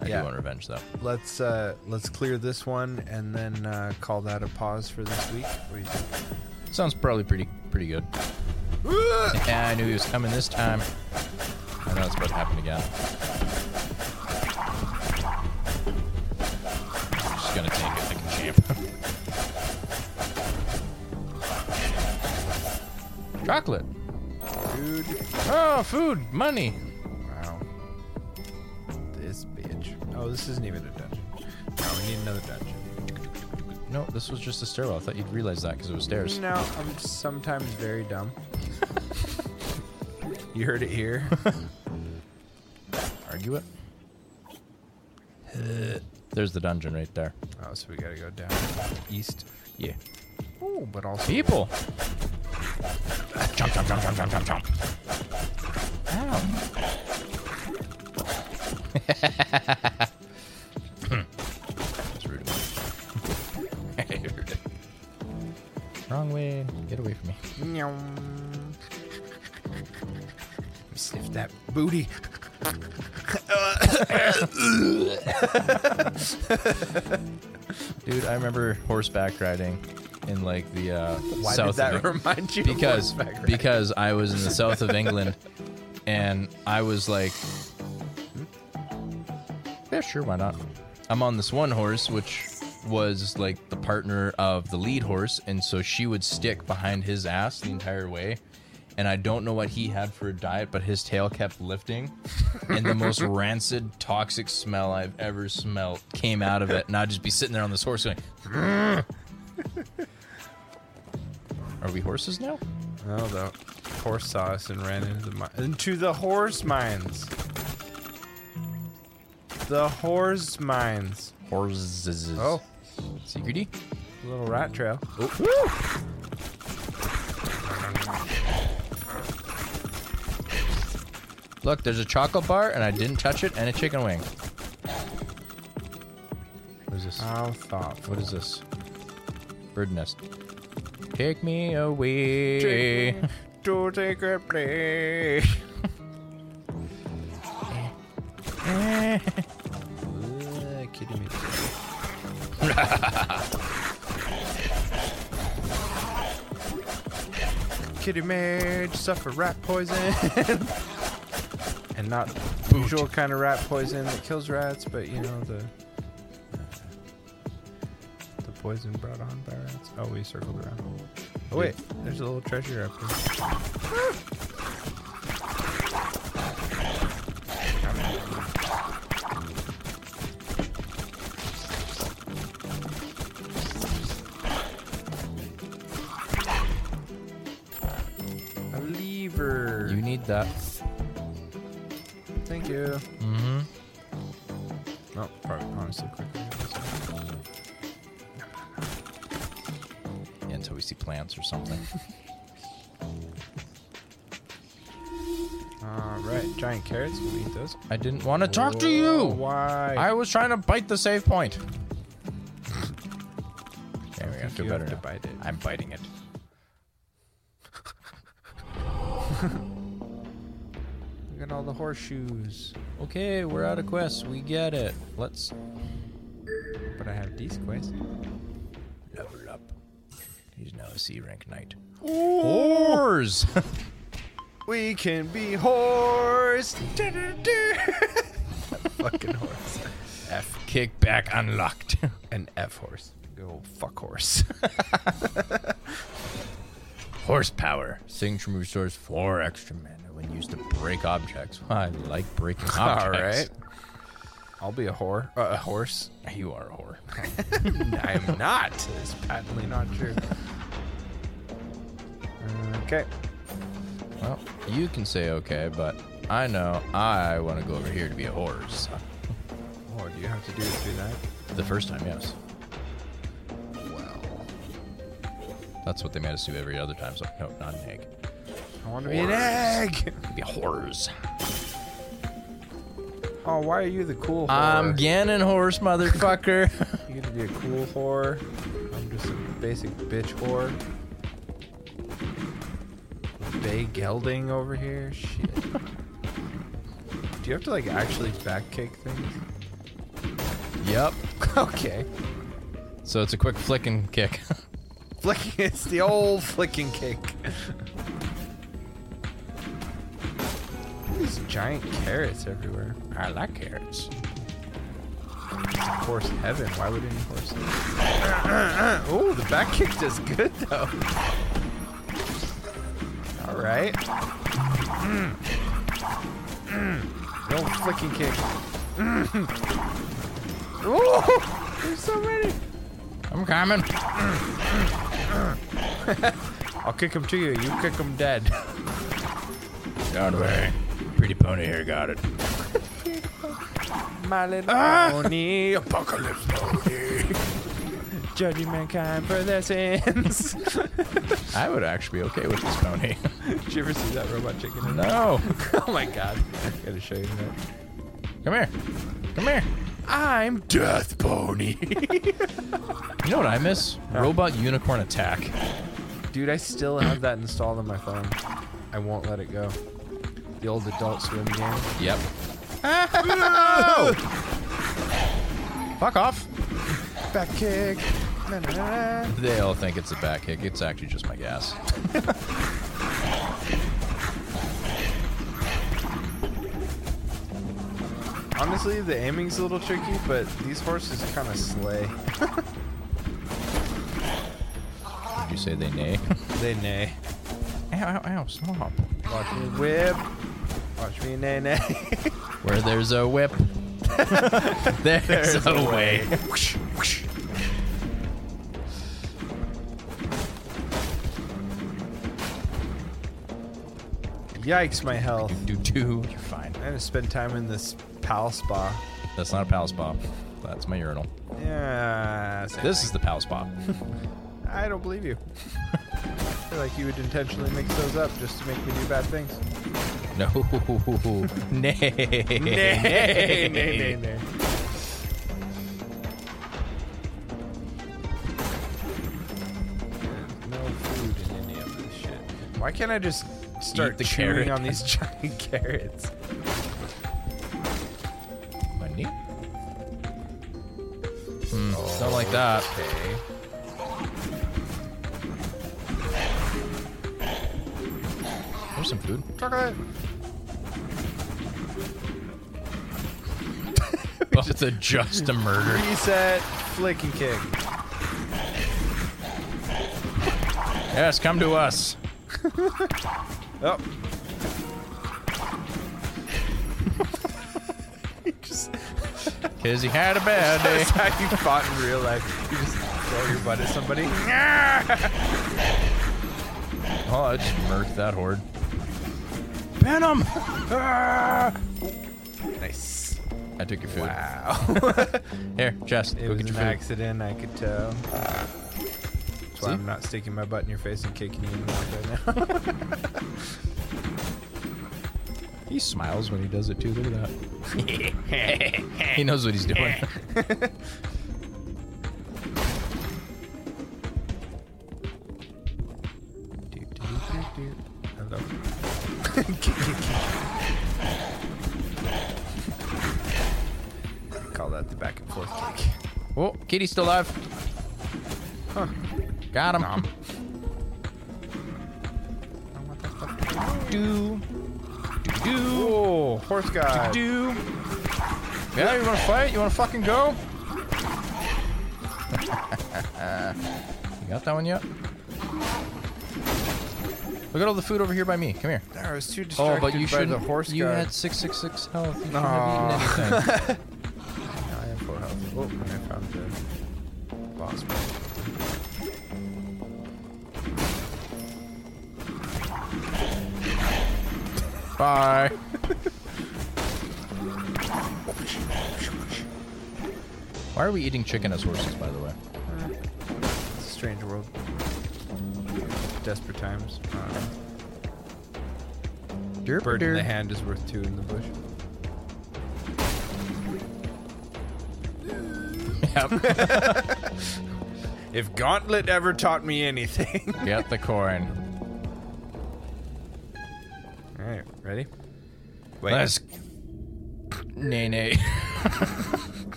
I Yeah. do want revenge, though. Let's uh, let's clear this one and then uh, call that a pause for this week. What do you think? Sounds probably pretty pretty good. Yeah, I knew he was coming this time. I know it's about to happen again. Just gonna take it like a champ. [LAUGHS] Chocolate. Dude. Oh, food, money. Wow. This bitch. Oh, this isn't even a dungeon. No, we need another dungeon. No, this was just a stairwell. I thought you'd realize that because it was stairs. No, I'm sometimes very dumb. [LAUGHS] you heard it here. Argue it. [LAUGHS] There's the dungeon right there. oh, so we gotta go down east. Yeah. Oh, but also People. Jump, jump, jump, jump, jump, jump, jump. Ow. That's rude of me. [LAUGHS] Wrong way. Get away from me. Sniff that booty. Dude, I remember horseback riding in like the uh, Why south did that of Eng- [LAUGHS] remind you? of because horseback riding? because I was in the south of England and I was like Yeah, sure, why not? I'm on this one horse which was like the partner of the lead horse and so she would stick behind his ass the entire way. And I don't know what he had for a diet, but his tail kept lifting, and the most rancid, toxic smell I've ever smelt came out of it. And I'd just be sitting there on this horse going, Are we horses now? Oh, the horse saw us and ran into the mi- into the horse mines. The horse mines. Horses. Oh, secrety. little rat trail. Look, there's a chocolate bar, and I didn't touch it, and a chicken wing. What is this? How thoughtful. What is this? Bird nest. Take me away. To take a play. [LAUGHS] Ugh, kidding me. Kitty mage suffer rat poison. and not usual kind of rat poison that kills rats, but you know the the poison brought on by rats. Oh, we circled around. Oh wait, there's a little treasure up here. A lever. you need that. Thank you. Mm-hmm. No, Oh, probably honestly quicker. Yeah, until we see plants or something. All right, giant carrots. Can we eat those? Oh, I didn't [LAUGHS] want to talk to you. Why? I was trying to bite the save [LAUGHS] point. There we go. I feel you better have to now. bite it. I'm biting it. Look at all the horseshoes. Okay, we're out of quests. We get it. Let's But I have these quests. level up. He's now a C rank knight. Whores! We can be [LAUGHS] horse. [LAUGHS] fucking horse. [LAUGHS] F kickback unlocked. [LAUGHS] An F horse. Go fuck horse. Horsepower. Signature move stores four extra mana when used to break objects. I like [LAUGHS] breaking objects. all right. I'll be a whore. Uh, a horse. You are a whore. [LAUGHS] I'm not. It's patently not true. Okay. Well, you can say okay, but I know I want to go over here to be a horse. Oh, do you have to do it through that? The first time, yes. Well, That's what they made us do every other time. So, no, not an egg. I want to be an egg. [LAUGHS] Could be horrors. Oh, why are you the cool whore? I'm Ganon horse, motherfucker. You get to be a cool whore. I'm just a basic bitch whore. Bay gelding over here. Shit. Do you have to like actually back kick [LAUGHS] things? [LAUGHS] yep. Okay. So it's a quick flick and kick. Flicking. It's the old flicking kick. These giant carrots everywhere. I like carrots. Horse heaven. Why would any horse? heaven? [CLEARS THROAT] oh, the back kick does good though. All right. Mm. Mm. No flicking kick. Mm. Ooh, there's so many. I'm coming. I'll kick him to you. You kick him dead. [LAUGHS] Don't worry. [LAUGHS] Pretty pony here got it. My little pony, Ah! apocalypse pony. Judging mankind for their sins. I would actually be okay with this pony. [LAUGHS] Did you ever see that robot [LAUGHS] chicken? no. oh my god. gotta show you that. Come here. Come here. I'm Death [LAUGHS] Pony. You know what I miss? Robot unicorn attack. Dude, I still have that installed on my phone. I won't let it go. The old Adult Swim game. Yep. Fuck off. Back kick. Na, na, na, na. They all think it's a back kick. It's actually just my gas. Honestly, the aiming's a little tricky, but these horses kind of slay. Did you say they neigh? They neigh. ow, ow, ow, stop. Watch me whip. Watch me neigh neigh. [LAUGHS] Where there's a [LAUGHS] whip, there's, a, way. Whoosh, whoosh. Yikes, my health. Do two. You're fine. I'm gonna spend time in this pal spa. That's not a pal spa. That's my urinal. Yeah. same This is the pal spa. thing. I don't believe you. [LAUGHS] I feel like you would intentionally mix those up just to make me do bad [LAUGHS] things. No. [LAUGHS] Nay. nay, nay, nay, nay. No food in any of this shit. Why can't I just start the chewing carrot. on these [LAUGHS] giant carrots? Money? Mm, not like that. Okay. There's some food. [LAUGHS] Chocolate. Both Oh. are just a murder. Reset. Flick and kick. Yes, come to us. Oh. [LAUGHS] You just, Cause he had a bad day. [LAUGHS] that's how you fought in real life. You just throw your butt at somebody. Oh, I just murked that horde. Venom! Nice. I took your food. Wow. Here, Jess, It go was get your an food. accident, I could tell. That's why See? I'm not sticking my butt in your face and kicking you in the mouth right now. He smiles when he does it too. Look at that. [LAUGHS] he knows what he's doing. do, do, do, do. Hello. Kick, kick, kick. [LAUGHS] Call that the back and forth kick. Oh, kitty's still alive. Huh. Got him. Do Ooh, horse guy. do. Yeah, you want to fight? You want to fucking go? [LAUGHS] you got that one yet? Look at all the food over here by me. Come here. I was too Oh, distracted but you by should. the horse You guy. had six six six health. You should Aw. have eaten [LAUGHS] anything. No, I have four health. Oh, and I found the boss. ball. Bye. Why are we eating chicken as horses, by the way? It's a strange world. Desperate times. I don't know. Bird in the hand is worth two in the bush. [LAUGHS] Yep. If Gauntlet ever taught me anything. [LAUGHS] Get the coin. All right, ready? Wait. Let's. Nay, nay.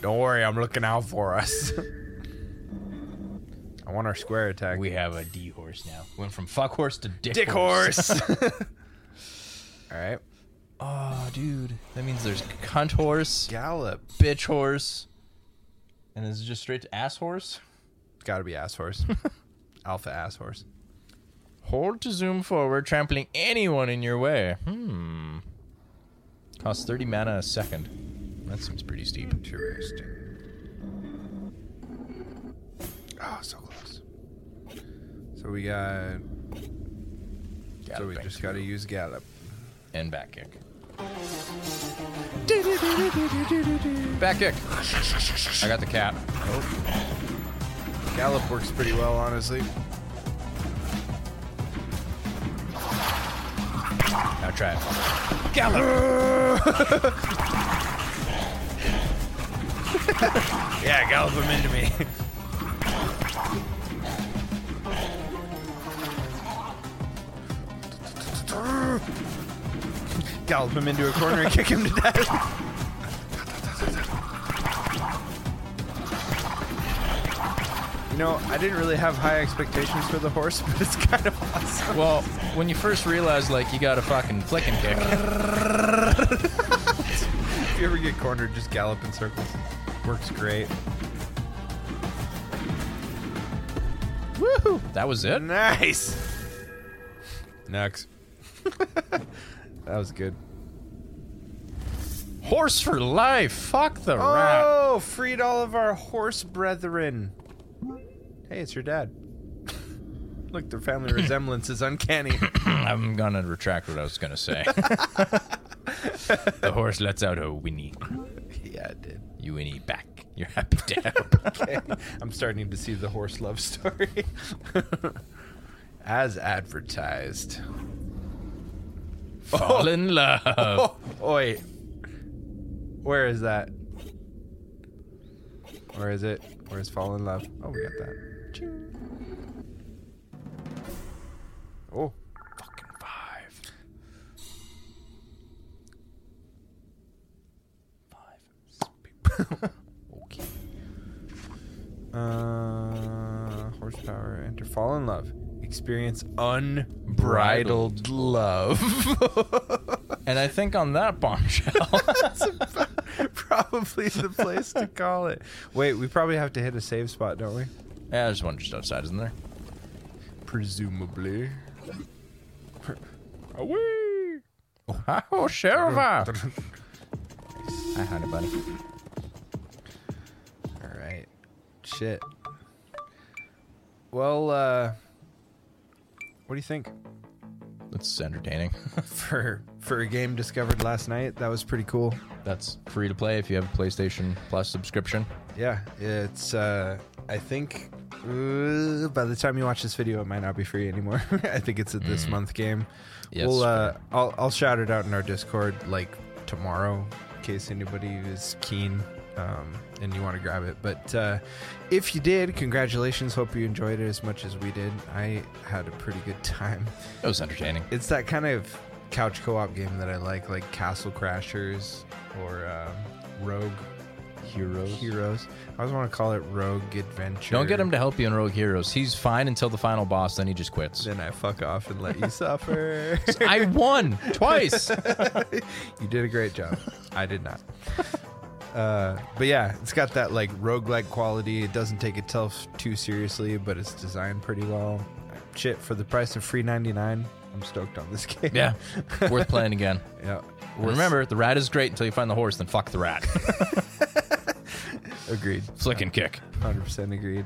Don't worry, I'm looking out for us. [LAUGHS] I want our square attack. We have a D horse now. Went from fuck horse to dick, dick horse. [LAUGHS] All right. Oh, dude. That means there's cunt horse, Gallop. bitch horse, and this is just straight to ass horse. It's got to be ass horse. [LAUGHS] Alpha ass horse. Hold to zoom forward, trampling anyone in your way. Hmm. Costs 30 mana a second. That seems pretty steep. Interesting. Oh, so close. So we got. so we Galloping. just got to use gallop. And back kick. Back kick. I got the cat. Gallop works pretty well, honestly. Now try it. [LAUGHS] Yeah, gallop him into me. [LAUGHS] gallop him into a corner and kick him to death. You know, I didn't really have high expectations for the horse, [LAUGHS] but it's kind of awesome. Well, when you first realize, like, you got a fucking flick and kick, If you ever get cornered, just gallop in circles. Works great. that was it. Nice. [LAUGHS] Next. that was good. Horse for life. Fuck the rat. Oh, freed all of our horse brethren. Hey, it's your dad. [LAUGHS] Look, their [COUGHS] family resemblance is [COUGHS] uncanny. Mm, I'm gonna retract what I was gonna say. [LAUGHS] the horse lets out a whinny. yeah, it did. You whinny back. You're happy to help. [LAUGHS] I'm starting to see the horse love story. [LAUGHS] As advertised. Fall in [LAUGHS] love. Oh, oi. Where is that? Where is it? Where's Fall in Love? Oh, we got that. Ching. Oh. Fucking five. Five. [LAUGHS] okay. Uh, horsepower. Enter Fall in Love. Experience unbridled love. [LAUGHS] And I think on that [LAUGHS] bombshell, probably the place to call it. Wait, we probably have to hit a save spot, don't we? yeah, there's one just outside, isn't there? Presumably. Away! Oh, [LAUGHS] [LAUGHS] Silva. Hi, honey, buddy. All right. Shit. Well, uh, what do you think [LAUGHS] That's entertaining. for for a game discovered last night? That was pretty cool. That's free to play if you have a PlayStation Plus subscription. Yeah, it's. Uh, I think uh, by the time you watch this video, it might not be free anymore. [LAUGHS] I think it's a this month game. Yes, we'll. Uh, I'll I'll shout it out in our Discord like tomorrow, in case anybody is keen. Um, and you want to grab it, but uh, if you did, congratulations. Hope you enjoyed it as much as we did. I had a pretty good [LAUGHS] time. That was entertaining. It's that kind of couch co-op game that I like, like Castle Crashers or um, Rogue Heroes. Heroes. I always want to call it Rogue Adventure. Don't get him to help you in Rogue Heroes. He's fine until the final boss, then he just quits. Then I fuck off and let you suffer. [LAUGHS] I won [LAUGHS] twice. you did a great job. I did [LAUGHS] not. Uh, but yeah, it's got that like roguelike quality. It doesn't take itself too seriously, but it's designed pretty well. Shit, for the price of free ninety nine, I'm stoked on this [LAUGHS] game. yeah, worth playing again. yeah. Remember, the rat is great until you find the horse, then fuck the rat. [LAUGHS] agreed. Flick and kick. 100% agreed.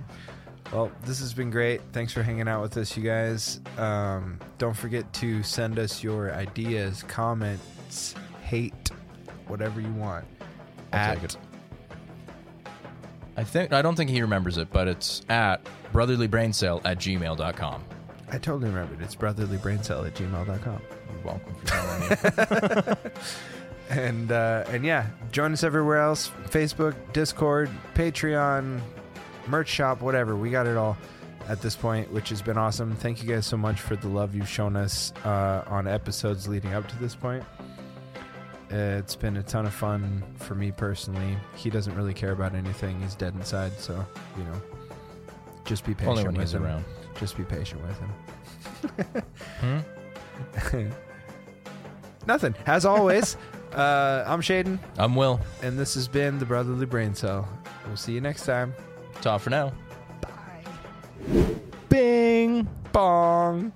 Well, this has been great. Thanks for hanging out with us, you guys. Um, don't forget to send us your ideas, comments, hate, whatever you want. I'll take it. I think I don't think he remembers it, but it's at brotherlybrainsale at gmail.com. I totally remembered. It's brotherlybraincell at gmail.com. You're welcome for telling me. [LAUGHS] And, uh, and yeah, join us everywhere else Facebook, Discord, Patreon, merch shop, whatever. We got it all at this point, which has been awesome. Thank you guys so much for the love you've shown us uh, on episodes leading up to this point. Uh, It's been a ton of fun for me personally. He doesn't really care about anything. He's dead inside, so you know, just be patient Only when with he's him. around. Just be patient with him. Hmm? Nothing. As always, [LAUGHS] uh, I'm Shaden, I'm Will. and this has been the Brotherly Brain Cell. We'll see you next time. [LAUGHS] Ta for now. Bing bong.